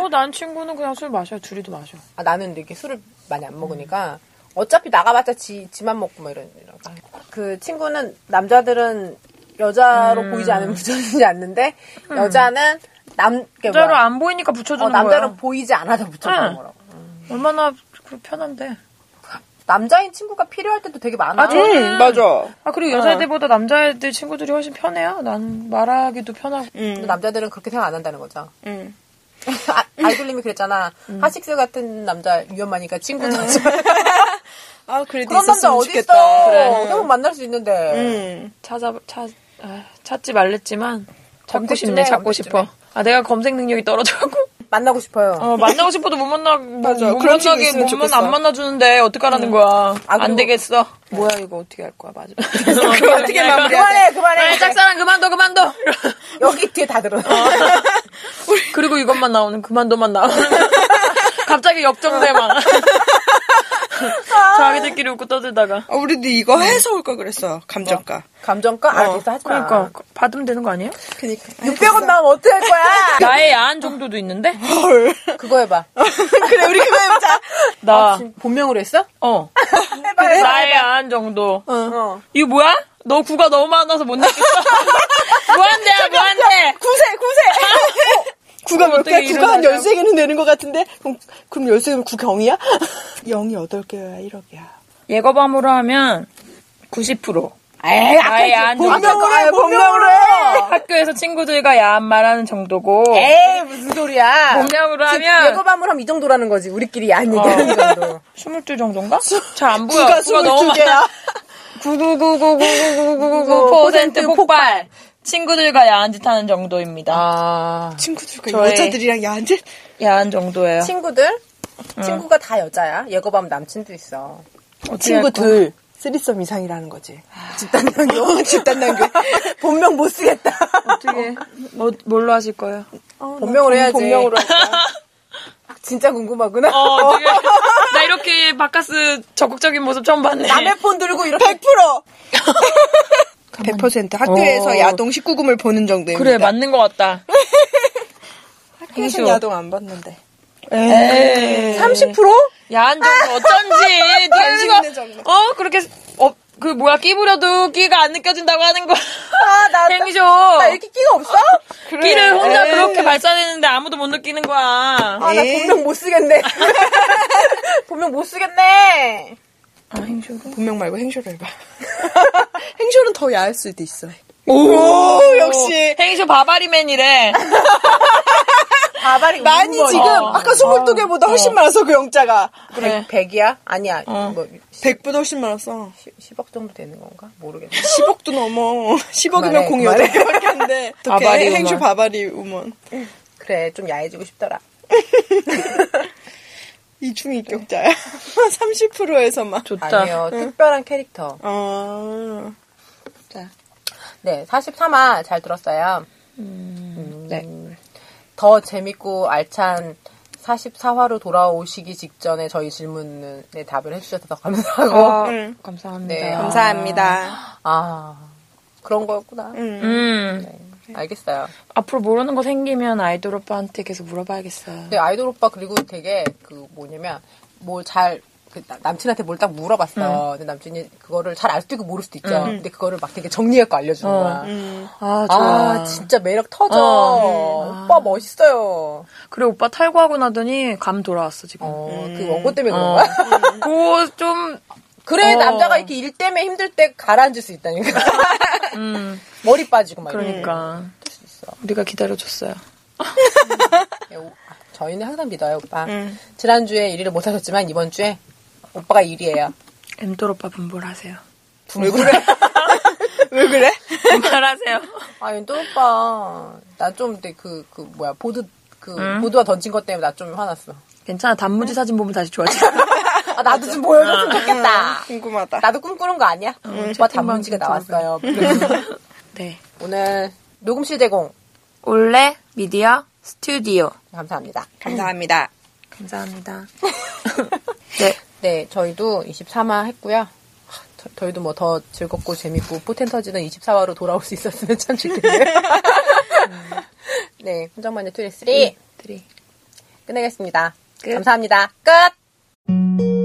[SPEAKER 3] 어 난 친구는 그냥 술 마셔 둘이도 마셔.
[SPEAKER 2] 아, 나는 이렇게 술을 많이 안 먹으니까
[SPEAKER 3] 음.
[SPEAKER 2] 어차피 나가봤자 지, 지만 먹고 막 이런, 이런. 그 친구는 남자들은 여자로
[SPEAKER 3] 음.
[SPEAKER 2] 보이지 않으면 붙여주지 않는데 여자는 남, 그게
[SPEAKER 3] 남자로
[SPEAKER 2] 뭐야.
[SPEAKER 3] 안 보이니까
[SPEAKER 2] 어,
[SPEAKER 3] 붙여주는
[SPEAKER 2] 남자로
[SPEAKER 3] 거야. 음.
[SPEAKER 2] 보이지 않아서 붙여주는
[SPEAKER 3] 응.
[SPEAKER 2] 거라고.
[SPEAKER 3] 얼마나 그 편한데.
[SPEAKER 2] 남자인 친구가 필요할 때도 되게 많아.
[SPEAKER 3] 아, 저는
[SPEAKER 1] 음, 맞아.
[SPEAKER 3] 아
[SPEAKER 2] 어.
[SPEAKER 3] 그리고 여자애들보다 남자애들 친구들이 훨씬 편해요. 난 말하기도 편하고.
[SPEAKER 2] 근데 남자들은 그렇게 생각 안 한다는 거죠.
[SPEAKER 1] 음.
[SPEAKER 2] 아, 아이돌님이 그랬잖아.
[SPEAKER 3] 음.
[SPEAKER 2] 하식스 같은 남자 위험하니까 친구 남자.
[SPEAKER 1] 아 그래도
[SPEAKER 2] 그런 남자
[SPEAKER 1] 있었으면
[SPEAKER 2] 어디 있어?
[SPEAKER 1] 좋겠다.
[SPEAKER 2] 계속 만날 수 있는데.
[SPEAKER 1] 음.
[SPEAKER 3] 찾아 찾 아, 찾지 말랬지만 잡고
[SPEAKER 2] 검색 좀
[SPEAKER 3] 싶네
[SPEAKER 2] 해,
[SPEAKER 3] 잡고
[SPEAKER 2] 검색 좀
[SPEAKER 3] 싶어. 아 내가 검색 능력이 떨어져갖고
[SPEAKER 2] 만나고 싶어요.
[SPEAKER 3] 어, 만나고 싶어도 못 만나 뭐,
[SPEAKER 1] 맞아.
[SPEAKER 3] 못
[SPEAKER 1] 그런 친구
[SPEAKER 3] 만나게
[SPEAKER 1] 있으면
[SPEAKER 3] 몸만
[SPEAKER 1] 좋겠어. 아,
[SPEAKER 3] 안 만나주는데 어떡하라는 거야.
[SPEAKER 2] 그리고-
[SPEAKER 3] 안 되겠어. 뭐야 이거 어떻게 할 거야 맞아.
[SPEAKER 1] 그럼 어떻게 마무리해야 돼?
[SPEAKER 2] 그만해, 그만해. 그러니까
[SPEAKER 3] 아이, 짝사랑 그만둬 그만둬.
[SPEAKER 2] 여기 뒤에 다 들어.
[SPEAKER 3] 그리고 이것만 나오는 그만둬만 나오는. 거야. 갑자기 역정대 막. 자기들끼리 웃고 떠들다가.
[SPEAKER 1] 아, 우리도 이거 해서 올 걸 그랬어 감정가.
[SPEAKER 2] 감정가? 아, 알겠어, 하지 마.
[SPEAKER 3] 그러니까 받으면 되는 거 아니에요?
[SPEAKER 1] 그니까.
[SPEAKER 2] 600원 나오면 어떻게 할
[SPEAKER 1] 아.
[SPEAKER 2] 거야?
[SPEAKER 3] 나의 야한 정도도 있는데
[SPEAKER 1] 헐.
[SPEAKER 2] 그러니까 그거 해봐.
[SPEAKER 1] 그래 우리 그만해보자.
[SPEAKER 3] 나
[SPEAKER 2] 지금 본명으로 했어?
[SPEAKER 3] 어.
[SPEAKER 1] 아,
[SPEAKER 2] 해봐, 해봐.
[SPEAKER 3] 나의 야한 정도.
[SPEAKER 2] 어.
[SPEAKER 3] 이거 뭐야? 너 구가 너무 많아서 못 느꼈어. 무한대야, 무한대.
[SPEAKER 1] 구세 구세. 구가 몇
[SPEAKER 3] 어떻게
[SPEAKER 1] 개야? 구가 한
[SPEAKER 3] 일어나냐고.
[SPEAKER 1] 13개는 되는 것 같은데? 그럼, 그럼 13개면 구경이야? 0이 8개야, 1억이야.
[SPEAKER 3] 예거밤으로 하면 90%.
[SPEAKER 2] 에이,
[SPEAKER 3] 나의 야한 정도.
[SPEAKER 2] 본명으로 해, 본명으로 해.
[SPEAKER 3] 학교에서 친구들과 야한 말하는 정도고.
[SPEAKER 2] 에이, 무슨 소리야.
[SPEAKER 3] 본명으로
[SPEAKER 2] 예고
[SPEAKER 3] 하면
[SPEAKER 2] 밤으로 하면 이 정도라는 거지. 우리끼리 안 얘기하는 정도.
[SPEAKER 3] 22 정도인가? 잘 안 보여.
[SPEAKER 1] 구가
[SPEAKER 3] 구가 너무
[SPEAKER 1] 22개야.
[SPEAKER 3] 많아. 99999999% 폭발. 친구들과 야한 짓 하는 정도입니다.
[SPEAKER 2] 아.
[SPEAKER 1] 친구들과
[SPEAKER 3] 저의-
[SPEAKER 1] 여자들이랑 야한짓?
[SPEAKER 3] 야한 정도예요.
[SPEAKER 2] 친구들? 친구가 다 여자야. 예고밤 남친도 있어.
[SPEAKER 3] 어떻게 할 거야?
[SPEAKER 1] 친구들. 쓰리썸 이상이라는 거지.
[SPEAKER 2] 집단 남교. 집단 남교. 본명 못 쓰겠다.
[SPEAKER 3] 어떻게, 뭐, 뭘로 하실 거예요?
[SPEAKER 2] 본명으로 해야지. 아,
[SPEAKER 1] 본명으로 할까?
[SPEAKER 2] 진짜 궁금하구나.
[SPEAKER 3] 어, 되게, 나 이렇게 바카스 적극적인 모습 처음 봤네.
[SPEAKER 2] 남의 폰 들고 이렇게
[SPEAKER 1] 100%! 100% 학교에서
[SPEAKER 3] 어.
[SPEAKER 1] 야동 19금을 보는 정도입니다.
[SPEAKER 3] 그래, 맞는 것 같다.
[SPEAKER 1] 학교에서
[SPEAKER 3] 행쇼.
[SPEAKER 1] 야동 안 봤는데.
[SPEAKER 2] 30%?
[SPEAKER 3] 야한 정도 어쩐지, 니가
[SPEAKER 1] 있는 정도.
[SPEAKER 3] 어, 그렇게, 어, 그 뭐야, 끼부려도 끼가 안 느껴진다고 하는 거야.
[SPEAKER 2] 아, 나, 나,
[SPEAKER 3] 행쇼.
[SPEAKER 2] 나 이렇게 끼가 없어?
[SPEAKER 3] 끼를 혼자
[SPEAKER 1] 에이.
[SPEAKER 3] 그렇게 발산했는데 아무도 못 느끼는 거야.
[SPEAKER 2] 아, 나
[SPEAKER 1] 에이.
[SPEAKER 2] 본명 못 쓰겠네. 본명 못 쓰겠네.
[SPEAKER 3] 아, 행쇼가?
[SPEAKER 1] 본명 말고 행쇼를 해봐. 행쇼는 더 야할 수도 있어.
[SPEAKER 3] 오,
[SPEAKER 1] 역시.
[SPEAKER 3] 행쇼 바바리맨이래. 어,
[SPEAKER 2] 가발이
[SPEAKER 1] 많이
[SPEAKER 2] 우거져.
[SPEAKER 1] 지금 아까 22개보다 훨씬 많았어 그 영자가
[SPEAKER 3] 그래. 어.
[SPEAKER 2] 100, 이야 아니야. 뭐
[SPEAKER 1] 100보다 훨씬 많았어
[SPEAKER 2] 10, 억 정도 되는 건가? 모르겠네.
[SPEAKER 1] 10억도 넘어
[SPEAKER 2] 그만해,
[SPEAKER 1] 10억이면 공이
[SPEAKER 2] 그만해.
[SPEAKER 1] 8개밖에 안돼
[SPEAKER 3] 아바리
[SPEAKER 1] 어떡해 행주
[SPEAKER 3] 우먼.
[SPEAKER 1] 바바리 우먼
[SPEAKER 2] 그래, 좀 야해지고 싶더라.
[SPEAKER 1] 이중인격자야 30%에서만
[SPEAKER 3] 좋다.
[SPEAKER 2] 아니요, 특별한 캐릭터.
[SPEAKER 1] 어...
[SPEAKER 2] 네, 43화 잘 들었어요.
[SPEAKER 3] 네.
[SPEAKER 2] 더 재밌고 알찬 44화로 돌아오시기 직전에 저희 질문에 답을 해주셔서 감사하고.
[SPEAKER 3] 아,
[SPEAKER 1] 응.
[SPEAKER 3] 감사합니다.
[SPEAKER 2] 네,
[SPEAKER 1] 감사합니다
[SPEAKER 2] 아, 그런 거였구나.
[SPEAKER 1] 음.
[SPEAKER 3] 음.
[SPEAKER 2] 알겠어요.
[SPEAKER 3] 앞으로 모르는 거 생기면 아이돌 오빠한테 계속 물어봐야겠어요.
[SPEAKER 2] 근데 아이돌 오빠 그리고 되게 그 뭐냐면 뭘 잘그 남친한테 뭘 딱 물어봤어.
[SPEAKER 3] 음.
[SPEAKER 2] 근데 남친이 그거를 잘 알 수도 있고 모를 수도 있죠. 근데 그거를 막 되게 정리해갖고 알려주는
[SPEAKER 3] 어.
[SPEAKER 2] 거야.
[SPEAKER 1] 음.
[SPEAKER 3] 아, 좋아.
[SPEAKER 2] 아, 진짜 매력 터져.
[SPEAKER 3] 어.
[SPEAKER 2] 오빠 멋있어요.
[SPEAKER 3] 그래, 오빠 탈구하고 나더니 감 돌아왔어, 지금.
[SPEAKER 2] 어,
[SPEAKER 1] 음.
[SPEAKER 2] 그 원고 때문에 그런
[SPEAKER 3] 어.
[SPEAKER 2] 거야?
[SPEAKER 3] 그거 좀,
[SPEAKER 2] 그래,
[SPEAKER 3] 어.
[SPEAKER 2] 남자가 이렇게 일 때문에 힘들 때 가라앉을 수 있다니까.
[SPEAKER 3] 음,
[SPEAKER 2] 머리 빠지고 막 이런
[SPEAKER 3] 그러니까.
[SPEAKER 2] 수 있어.
[SPEAKER 3] 우리가 기다려줬어요.
[SPEAKER 2] 예, 오- 아, 저희는 항상 믿어요, 오빠.
[SPEAKER 1] 음.
[SPEAKER 2] 지난주에 1위를 못하셨지만 이번 주에 오빠가 1위예요.
[SPEAKER 3] 엠돌 오빠 분볼하세요.
[SPEAKER 2] 왜 그래?
[SPEAKER 1] 왜 그래?
[SPEAKER 3] 말하세요.
[SPEAKER 2] 아니, 또 오빠. 나 좀 그, 그, 뭐야, 보드, 그, 보드와 던진 것 때문에 나 좀 화났어.
[SPEAKER 3] 괜찮아, 단무지 사진 보면 다시 좋아져.
[SPEAKER 2] 아, 나도 좀 보여줬으면 좋겠다.
[SPEAKER 1] 궁금하다
[SPEAKER 2] 나도 꿈꾸는 거 아니야? 오빠 단문지가 나왔어요. 그래서
[SPEAKER 3] 네.
[SPEAKER 2] 오늘 녹음실 제공.
[SPEAKER 3] 올레 미디어 스튜디오.
[SPEAKER 2] 감사합니다.
[SPEAKER 1] 감사합니다
[SPEAKER 3] 감사합니다. 네.
[SPEAKER 2] 네, 저희도 23화 했고요. 하, 저- 저희도 뭐 더 즐겁고 재밌고 포텐 터지는 24화로 돌아올 수 있었으면 참 좋겠네요. 네, 혼정만의 2, 3
[SPEAKER 3] 드리.
[SPEAKER 2] 끝내겠습니다. 감사합니다. 끝!